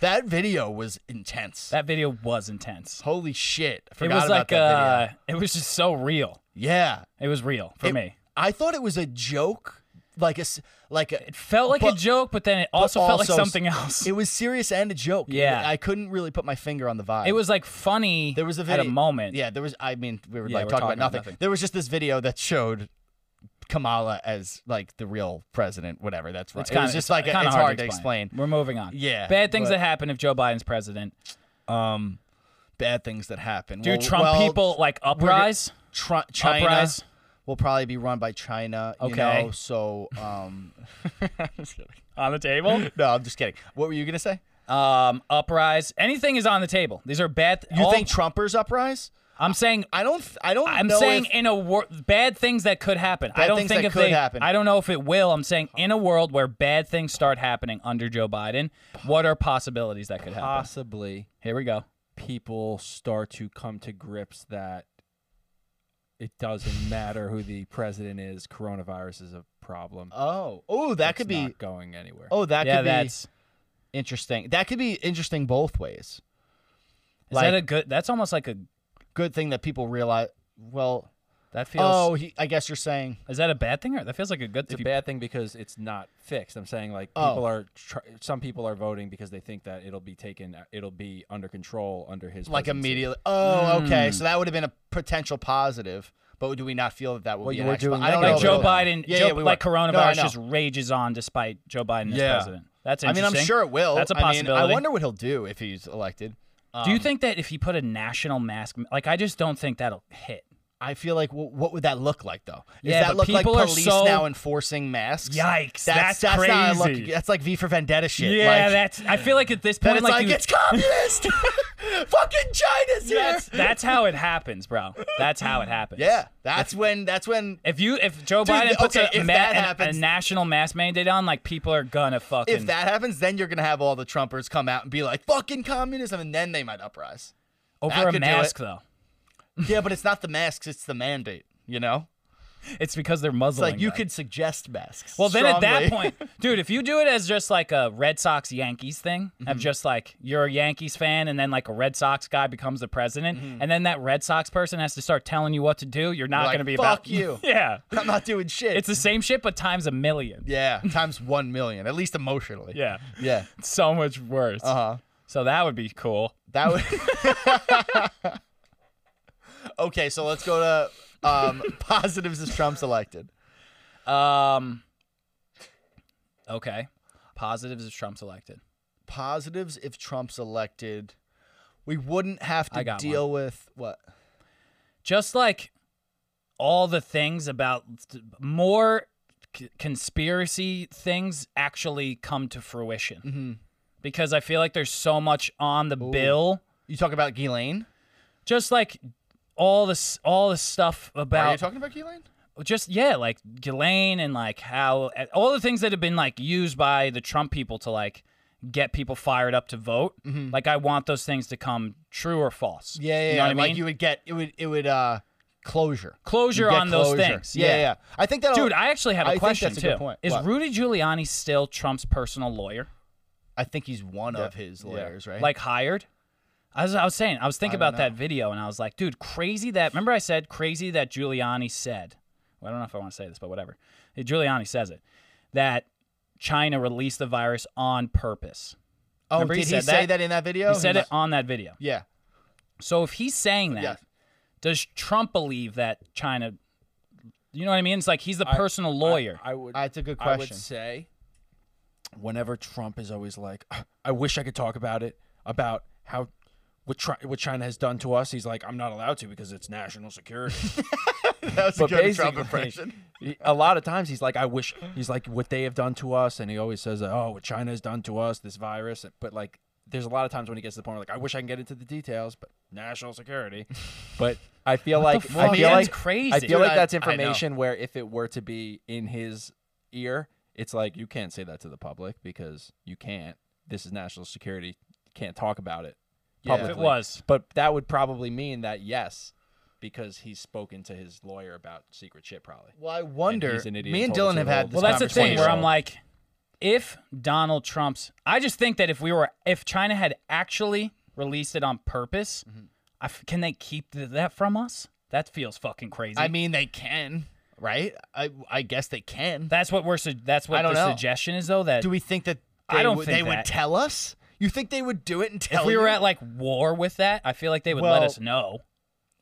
Speaker 4: That video was intense.
Speaker 5: That video was intense.
Speaker 4: Holy shit! I
Speaker 5: It
Speaker 4: forgot
Speaker 5: was
Speaker 4: about
Speaker 5: like
Speaker 4: that
Speaker 5: uh,
Speaker 4: video.
Speaker 5: it was just so real.
Speaker 4: Yeah,
Speaker 5: It was real for
Speaker 4: It-
Speaker 5: me.
Speaker 4: I thought it was a joke, like a s- like a,
Speaker 5: It felt like a
Speaker 4: But-
Speaker 5: joke, but then it also, felt
Speaker 4: also
Speaker 5: like something else. [LAUGHS]
Speaker 4: It
Speaker 5: It,
Speaker 4: was serious and a joke.
Speaker 5: Yeah.
Speaker 4: I couldn't really put my finger on the vibe.
Speaker 5: was like funny.
Speaker 4: there was a
Speaker 5: at
Speaker 4: video,
Speaker 5: a moment.
Speaker 4: Yeah, there was. I mean, we were
Speaker 5: Yeah,
Speaker 4: like
Speaker 5: we're
Speaker 4: talking,
Speaker 5: talking
Speaker 4: about
Speaker 5: about
Speaker 4: nothing.
Speaker 5: nothing.
Speaker 4: There was just this video that showed Kamala as like the real president, whatever. That's right.
Speaker 5: it's
Speaker 4: it
Speaker 5: kind
Speaker 4: was
Speaker 5: of
Speaker 4: just like a-
Speaker 5: kinda
Speaker 4: it's hard, to explain.
Speaker 5: We're moving on.
Speaker 4: Yeah,
Speaker 5: bad things
Speaker 4: but-
Speaker 5: that happen if Joe Biden's president.
Speaker 4: Um, bad things that happen.
Speaker 5: Do
Speaker 4: Well-
Speaker 5: Trump
Speaker 4: well,
Speaker 5: people like
Speaker 4: we're gonna-
Speaker 5: uprise?
Speaker 4: Tru- China
Speaker 5: Uprise?
Speaker 4: will probably be run by China. you
Speaker 5: Okay.
Speaker 4: know, so um, [LAUGHS]
Speaker 5: On the table,
Speaker 4: no, I'm just kidding. What were you gonna say?
Speaker 5: um, uprise. Anything is on the table. These are bad.
Speaker 4: You
Speaker 5: all-
Speaker 4: think Trumpers uprise?
Speaker 5: I'm saying
Speaker 4: I don't. I don't.
Speaker 5: I'm
Speaker 4: know
Speaker 5: saying
Speaker 4: if-
Speaker 5: in a world bad things that could happen. I
Speaker 4: Bad
Speaker 5: don't
Speaker 4: things
Speaker 5: think
Speaker 4: that
Speaker 5: if
Speaker 4: could
Speaker 5: they
Speaker 4: happen.
Speaker 5: I don't know if it will. I'm saying in a world where bad things start happening under Joe Biden, what are possibilities that could happen?
Speaker 6: Possibly
Speaker 5: Here we go.
Speaker 6: people start to come to grips that it doesn't matter who the president is, coronavirus is a problem.
Speaker 4: Oh, oh, that
Speaker 6: It's
Speaker 4: could be.
Speaker 6: not going anywhere.
Speaker 4: Oh, that
Speaker 5: yeah,
Speaker 4: could be
Speaker 5: that's
Speaker 4: interesting. That could be interesting both ways.
Speaker 5: Is
Speaker 4: Like-
Speaker 5: that a good? That's almost like a.
Speaker 4: Good thing that people realize. Well,
Speaker 5: That feels.
Speaker 4: oh, he, I guess you're saying.
Speaker 5: is that a bad thing or that feels like a good
Speaker 6: it's
Speaker 5: thing?
Speaker 6: a bad thing because it's not fixed. I'm saying like
Speaker 4: Oh.
Speaker 6: people are tr- some people are voting because they think that it'll be taken, it'll be under control under his
Speaker 4: Like
Speaker 6: presidency.
Speaker 4: immediately. Oh, okay.
Speaker 5: Hmm.
Speaker 4: So that would have been a potential positive, but do we not feel that that would
Speaker 6: Well,
Speaker 4: be
Speaker 6: you
Speaker 4: an
Speaker 6: were
Speaker 4: actual-
Speaker 6: doing
Speaker 4: I don't
Speaker 6: that
Speaker 4: know
Speaker 5: like
Speaker 4: if
Speaker 5: Joe
Speaker 4: it-
Speaker 5: Biden,
Speaker 4: Oh, Yeah,
Speaker 5: Joe,
Speaker 4: yeah, we
Speaker 5: like
Speaker 4: were. No, I
Speaker 5: coronavirus
Speaker 4: know.
Speaker 5: just rages on despite Joe Biden
Speaker 4: Yeah.
Speaker 5: as president. That's
Speaker 4: I mean,
Speaker 5: interesting.
Speaker 4: I'm sure it will.
Speaker 5: That's a
Speaker 4: I, mean,
Speaker 5: possibility.
Speaker 4: I wonder Um, what he'll do if he's elected.
Speaker 5: Do you think that if he put a national mask, like I just don't think that'll hit.
Speaker 4: I feel like well, what would that look like though? Does
Speaker 5: Yeah,
Speaker 4: that
Speaker 5: but
Speaker 4: look like
Speaker 5: people are
Speaker 4: police
Speaker 5: so-
Speaker 4: now enforcing masks?
Speaker 5: Yikes, that's
Speaker 4: not
Speaker 5: crazy.
Speaker 4: look- that's like V for Vendetta shit.
Speaker 5: Yeah,
Speaker 4: like,
Speaker 5: that's. I feel like at this
Speaker 4: Then
Speaker 5: point,
Speaker 4: it's
Speaker 5: like,
Speaker 4: like,
Speaker 5: you- [LAUGHS]
Speaker 4: it's communist. [LAUGHS] Fucking China's here.
Speaker 5: That's, [LAUGHS] that's how it happens, bro. That's how it happens.
Speaker 4: yeah, that's when. That's when.
Speaker 5: If you if Joe
Speaker 4: Dude,
Speaker 5: Biden puts
Speaker 4: okay,
Speaker 5: a,
Speaker 4: if
Speaker 5: ma-
Speaker 4: that
Speaker 5: an-
Speaker 4: happens-
Speaker 5: a national mask mandate on, like people are gonna fucking.
Speaker 4: If that happens, then you're gonna have all the Trumpers come out and be like, "Fucking communism," and then they
Speaker 5: [LAUGHS]
Speaker 4: might uprise.
Speaker 5: over
Speaker 4: that
Speaker 5: a
Speaker 4: could do
Speaker 5: mask
Speaker 4: it.
Speaker 5: though,
Speaker 4: yeah, but it's not the masks; it's the mandate. You know,
Speaker 5: it's because they're
Speaker 4: it's
Speaker 5: muzzling.
Speaker 4: like you
Speaker 5: them.
Speaker 4: could suggest masks.
Speaker 5: Well, then at that
Speaker 4: strongly.
Speaker 5: point, dude, if you do it as just like a Red Sox Yankees thing,
Speaker 4: Mm-hmm.
Speaker 5: of just like you're a Yankees fan, and then like a Red Sox guy becomes the president, and then that Red Sox person has to start telling you what to do, you're not
Speaker 4: Mm-hmm. Like,
Speaker 5: going to be
Speaker 4: "Fuck
Speaker 5: about
Speaker 4: you."
Speaker 5: [LAUGHS] yeah,
Speaker 4: [LAUGHS] I'm not doing shit.
Speaker 5: it's the same shit, but times a million.
Speaker 4: yeah, times one million, at least emotionally.
Speaker 5: Yeah,
Speaker 4: yeah.
Speaker 5: It's so much worse.
Speaker 4: Uh huh.
Speaker 5: So that would be cool.
Speaker 4: That would. [LAUGHS] okay, so let's go to um, [LAUGHS] positives as Trump's elected.
Speaker 5: Um, okay, positives if Trump's elected.
Speaker 4: Positives if Trump's elected, we wouldn't have
Speaker 5: I
Speaker 4: to
Speaker 5: got
Speaker 4: deal with what.
Speaker 5: just like all the things about more c- conspiracy things actually come to fruition
Speaker 4: Mm-hmm.
Speaker 5: because i feel like there's so much on the bill
Speaker 4: You talk about Ghislaine?
Speaker 5: just like all this all the stuff
Speaker 4: Are you
Speaker 5: about
Speaker 4: talking about Ghislaine?
Speaker 5: just yeah like Ghislaine and like how eh, all the things that have been like used by the trump people to like get people fired up to vote like i want those things to come true or false
Speaker 4: Mm-hmm. Yeah, yeah.
Speaker 5: you know
Speaker 4: yeah.
Speaker 5: what i mean
Speaker 4: like you would get it would it would uh closure.
Speaker 5: closure
Speaker 4: You'd get
Speaker 5: on those
Speaker 4: closure.
Speaker 5: things
Speaker 4: Yeah, yeah. yeah. I think that
Speaker 5: Dude, I actually have a
Speaker 4: I think
Speaker 5: question
Speaker 4: that's a
Speaker 5: too.
Speaker 4: good point.
Speaker 5: Is
Speaker 4: What?
Speaker 5: Rudy Giuliani still Trump's personal lawyer,
Speaker 4: I think he's one of his lawyers, right?
Speaker 5: like hired? As I was saying, I was thinking about that video, and I was like, dude, crazy that. Remember, I said crazy that Giuliani said. Well, I don't know if I want to say this, but whatever. Giuliani says it that China released the virus on purpose.
Speaker 4: oh,
Speaker 5: remember
Speaker 4: did
Speaker 5: he
Speaker 4: Oh, he,
Speaker 5: said
Speaker 4: say that?
Speaker 5: that?
Speaker 4: in that video?
Speaker 5: He said
Speaker 4: was-
Speaker 5: it on that video.
Speaker 4: Yeah.
Speaker 5: So if he's saying that,
Speaker 4: Yeah.
Speaker 5: does Trump believe that China? You know what I mean? It's like he's the personal lawyer.
Speaker 6: I would.
Speaker 4: That's Ah, a good
Speaker 6: I would
Speaker 4: question.
Speaker 6: say, whenever Trump is always like, "Ah, "I wish I could talk about it," about how what, Tri- what China has done to us, he's like, "I'm not allowed to because it's national security."
Speaker 4: [LAUGHS] That was a
Speaker 6: but
Speaker 4: good
Speaker 6: basically,
Speaker 5: [LAUGHS]
Speaker 4: Trump impression.
Speaker 6: he- a lot of times he's like, "I wish." He's like, "What they have done to us," and he always says, "Oh, what China has done to us, this virus." But like, there's a lot of times when he gets to the point where like, "I wish I can get into the details," but
Speaker 4: [LAUGHS]
Speaker 6: national security. But I feel like
Speaker 5: fuck,
Speaker 6: I feel
Speaker 5: man?
Speaker 6: like
Speaker 5: That's crazy.
Speaker 6: I feel
Speaker 4: Dude,
Speaker 6: like
Speaker 4: I-
Speaker 6: that's
Speaker 4: I know.
Speaker 6: information where if it were to be in his ear, it's like you can't say that to the public because you can't. This is national security. You can't talk about it.
Speaker 4: Yeah. If it
Speaker 5: if it
Speaker 6: publicly.
Speaker 5: was,
Speaker 6: But that would probably mean that yes, because he's spoken to his lawyer about secret shit, probably.
Speaker 4: Well, I wonder.
Speaker 6: he's an idiot
Speaker 4: me and
Speaker 6: and
Speaker 4: Dylan
Speaker 6: told it to
Speaker 4: have
Speaker 6: the
Speaker 4: had
Speaker 6: whole-
Speaker 4: this
Speaker 5: Well, that's the thing where I'm
Speaker 6: 20-year-old.
Speaker 5: like, if Donald Trump's, I just think that if we were, if China had actually released it on purpose,
Speaker 4: Mm-hmm.
Speaker 5: I f can they keep th- that from us? That feels fucking crazy.
Speaker 4: I mean, they can, right? I I guess they can.
Speaker 5: that's what we're. Su- that's what
Speaker 4: I don't
Speaker 5: the
Speaker 4: know.
Speaker 5: suggestion is, though. That
Speaker 4: Do we think that
Speaker 5: I
Speaker 4: they,
Speaker 5: don't
Speaker 4: would,
Speaker 5: think
Speaker 4: they would
Speaker 5: that.
Speaker 4: tell us? You think they would do it and tell
Speaker 5: if we were
Speaker 4: you?
Speaker 5: at like war with that, I feel like they would let
Speaker 4: Well-
Speaker 5: us know.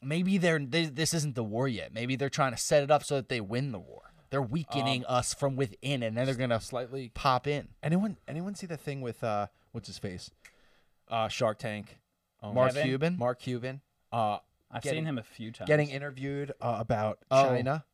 Speaker 4: Maybe they're they, this isn't the war yet. Maybe they're trying to set it up so that they win the war. They're weakening
Speaker 5: Um,
Speaker 4: us from within, and then they're gonna
Speaker 6: Slightly.
Speaker 4: pop in.
Speaker 6: Anyone? Anyone see the thing with uh, what's his face? Uh, Shark Tank. Oh,
Speaker 4: Mark
Speaker 5: Kevin?
Speaker 4: Cuban.
Speaker 6: Mark Cuban. Uh,
Speaker 5: I've
Speaker 6: Getting-
Speaker 5: seen him a few times.
Speaker 6: getting interviewed uh, about
Speaker 4: Oh.
Speaker 6: China.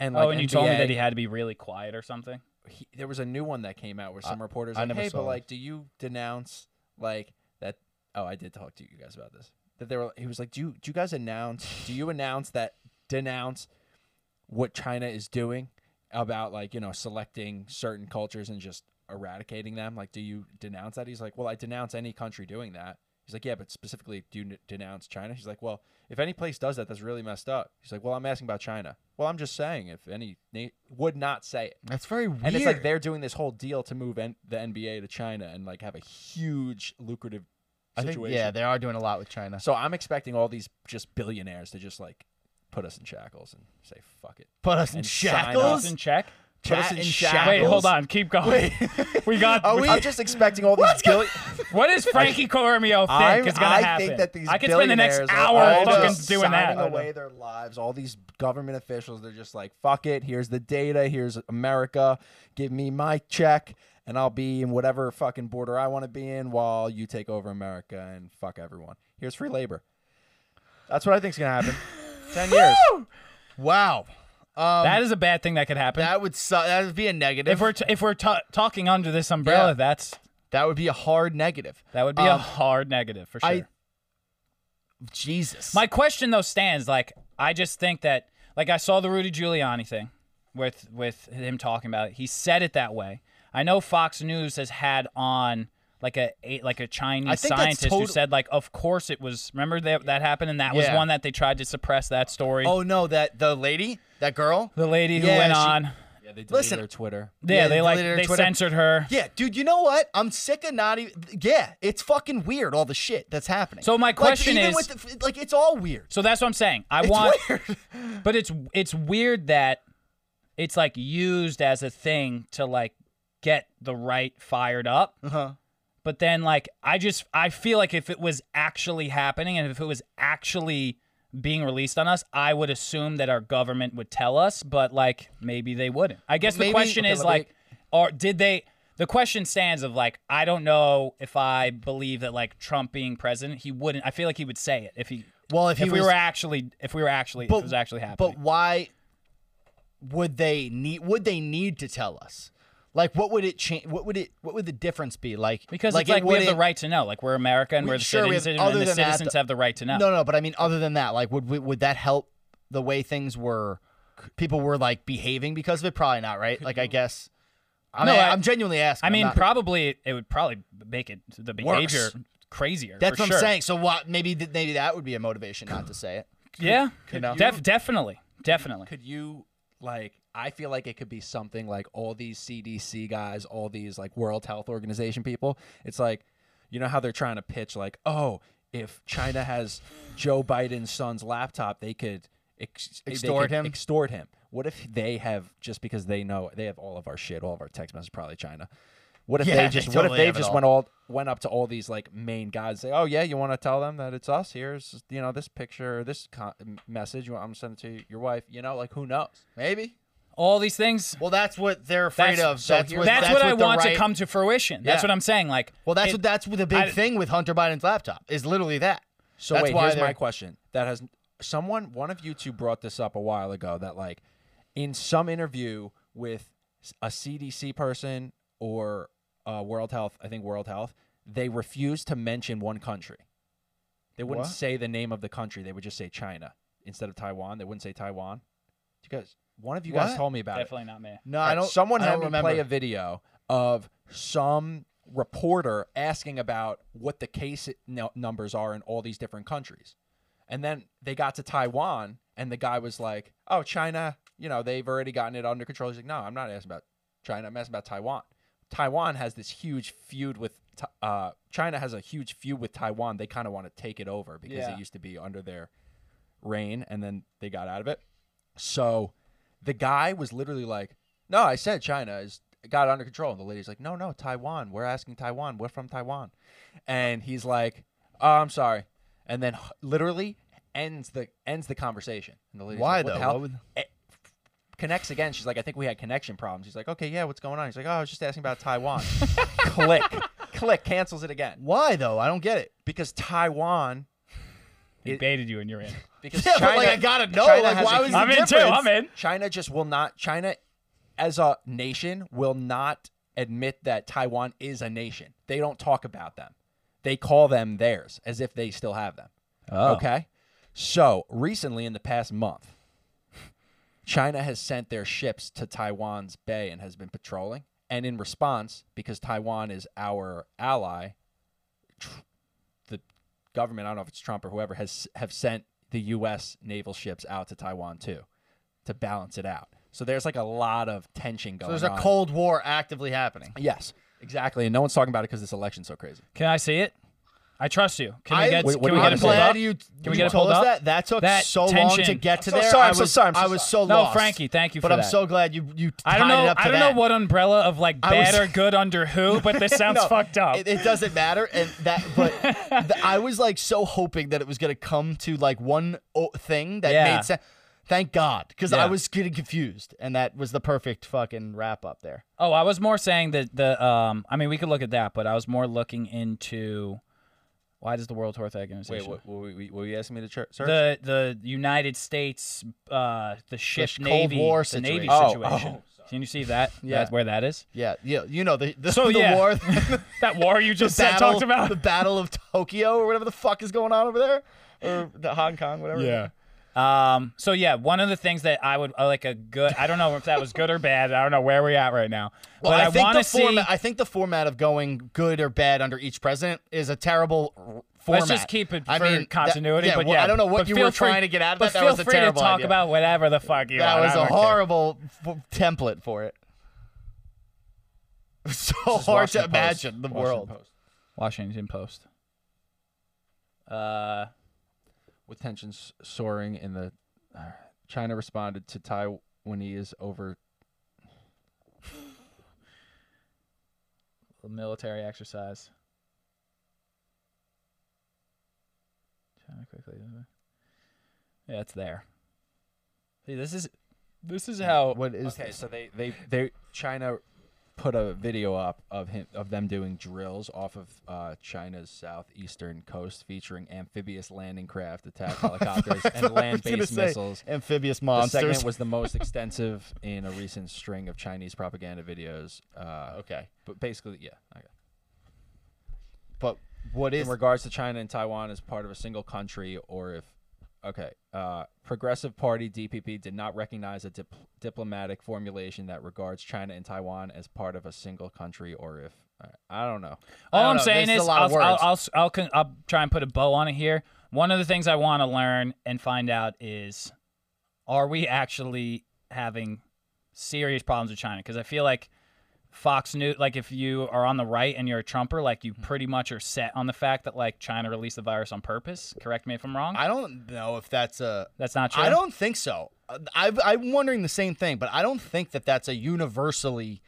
Speaker 6: And
Speaker 5: oh, and you told me
Speaker 6: NBA.
Speaker 5: that he had to be really quiet or something.
Speaker 6: he, there was a new one that came out where some reporters
Speaker 4: I
Speaker 6: like,
Speaker 4: never
Speaker 6: hey,
Speaker 4: saw
Speaker 6: but
Speaker 4: this.
Speaker 6: like, do you denounce like that? Oh, I did talk to you guys about this. That they were. He was like, do you do you guys announce? [LAUGHS] Do you announce that denounce what China is doing about like you know selecting certain cultures and just eradicating them? Like, do you denounce that? He's like, well, I denounce any country doing that. He's like, yeah, but specifically, do you n- denounce China? He's like, well, if any place does that, that's really messed up. He's like, well, I'm asking about China. Well, I'm just saying, if any na- would not say it.
Speaker 4: That's very weird.
Speaker 6: And it's like they're doing this whole deal to move N- the NBA to China and like have a huge lucrative
Speaker 4: I
Speaker 6: situation.
Speaker 4: think, yeah, they are doing a lot with China.
Speaker 6: So I'm expecting all these just billionaires to just like put us in shackles and say fuck it.
Speaker 4: Put us in
Speaker 6: And sign
Speaker 4: shackles.
Speaker 6: us
Speaker 5: In check.
Speaker 6: Put us
Speaker 4: Chat
Speaker 6: in
Speaker 4: in
Speaker 6: shackles.
Speaker 5: Wait, hold on. Keep going. [LAUGHS] we got.
Speaker 4: Are
Speaker 5: we-
Speaker 4: we-
Speaker 6: I'm just expecting all these billion.
Speaker 5: What is Frankie Cormio
Speaker 6: I'm-
Speaker 5: think is gonna
Speaker 6: I
Speaker 5: happen?
Speaker 6: think that these
Speaker 5: I could spend the next
Speaker 6: billionaires are
Speaker 5: hour
Speaker 6: all
Speaker 5: fucking
Speaker 6: just
Speaker 5: doing that.
Speaker 6: signing away their lives. All these government officials, they're just like, "Fuck it. Here's the data. Here's America. Give me my check, and I'll be in whatever fucking border I want to be in, while you take over America and fuck everyone. Here's free labor. That's what I think's gonna
Speaker 5: [LAUGHS]
Speaker 6: happen. Ten years.
Speaker 4: Wow,
Speaker 5: That is a bad thing that could happen.
Speaker 4: that would su- that would be a negative.
Speaker 5: if we're t- if we're ta talking under this umbrella,
Speaker 4: Yeah.
Speaker 5: that's
Speaker 4: That would be a hard negative.
Speaker 5: That would be a
Speaker 4: Um,
Speaker 5: hard negative for sure.
Speaker 4: I- Jesus.
Speaker 5: My question though stands. Like I just think that like I saw the Rudy Giuliani thing with with him talking about it. He said it that way. I know Fox News has had on like a a- like a
Speaker 4: I
Speaker 5: Chinese
Speaker 4: think that's
Speaker 5: scientist who
Speaker 4: total-
Speaker 5: said like of course it was remember that that happened and that was
Speaker 4: Yeah.
Speaker 5: one that they tried to suppress that story.
Speaker 4: oh no, that the lady, that girl.
Speaker 5: the lady who
Speaker 4: Yeah,
Speaker 5: went
Speaker 4: she-
Speaker 5: on.
Speaker 6: Yeah, they deleted
Speaker 4: Listen-
Speaker 6: her Twitter.
Speaker 5: Yeah,
Speaker 4: yeah,
Speaker 5: they like
Speaker 4: deleted her
Speaker 5: they
Speaker 4: Twitter.
Speaker 5: censored her.
Speaker 4: Yeah, dude, you know what? I'm sick of not even. Yeah, it's fucking weird all the shit that's happening.
Speaker 5: So my
Speaker 4: Like,
Speaker 5: question
Speaker 4: even
Speaker 5: is-
Speaker 4: with the, like, it's all weird.
Speaker 5: So that's what I'm saying. I
Speaker 4: It's
Speaker 5: want
Speaker 4: weird.
Speaker 5: But it's it's weird that it's like used as a thing to like get the right fired up.
Speaker 4: Uh-huh.
Speaker 5: But then like I just I feel like if it was actually happening and if it was actually being released on us, I would assume that our government would tell us, but like maybe they wouldn't. I guess
Speaker 4: Maybe-
Speaker 5: the question
Speaker 4: okay,
Speaker 5: is
Speaker 4: let me-
Speaker 5: like or did they the question stands of like I don't know if I believe that like Trump being president, he wouldn't I feel like he would say it if he
Speaker 4: Well, if he
Speaker 5: if we
Speaker 4: was-
Speaker 5: were actually if we were actually if it was actually happening.
Speaker 4: But why would they need? Would they need to tell us? Like, what would it change? What would it? What would the difference be? Like,
Speaker 5: Because
Speaker 4: like,
Speaker 5: it's like
Speaker 4: it
Speaker 5: we have the
Speaker 4: wouldn't-
Speaker 5: right to know. Like we're America and
Speaker 4: We-
Speaker 5: we, are the
Speaker 4: sure, we have-
Speaker 5: citizens,
Speaker 4: other
Speaker 5: and the
Speaker 4: than that,
Speaker 5: citizens
Speaker 4: the-
Speaker 5: have the right to know.
Speaker 4: No, no, but I mean, other than that, like, would would that help the way things were? People were like behaving because of it. Probably not, right? Like, I guess. I
Speaker 5: No,
Speaker 4: mean,
Speaker 5: I-
Speaker 4: I'm genuinely asking.
Speaker 5: I
Speaker 4: I'm
Speaker 5: mean,
Speaker 4: not-
Speaker 5: probably it would probably make it the behavior crazier.
Speaker 4: [LAUGHS] that's
Speaker 5: for
Speaker 4: what
Speaker 5: sure.
Speaker 4: I'm saying. So, what? Maybe th- maybe that would be a motivation not to say it.
Speaker 5: Yeah,
Speaker 4: know?
Speaker 5: Def- definitely, definitely.
Speaker 6: Could you like? I feel like it could be something like all these CDC guys, all these like World Health Organization people. It's like, you know how they're trying to pitch like, oh, if China has Joe Biden's son's laptop, they could ex- they
Speaker 4: Extort
Speaker 6: could
Speaker 4: him?
Speaker 6: Extort him. What if they have just because they know they have all of our shit, all of our text messages, probably China. What if
Speaker 4: Yeah,
Speaker 6: they
Speaker 4: they
Speaker 6: just what
Speaker 4: totally
Speaker 6: if they
Speaker 4: have it
Speaker 6: just
Speaker 4: all.
Speaker 6: went all went up to all these like main guys and say, "Oh yeah, you want to tell them that it's us? Here's you know this picture, or this con- message. You want, I'm gonna send it to your wife. You know, like who knows?
Speaker 4: Maybe.
Speaker 5: All these things.
Speaker 4: Well, that's what they're afraid
Speaker 5: that's,
Speaker 4: of.
Speaker 5: so
Speaker 4: that's, what,
Speaker 5: that's what I
Speaker 4: the
Speaker 5: want
Speaker 4: right-
Speaker 5: to come to fruition. That's
Speaker 4: Yeah.
Speaker 5: what I'm saying. Like,
Speaker 4: Well, that's
Speaker 5: it-
Speaker 4: what that's what the big
Speaker 5: I-
Speaker 4: thing with Hunter Biden's laptop is literally that.
Speaker 6: So
Speaker 4: That's
Speaker 6: wait,
Speaker 4: why
Speaker 6: here's
Speaker 4: they're-
Speaker 6: my question. That has someone, one of you two brought this up a while ago. That like in some interview with s- a CDC person or uh, World Health, I think World Health, they refused to mention one country. They wouldn't
Speaker 4: What?
Speaker 6: say the name of the country. They would just say China instead of Taiwan. They wouldn't say Taiwan. You guys, one of you guys
Speaker 4: What?
Speaker 6: told me about
Speaker 5: [LAUGHS]
Speaker 6: it.
Speaker 5: Definitely not me.
Speaker 4: No,
Speaker 6: All
Speaker 4: I
Speaker 6: right,
Speaker 4: don't.
Speaker 6: Someone
Speaker 4: I
Speaker 6: had
Speaker 4: don't
Speaker 6: me
Speaker 4: remember.
Speaker 6: play a video of some reporter asking about what the case n- numbers are in all these different countries, and then they got to Taiwan, and the guy was like, "Oh, China, you know, they've already gotten it under control." He's like, "No, I'm not asking about China. I'm asking about Taiwan." Taiwan has this huge feud with Ti- uh, China has a huge feud with Taiwan. They kind of want to take it over because
Speaker 5: Yeah.
Speaker 6: it used to be under their reign, and then they got out of it. So the guy was literally like, "No, I said China is got it under control." And the lady's like, "No, no, Taiwan. We're asking Taiwan. We're from Taiwan." And he's like, "Oh, I'm sorry." And then h- literally ends the ends the conversation. And the lady's
Speaker 4: Why,
Speaker 6: like, what
Speaker 4: though?
Speaker 6: The hell?
Speaker 4: Why would-
Speaker 6: Eh, Connects again. She's like, "I think we had connection problems." He's like, "Okay, yeah, what's going on?" He's like, "Oh, I was just asking
Speaker 4: [LAUGHS]
Speaker 6: about Taiwan." click, click, cancels it again
Speaker 4: Why though? I don't get it.
Speaker 6: because Taiwan.
Speaker 5: He
Speaker 6: It-
Speaker 5: baited you, and you're in.
Speaker 6: Because
Speaker 4: [LAUGHS] Yeah,
Speaker 6: China,
Speaker 4: but like I gotta know.
Speaker 6: China
Speaker 4: Like,
Speaker 6: has
Speaker 4: why
Speaker 6: a
Speaker 4: was
Speaker 6: huge-
Speaker 4: the
Speaker 5: I'm in too.
Speaker 4: difference?
Speaker 5: I'm in.
Speaker 6: China just will not. China, as a nation, will not admit that Taiwan is a nation. They don't talk about them. They call them theirs, as if they still have them. Okay. So recently, in the past month, China has sent their ships to Taiwan's bay and has been patrolling. And in response, because Taiwan is our ally, tr- the government, I don't know if it's Trump or whoever, has have sent the U.S. naval ships out to Taiwan too, to balance it out. So there's like a lot of tension
Speaker 4: So
Speaker 6: going
Speaker 4: there's a
Speaker 6: on.
Speaker 4: Cold War actively happening.
Speaker 6: Yes, exactly. And no one's talking about it because this election's so crazy.
Speaker 5: Can I see it? I trust you. Can we get?
Speaker 6: what-
Speaker 5: can
Speaker 6: what do
Speaker 5: we
Speaker 6: you
Speaker 5: get
Speaker 4: I'm
Speaker 5: it
Speaker 6: think?
Speaker 5: pulled
Speaker 4: glad
Speaker 5: up?
Speaker 4: you,
Speaker 5: Can we
Speaker 4: you
Speaker 5: get it
Speaker 4: told
Speaker 5: pulled
Speaker 4: us
Speaker 5: up?
Speaker 4: that. That took
Speaker 5: That
Speaker 4: so long to
Speaker 5: tension.
Speaker 4: get to
Speaker 6: I'm so
Speaker 4: there.
Speaker 6: sorry,
Speaker 4: I
Speaker 6: I'm so
Speaker 4: was,
Speaker 6: sorry, I'm so
Speaker 4: I was so
Speaker 6: sorry.
Speaker 5: No,
Speaker 4: lost.
Speaker 5: Frankie, thank you for
Speaker 4: But I'm
Speaker 5: that.
Speaker 4: so glad you you tied
Speaker 5: I don't know.
Speaker 4: it up to
Speaker 5: I don't
Speaker 4: that.
Speaker 5: know what umbrella of like
Speaker 4: I was-
Speaker 5: bad or good under who,
Speaker 4: [LAUGHS]
Speaker 5: but this sounds
Speaker 4: No,
Speaker 5: fucked up.
Speaker 4: It, it doesn't matter, and that.
Speaker 5: [LAUGHS]
Speaker 4: But th- I was like so hoping that it was gonna come to like one o- thing that
Speaker 5: Yeah.
Speaker 4: made sense. Thank God, because
Speaker 5: Yeah.
Speaker 4: I was getting confused, and that was the perfect fucking wrap up there.
Speaker 5: Oh, I was more saying that the um. I mean, we could look at that, but I was more looking into why does the World Health Organization
Speaker 6: were you asking me to church?
Speaker 5: the the United States uh the ship
Speaker 4: Cold
Speaker 5: navy
Speaker 4: War
Speaker 5: the navy
Speaker 4: situation.
Speaker 5: situation. Can you see that?
Speaker 4: Yeah.
Speaker 5: That's where that is.
Speaker 4: Yeah, yeah, you know the the,
Speaker 5: So,
Speaker 4: the
Speaker 5: yeah. [LAUGHS]
Speaker 4: war, [LAUGHS] the
Speaker 5: That war you just said,
Speaker 4: battle,
Speaker 5: talked about.
Speaker 4: the Battle of Tokyo or whatever the fuck is going on over there, or the Hong Kong, whatever.
Speaker 5: [LAUGHS] Um. So yeah, one of the things that I would uh, like a good. I don't know if that was good or bad. I don't know where we're at right now.
Speaker 4: Well,
Speaker 5: but
Speaker 4: I,
Speaker 5: I,
Speaker 4: think
Speaker 5: want to
Speaker 4: the
Speaker 5: see.
Speaker 4: format. I think the format of going good or bad under each president is a terrible r- format.
Speaker 5: Let's just keep it for
Speaker 4: I mean, that-
Speaker 5: continuity.
Speaker 4: yeah,
Speaker 5: but
Speaker 4: well,
Speaker 5: yeah,
Speaker 4: I don't know what
Speaker 5: but
Speaker 4: you
Speaker 5: feel
Speaker 4: were
Speaker 5: free-
Speaker 4: trying to get out of
Speaker 5: But
Speaker 4: that. That
Speaker 5: feel
Speaker 4: was a
Speaker 5: free
Speaker 4: terrible
Speaker 5: to talk
Speaker 4: idea.
Speaker 5: about whatever the fuck you
Speaker 4: That
Speaker 5: want.
Speaker 4: was
Speaker 5: I
Speaker 4: a
Speaker 5: don't care.
Speaker 4: horrible f- template for it. [LAUGHS] So hard to
Speaker 6: Washington Post.
Speaker 4: imagine the
Speaker 6: Washington
Speaker 4: [LAUGHS] world.
Speaker 6: Post.
Speaker 5: Washington Post. Uh,
Speaker 6: With tensions soaring in the uh, China responded to Taiwanese over
Speaker 5: military exercise. China quickly. Yeah, it's there. See, this is this is how
Speaker 4: What is
Speaker 6: Okay, so they they they China put a video up of him of them doing drills off of uh, China's southeastern coast, featuring amphibious landing craft, attack [LAUGHS] helicopters, and
Speaker 4: gonna
Speaker 6: land-based
Speaker 4: say
Speaker 6: missiles.
Speaker 4: amphibious
Speaker 6: The
Speaker 4: monsters?
Speaker 6: segment was the most extensive in a recent string of Chinese propaganda videos. Uh,
Speaker 4: okay,
Speaker 6: but basically, yeah. Okay.
Speaker 4: but what is
Speaker 6: in regards to China and Taiwan as part of a single country, or if okay, uh, Progressive Party (DPP) did not recognize a dip- diplomatic formulation that regards China and Taiwan as part of a single country, or if I don't know.
Speaker 5: All
Speaker 4: I
Speaker 5: I'm
Speaker 4: don't know.
Speaker 5: saying
Speaker 4: This is
Speaker 5: is,
Speaker 4: a lot of
Speaker 5: I'll, I'll,
Speaker 4: words.
Speaker 5: I'll, I'll, con- I'll try and put a bow on it here. One of the things I want to learn and find out is are we actually having serious problems with China? Because I feel like Fox News, like if you are on the right and you're a Trumper, like
Speaker 4: Hmm.
Speaker 5: you pretty much are set on the fact that like China released the virus on purpose. Correct me if I'm wrong.
Speaker 4: I don't know if that's a.
Speaker 5: That's not true.
Speaker 4: I don't think so. Uh, I've, I'm wondering the same thing, but I don't think that that's a universally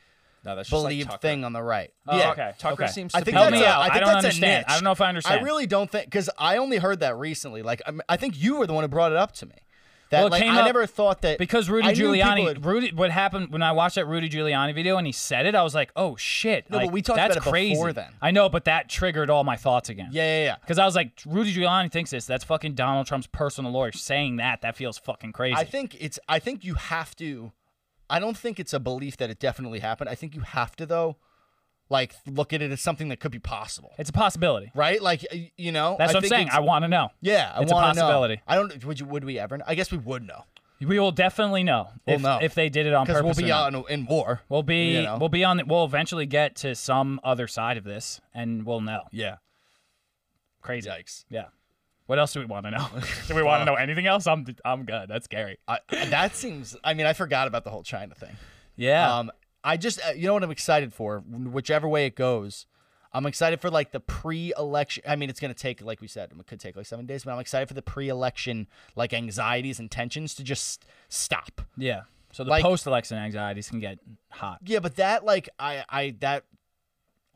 Speaker 6: No, that's just
Speaker 4: believed
Speaker 6: like Tucker.
Speaker 4: thing on the right.
Speaker 5: Oh,
Speaker 4: yeah,
Speaker 5: okay.
Speaker 6: Tucker
Speaker 5: okay.
Speaker 6: seems to
Speaker 4: I think
Speaker 5: Help
Speaker 4: that's
Speaker 5: me
Speaker 4: a,
Speaker 5: out.
Speaker 4: I think
Speaker 5: I don't
Speaker 4: that's
Speaker 5: understand.
Speaker 4: a niche.
Speaker 5: I don't know if I understand.
Speaker 4: I really don't think because I only heard that recently. Like I'm, I think you were the one who brought it up to me. That
Speaker 5: Well, it
Speaker 4: like
Speaker 5: came
Speaker 4: I
Speaker 5: up
Speaker 4: never thought that
Speaker 5: Because Rudy
Speaker 4: I knew people
Speaker 5: Giuliani,
Speaker 4: had-
Speaker 5: Rudy, what happened when I watched that Rudy Giuliani video and he said it, I was like, "Oh shit!"
Speaker 4: No, but
Speaker 5: like,
Speaker 4: we talked
Speaker 5: that's
Speaker 4: about it
Speaker 5: crazy.
Speaker 4: before then.
Speaker 5: I know, but that triggered all my thoughts again.
Speaker 4: yeah, yeah, yeah.
Speaker 5: because I was like, Rudy Giuliani thinks this. That's fucking Donald Trump's personal lawyer saying that. That feels fucking crazy.
Speaker 4: I think it's. I think you have to. I don't think it's a belief that it definitely happened. I think you have to though, like look at it as something that could be possible,
Speaker 5: it's a possibility.
Speaker 4: right? Like y- you know,
Speaker 5: That's
Speaker 4: I
Speaker 5: what I'm
Speaker 4: think
Speaker 5: saying.
Speaker 4: it's-
Speaker 5: I want to know.
Speaker 4: yeah, I
Speaker 5: it's a
Speaker 4: wanna know.
Speaker 5: possibility.
Speaker 4: I don't. Would you? Would we ever? know? I guess we would know
Speaker 5: We will definitely know.
Speaker 4: We'll
Speaker 5: if,
Speaker 4: know.
Speaker 5: if they did it on
Speaker 4: because
Speaker 5: purpose.
Speaker 4: we'll
Speaker 5: or
Speaker 4: be
Speaker 5: not.
Speaker 4: out in, in war.
Speaker 5: We'll be
Speaker 4: you know.
Speaker 5: we'll be on. We'll eventually get to some other side of this, and we'll know.
Speaker 4: yeah.
Speaker 5: Crazy.
Speaker 4: Yikes.
Speaker 5: Yeah. What else do we want to
Speaker 4: [LAUGHS]
Speaker 5: know? do we want to know anything else? I'm I'm good. That's scary.
Speaker 4: I, that seems. I mean, I forgot about the whole China thing.
Speaker 5: Yeah.
Speaker 4: Um, I just, uh, you know what I'm excited for? Whichever way it goes, I'm excited for like the pre election. I mean, it's going to take, like we said, it could take like seven days, but I'm excited for the pre election, like anxieties and tensions to just stop.
Speaker 5: yeah. So the
Speaker 4: like-
Speaker 5: post-election anxieties can get hot.
Speaker 4: Yeah, but that, like, I, I, that,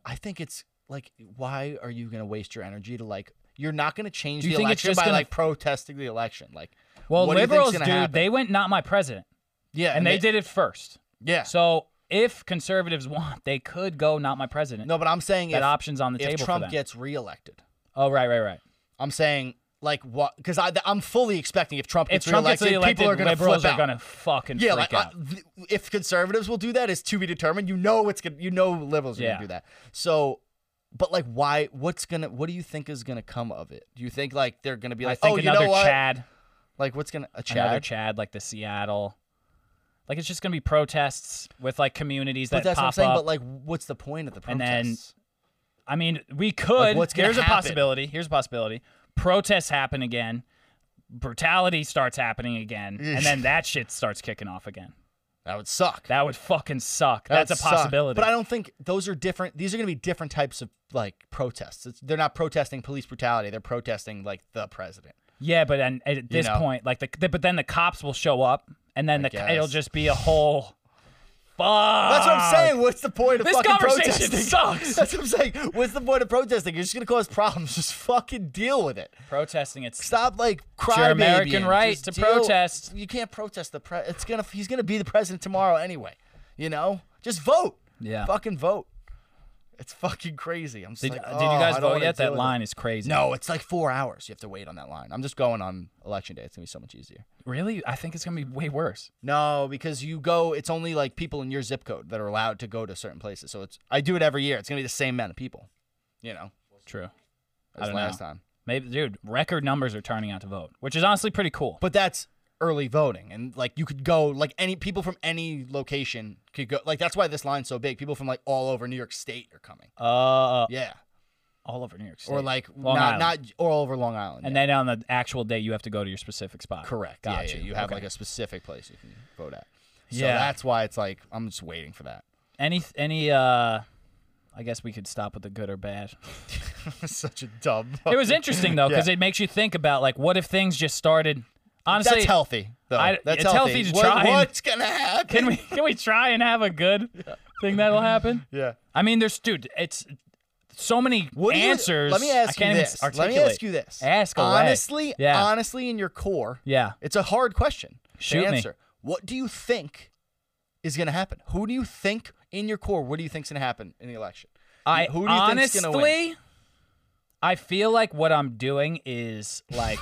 Speaker 4: I think it's like, why are you going to waste your energy to like, you're not going to change
Speaker 5: Do you
Speaker 4: the
Speaker 5: think it's
Speaker 4: election
Speaker 5: just
Speaker 4: by
Speaker 5: gonna-
Speaker 4: like protesting the election. Like,
Speaker 5: Well,
Speaker 4: what do you think's
Speaker 5: liberals,
Speaker 4: gonna
Speaker 5: dude,
Speaker 4: happen?
Speaker 5: they went not my president,
Speaker 4: yeah,
Speaker 5: and, they, did it first.
Speaker 4: yeah.
Speaker 5: So if conservatives want, they could go not my president.
Speaker 4: no, but I'm saying
Speaker 5: that
Speaker 4: if,
Speaker 5: options on the
Speaker 4: if
Speaker 5: table. for
Speaker 4: Trump
Speaker 5: them.
Speaker 4: gets reelected,
Speaker 5: Oh right, right, right.
Speaker 4: I'm saying like what because I I'm fully expecting if Trump
Speaker 5: If
Speaker 4: gets
Speaker 5: Trump gets
Speaker 4: reelected,
Speaker 5: elected,
Speaker 4: people are going to
Speaker 5: liberals
Speaker 4: flip
Speaker 5: are
Speaker 4: out.
Speaker 5: gonna fucking
Speaker 4: yeah,
Speaker 5: freak
Speaker 4: like uh,
Speaker 5: out.
Speaker 4: I, th- if conservatives will do that is to be determined. You know it's gonna you know liberals are
Speaker 5: Yeah.
Speaker 4: gonna do that. So, but like why? What's gonna what do you think is gonna come of it? Do you think like they're gonna be
Speaker 5: I
Speaker 4: like
Speaker 5: think
Speaker 4: oh you
Speaker 5: another
Speaker 4: know what
Speaker 5: Chad,
Speaker 4: like what's gonna a
Speaker 5: another
Speaker 4: Chad?
Speaker 5: Chad, like the Seattle. Like it's just gonna be protests with like communities that
Speaker 4: but that's
Speaker 5: pop
Speaker 4: what I'm saying.
Speaker 5: up.
Speaker 4: But like what's the point of the
Speaker 5: And then-
Speaker 4: protests?
Speaker 5: I mean, we could.
Speaker 4: what's gonna
Speaker 5: Here's
Speaker 4: happen?
Speaker 5: a possibility. Here's a possibility. Protests happen again. Brutality starts happening again, and then that shit starts kicking off again.
Speaker 4: that would suck.
Speaker 5: That would fucking suck.
Speaker 4: That
Speaker 5: That's a
Speaker 4: would suck.
Speaker 5: possibility.
Speaker 4: But I don't think those are different. These are going to be different types of like protests. It's, they're not protesting police brutality. They're protesting like the president.
Speaker 5: Yeah, but and at this
Speaker 4: know.
Speaker 5: point, like the, the but then the cops will show up, and then the
Speaker 4: guess.
Speaker 5: it'll just be a whole. Fuck.
Speaker 4: [LAUGHS] That's what I'm saying. What's the point of
Speaker 5: Ah. This
Speaker 4: fucking
Speaker 5: conversation
Speaker 4: protesting?
Speaker 5: [LAUGHS] sucks.
Speaker 4: [LAUGHS] That's what I'm saying. What's the point of protesting? You're just gonna cause problems. [LAUGHS] Just fucking deal with it.
Speaker 5: Protesting it's
Speaker 4: Stop like crying.
Speaker 5: American right to protest.
Speaker 4: You can't protest the pre. It's gonna. He's gonna be the president tomorrow anyway. You know. Just vote.
Speaker 5: Yeah.
Speaker 4: Fucking vote. It's fucking crazy. I'm just
Speaker 5: Did,
Speaker 4: like, oh,
Speaker 5: did you guys vote yet? That
Speaker 4: line.
Speaker 5: line is crazy.
Speaker 4: No, it's like four hours. You have to wait on that line. I'm just going on election day. It's gonna be so much easier.
Speaker 5: Really? I think it's going to be way worse.
Speaker 4: No, because you go. It's only like people in your zip code that are allowed to go to certain places. So it's. I do it every year. It's gonna be the same amount of people. You know,
Speaker 5: True. I
Speaker 4: as
Speaker 5: don't
Speaker 4: last
Speaker 5: know.
Speaker 4: time.
Speaker 5: Maybe, dude, record numbers are turning out to vote, which is honestly pretty cool.
Speaker 4: But that's early voting, and like you could go. Like any people from any location could go. Like that's why this line's so big. People from like all over New York State are coming.
Speaker 5: Uh,
Speaker 4: yeah,
Speaker 5: all over New York State.
Speaker 4: or like
Speaker 5: Long Island.
Speaker 4: not not or all over Long Island.
Speaker 5: And
Speaker 4: yeah.
Speaker 5: then on the actual day, you have to go to your specific spot.
Speaker 4: correct. Yeah,
Speaker 5: Gotcha.
Speaker 4: yeah, You have
Speaker 5: Okay.
Speaker 4: like a specific place you can vote at. So
Speaker 5: Yeah.
Speaker 4: that's why it's like I'm just waiting
Speaker 5: [LAUGHS]
Speaker 4: for that.
Speaker 5: any any. uh I guess we could stop with the good or
Speaker 4: [LAUGHS]
Speaker 5: bad.
Speaker 4: Such a dumb.
Speaker 5: It was interesting though, because
Speaker 4: Yeah.
Speaker 5: it makes you think about like, what if things just started? Honestly,
Speaker 4: that's healthy though.
Speaker 5: I-
Speaker 4: that's
Speaker 5: it's
Speaker 4: healthy.
Speaker 5: healthy to
Speaker 4: What-
Speaker 5: try and-
Speaker 4: what's gonna happen?
Speaker 5: [LAUGHS] Can we can we try and have a good thing that'll happen?
Speaker 4: Yeah.
Speaker 5: I mean, there's dude, it's so many
Speaker 4: What do you-
Speaker 5: answers.
Speaker 4: let me ask
Speaker 5: I can't
Speaker 4: you
Speaker 5: even
Speaker 4: this.
Speaker 5: Articulate.
Speaker 4: Let me ask you this.
Speaker 5: Ask away.
Speaker 4: honestly.
Speaker 5: Yeah.
Speaker 4: Honestly, in your core,
Speaker 5: yeah.
Speaker 4: it's a hard question
Speaker 5: Shoot
Speaker 4: to
Speaker 5: me.
Speaker 4: answer. What do you think is gonna happen? Who do you think in your core? What do you think's gonna happen in the election?
Speaker 5: I
Speaker 4: Who do you think's
Speaker 5: honestly,
Speaker 4: gonna win?
Speaker 5: I feel like what I'm doing is
Speaker 4: [LAUGHS]
Speaker 5: like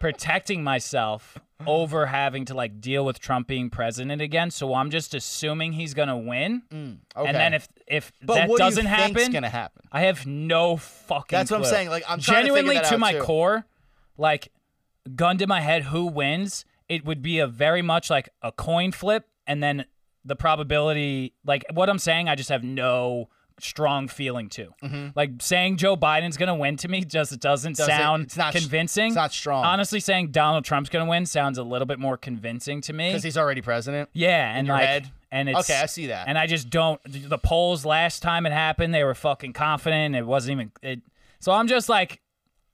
Speaker 5: protecting myself over having to like deal with Trump being president again. So I'm just assuming he's gonna win,
Speaker 4: Mm, Okay.
Speaker 5: and then if if
Speaker 4: but
Speaker 5: that
Speaker 4: what do you
Speaker 5: doesn't
Speaker 4: think's
Speaker 5: happen,
Speaker 4: gonna happen?
Speaker 5: I have no fucking.
Speaker 4: That's what I'm
Speaker 5: clue.
Speaker 4: saying, like, I'm trying to figure
Speaker 5: genuinely
Speaker 4: that out,
Speaker 5: my
Speaker 4: too.
Speaker 5: core, like gun to my head, who wins? It would be a very much like a coin flip, and then the probability, like what I'm saying, I just have no strong feeling to. Like saying Joe Biden's gonna win to me just doesn't,
Speaker 4: Mm-hmm. Doesn't-
Speaker 5: sound
Speaker 4: it's not-
Speaker 5: convincing.
Speaker 4: it's not strong.
Speaker 5: Honestly, saying Donald Trump's gonna win sounds a little bit more convincing to me.
Speaker 4: Because he's already president.
Speaker 5: Yeah, and
Speaker 4: your
Speaker 5: like,
Speaker 4: head?
Speaker 5: and it's
Speaker 4: Okay, I see that.
Speaker 5: And I just don't. The polls last time it happened, they were fucking confident. It wasn't even. It, so I'm just like,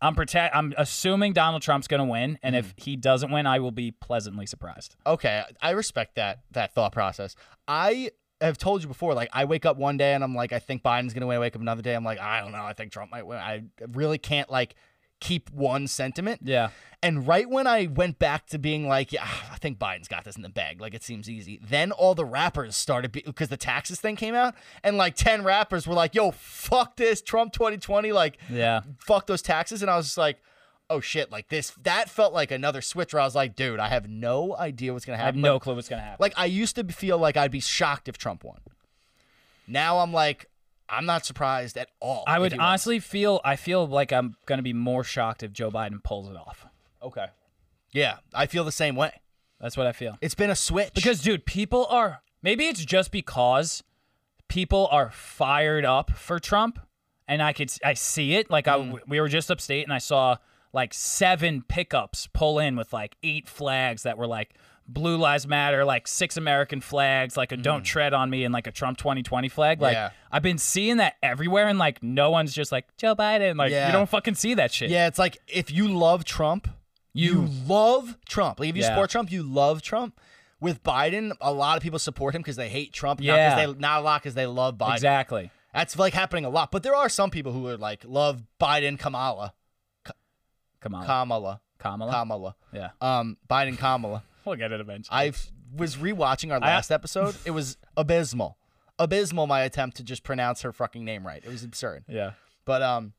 Speaker 5: I'm protect. I'm assuming Donald Trump's gonna win, and
Speaker 4: Mm-hmm.
Speaker 5: if he doesn't win, I will be pleasantly surprised.
Speaker 4: okay i respect that that thought process i have told you before like i wake up one day and i'm like i think biden's gonna win i wake up another day i'm like i don't know i think trump might win i really can't like keep one sentiment
Speaker 5: Yeah.
Speaker 4: and right when i went back to being like yeah i think biden's got this in the bag like it seems easy then all the rappers started because the taxes thing came out and like 10 rappers were like yo fuck this trump 2020 like
Speaker 5: Yeah.
Speaker 4: fuck those taxes and i was just like oh shit like this that felt like another switch where i was like dude i have no idea what's gonna
Speaker 5: I have
Speaker 4: happen
Speaker 5: no clue what's gonna happen.
Speaker 4: like I used to feel like I'd be shocked if Trump won. Now I'm like, I'm not surprised at all.
Speaker 5: I
Speaker 4: if
Speaker 5: would
Speaker 4: he wins.
Speaker 5: honestly feel. I feel like I'm gonna be more shocked if Joe Biden pulls it off.
Speaker 4: Okay. Yeah, I feel the same way.
Speaker 5: That's what I feel.
Speaker 4: It's been a switch.
Speaker 5: Because, dude, people are maybe it's just because people are fired up for Trump, and I could I see it. Like
Speaker 4: Mm.
Speaker 5: I we were just upstate, and I saw like seven pickups pull in with like eight flags that were like Blue Lives Matter, like six American flags, like a Don't Tread on Me, and like a Trump 2020 flag. Like
Speaker 4: Mm. Yeah.
Speaker 5: I've been seeing that everywhere, and like no one's just like Joe Biden. Like
Speaker 4: Yeah.
Speaker 5: you don't fucking see that shit.
Speaker 4: yeah, it's like if you love Trump, you, love Trump. Like if you
Speaker 5: Yeah.
Speaker 4: support Trump, you love Trump. With Biden, a lot of people support him because they hate Trump. Not, 'cause
Speaker 5: Yeah.
Speaker 4: they, not a lot because they love Biden.
Speaker 5: exactly.
Speaker 4: That's like happening a lot. But there are some people who are like love Biden, Kamala,
Speaker 5: Kamala.
Speaker 4: Kamala,
Speaker 5: Kamala.
Speaker 4: Kamala,
Speaker 5: yeah,
Speaker 4: um, Biden, Kamala.
Speaker 5: we'll get it eventually.
Speaker 4: I f- was rewatching our last episode. It was abysmal, abysmal. My attempt to just pronounce her fucking name right. It was absurd.
Speaker 5: yeah.
Speaker 4: But um,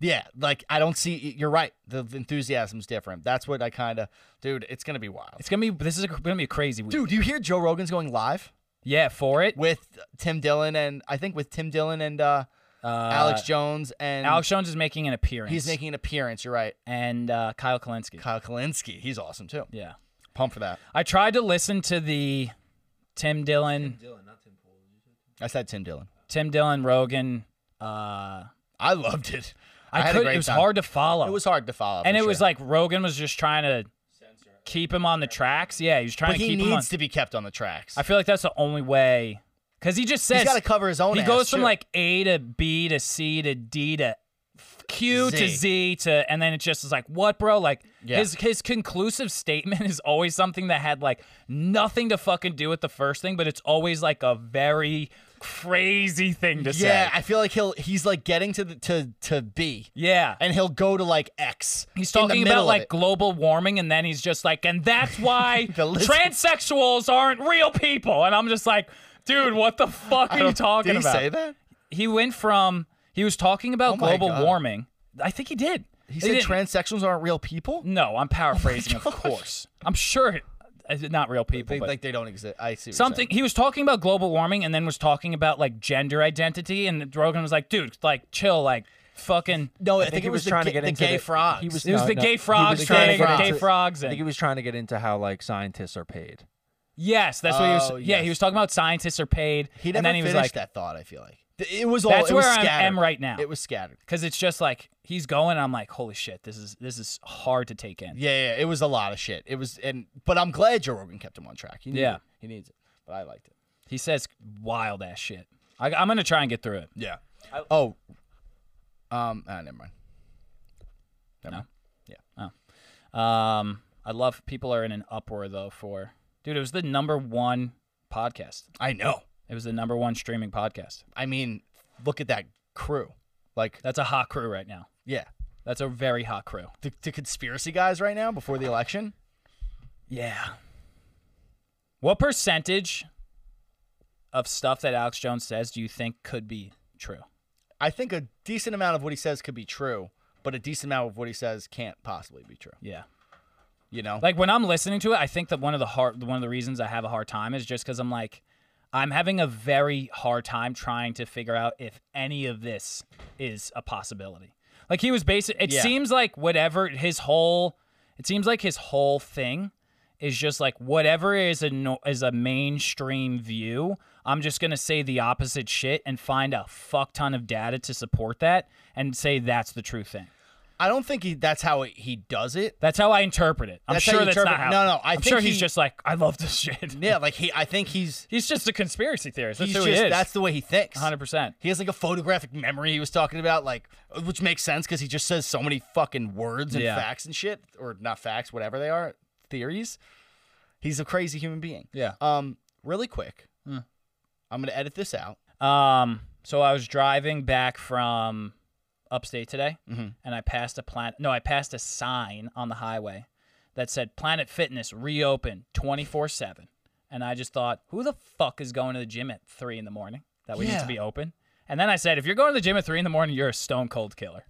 Speaker 4: yeah, like I don't see. You're right. The enthusiasm's different. That's what I kind of, dude. It's gonna be wild.
Speaker 5: It's gonna be. This is a, gonna be a crazy week.
Speaker 4: Dude, you hear Joe Rogan's going live
Speaker 5: Yeah, for it.
Speaker 4: with Tim Dillon and I think with Tim Dillon and uh, Alex Jones and
Speaker 5: Alex Jones is making an appearance.
Speaker 4: He's making an appearance. You're right.
Speaker 5: and uh, Kyle Kalinske.
Speaker 4: Kyle Kalinske, he's awesome too.
Speaker 5: yeah,
Speaker 4: Pumped for that.
Speaker 5: I tried to listen to the Tim Dillon, Tim,
Speaker 4: I said Tim Dillon.
Speaker 5: Dillon Rogan. Uh,
Speaker 4: I loved it. I,
Speaker 5: I
Speaker 4: had
Speaker 5: could.
Speaker 4: A great
Speaker 5: It was
Speaker 4: time.
Speaker 5: hard to follow.
Speaker 4: It was hard to follow.
Speaker 5: and
Speaker 4: for
Speaker 5: it was
Speaker 4: sure.
Speaker 5: like Rogan was just trying to keep him on the tracks. Yeah, he was trying
Speaker 4: but
Speaker 5: to
Speaker 4: he
Speaker 5: keep
Speaker 4: needs
Speaker 5: him on.
Speaker 4: to be kept on the tracks.
Speaker 5: I feel like that's the only way, because he just says
Speaker 4: He's got to cover his own.
Speaker 5: He
Speaker 4: ass,
Speaker 5: goes from
Speaker 4: too.
Speaker 5: like A to B to C to D to f- Q to
Speaker 4: Z.
Speaker 5: Z to, and then it just is like, what, bro? Like
Speaker 4: Yeah.
Speaker 5: his his conclusive statement [LAUGHS] is always something that had like nothing to fucking do with the first thing, but it's always like a very crazy thing to
Speaker 4: yeah.
Speaker 5: say.
Speaker 4: I feel like he'll he's like getting to the to to B,
Speaker 5: Yeah.
Speaker 4: and he'll go to like X.
Speaker 5: He's
Speaker 4: in the
Speaker 5: talking
Speaker 4: middle
Speaker 5: about
Speaker 4: of
Speaker 5: like
Speaker 4: it.
Speaker 5: global warming, and then he's just like, and that's why
Speaker 4: [LAUGHS] The list-
Speaker 5: transsexuals aren't real people. And I'm just like, dude, what the fuck are you talking
Speaker 4: Did he
Speaker 5: about?
Speaker 4: say that?
Speaker 5: he went from he was talking about
Speaker 4: Oh my
Speaker 5: global
Speaker 4: God.
Speaker 5: warming. I think he did. They
Speaker 4: He said Oh
Speaker 5: didn't-
Speaker 4: transsexuals aren't real people.
Speaker 5: No, I'm paraphrasing, of course. I'm sure uh, not real people.
Speaker 4: They,
Speaker 5: but
Speaker 4: like they don't exist. I see what you're
Speaker 5: something
Speaker 4: saying.
Speaker 5: he was talking about global warming and then was talking about like gender identity and Rogan was like, dude, like chill, like fucking
Speaker 4: No, I,
Speaker 6: I
Speaker 4: think, it
Speaker 6: think he
Speaker 4: was,
Speaker 6: was
Speaker 4: the
Speaker 6: trying to
Speaker 4: ga-
Speaker 6: get
Speaker 4: the
Speaker 6: into
Speaker 4: gay
Speaker 6: the-
Speaker 4: frogs.
Speaker 6: He was,
Speaker 5: It was
Speaker 6: no,
Speaker 5: the
Speaker 6: no,
Speaker 5: gay
Speaker 6: he was
Speaker 5: frogs
Speaker 6: trying
Speaker 4: thing,
Speaker 6: to get
Speaker 4: gay
Speaker 6: into-
Speaker 5: frogs
Speaker 6: I think
Speaker 5: and-
Speaker 6: he was trying to get into how like scientists are paid.
Speaker 5: yes, that's what he was.
Speaker 4: Oh,
Speaker 5: Yeah, he
Speaker 4: yes.
Speaker 5: was talking about scientists are paid.
Speaker 4: He never
Speaker 5: and then he was
Speaker 4: finished
Speaker 5: like,
Speaker 4: that thought. I feel like Th- it was all.
Speaker 5: That's
Speaker 4: it was
Speaker 5: where I'm- am
Speaker 4: scattered.
Speaker 5: right now.
Speaker 4: It was scattered.
Speaker 5: because it's just like he's going. And I'm like, holy shit, this is this is hard to take in.
Speaker 4: Yeah, yeah, it was a lot of shit. It was, and but I'm glad Joe Rogan kept him on track. He needed
Speaker 5: Yeah.
Speaker 4: it. he needs it. But I liked it.
Speaker 5: He says wild ass shit. I, I'm gonna try and get through it.
Speaker 4: Yeah. oh. Um. Ah, never mind. Never mind.
Speaker 5: Um, I love people are in an uproar though for dude. It was the number one podcast.
Speaker 4: I know.
Speaker 5: It was the number one streaming podcast.
Speaker 4: I mean, look at that crew. Like,
Speaker 5: That's a hot crew right now.
Speaker 4: yeah,
Speaker 5: That's a very hot crew.
Speaker 4: the, the conspiracy guys right now before the election.
Speaker 5: Yeah. What percentage of stuff that Alex Jones says do you think could be true?
Speaker 4: I think a decent amount of what he says could be true, but a decent amount of what he says can't possibly be true.
Speaker 5: Yeah.
Speaker 4: You know,
Speaker 5: Like when I'm listening to it, I think that one of the hard one of the reasons I have a hard time is just cuz I'm like I'm having a very hard time trying to figure out if any of this is a possibility. Like he was basic it
Speaker 4: Yeah.
Speaker 5: seems like whatever his whole it seems like his whole thing is just like whatever is a no, is a mainstream view. I'm just gonna say the opposite shit and find a fuck ton of data to support that and say that's the true thing.
Speaker 4: I don't think he, that's how he- he does it.
Speaker 5: That's how I interpret it. I'm
Speaker 4: That's how
Speaker 5: sure
Speaker 4: you
Speaker 5: that's
Speaker 4: interpret-
Speaker 5: not how.
Speaker 4: No, no, I
Speaker 5: am
Speaker 4: think
Speaker 5: sure he's
Speaker 4: he-
Speaker 5: just like I love this shit.
Speaker 4: Yeah, like he, I think he's
Speaker 5: [LAUGHS] he's just a conspiracy theorist. That's
Speaker 4: he's
Speaker 5: who
Speaker 4: just
Speaker 5: he is.
Speaker 4: that's the way he thinks.
Speaker 5: 100. percent
Speaker 4: He has like a photographic memory he was talking about, like which makes sense because he just says so many fucking words and
Speaker 5: Yeah.
Speaker 4: facts and shit, or not facts, whatever they are, theories. He's a crazy human being.
Speaker 5: Yeah.
Speaker 4: Um, really quick, I'm gonna edit this out.
Speaker 5: Um. So I was driving back from upstate today,
Speaker 4: Mm-hmm.
Speaker 5: and I passed a plant. No, I passed a sign on the highway that said Planet Fitness reopened 24 seven. And I just thought, who the fuck is going to the gym at three in the morning that we need
Speaker 4: Yeah.
Speaker 5: to be open? And then I said, if you're going to the gym at three in the morning, you're a stone cold killer.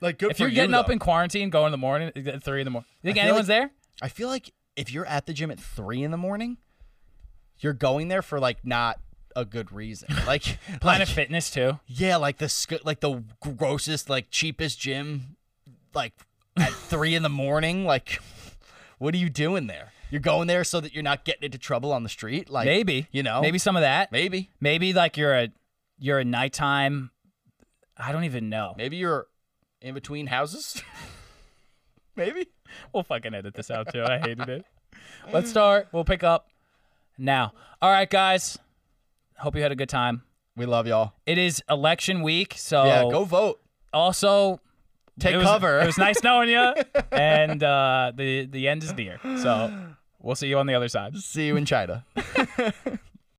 Speaker 4: Like, good
Speaker 5: If you're getting up in quarantine, going in the morning at three in the morning, you think
Speaker 4: I feel
Speaker 5: anyone's
Speaker 4: like-
Speaker 5: there?
Speaker 4: I feel like if you're at the gym at three in the morning, you're going there for like not a good reason. [LAUGHS] Like
Speaker 5: Planet
Speaker 4: like,
Speaker 5: Fitness too.
Speaker 4: Yeah, like the sc- like the grossest, like cheapest gym, like
Speaker 5: [LAUGHS]
Speaker 4: at three in the morning. Like, what are you doing there? You're going there so that you're not getting into trouble on the street. Like
Speaker 5: Maybe
Speaker 4: you know,
Speaker 5: maybe some of that.
Speaker 4: maybe,
Speaker 5: Maybe like you're a you're a nighttime. I don't even know.
Speaker 4: maybe you're in
Speaker 5: [LAUGHS]
Speaker 4: between houses. maybe.
Speaker 5: We'll fucking edit this out too. I hated
Speaker 4: [LAUGHS]
Speaker 5: it. Let's start. We'll pick up now. All right, guys. Hope you had a good time.
Speaker 4: We love y'all.
Speaker 5: It is election week, so
Speaker 4: Yeah, go vote.
Speaker 5: also
Speaker 4: Take
Speaker 5: Oh. it was,
Speaker 4: cover.
Speaker 5: It
Speaker 4: [LAUGHS]
Speaker 5: was nice knowing you, and uh, the the end is near. So we'll see you on the other side.
Speaker 4: See you in China.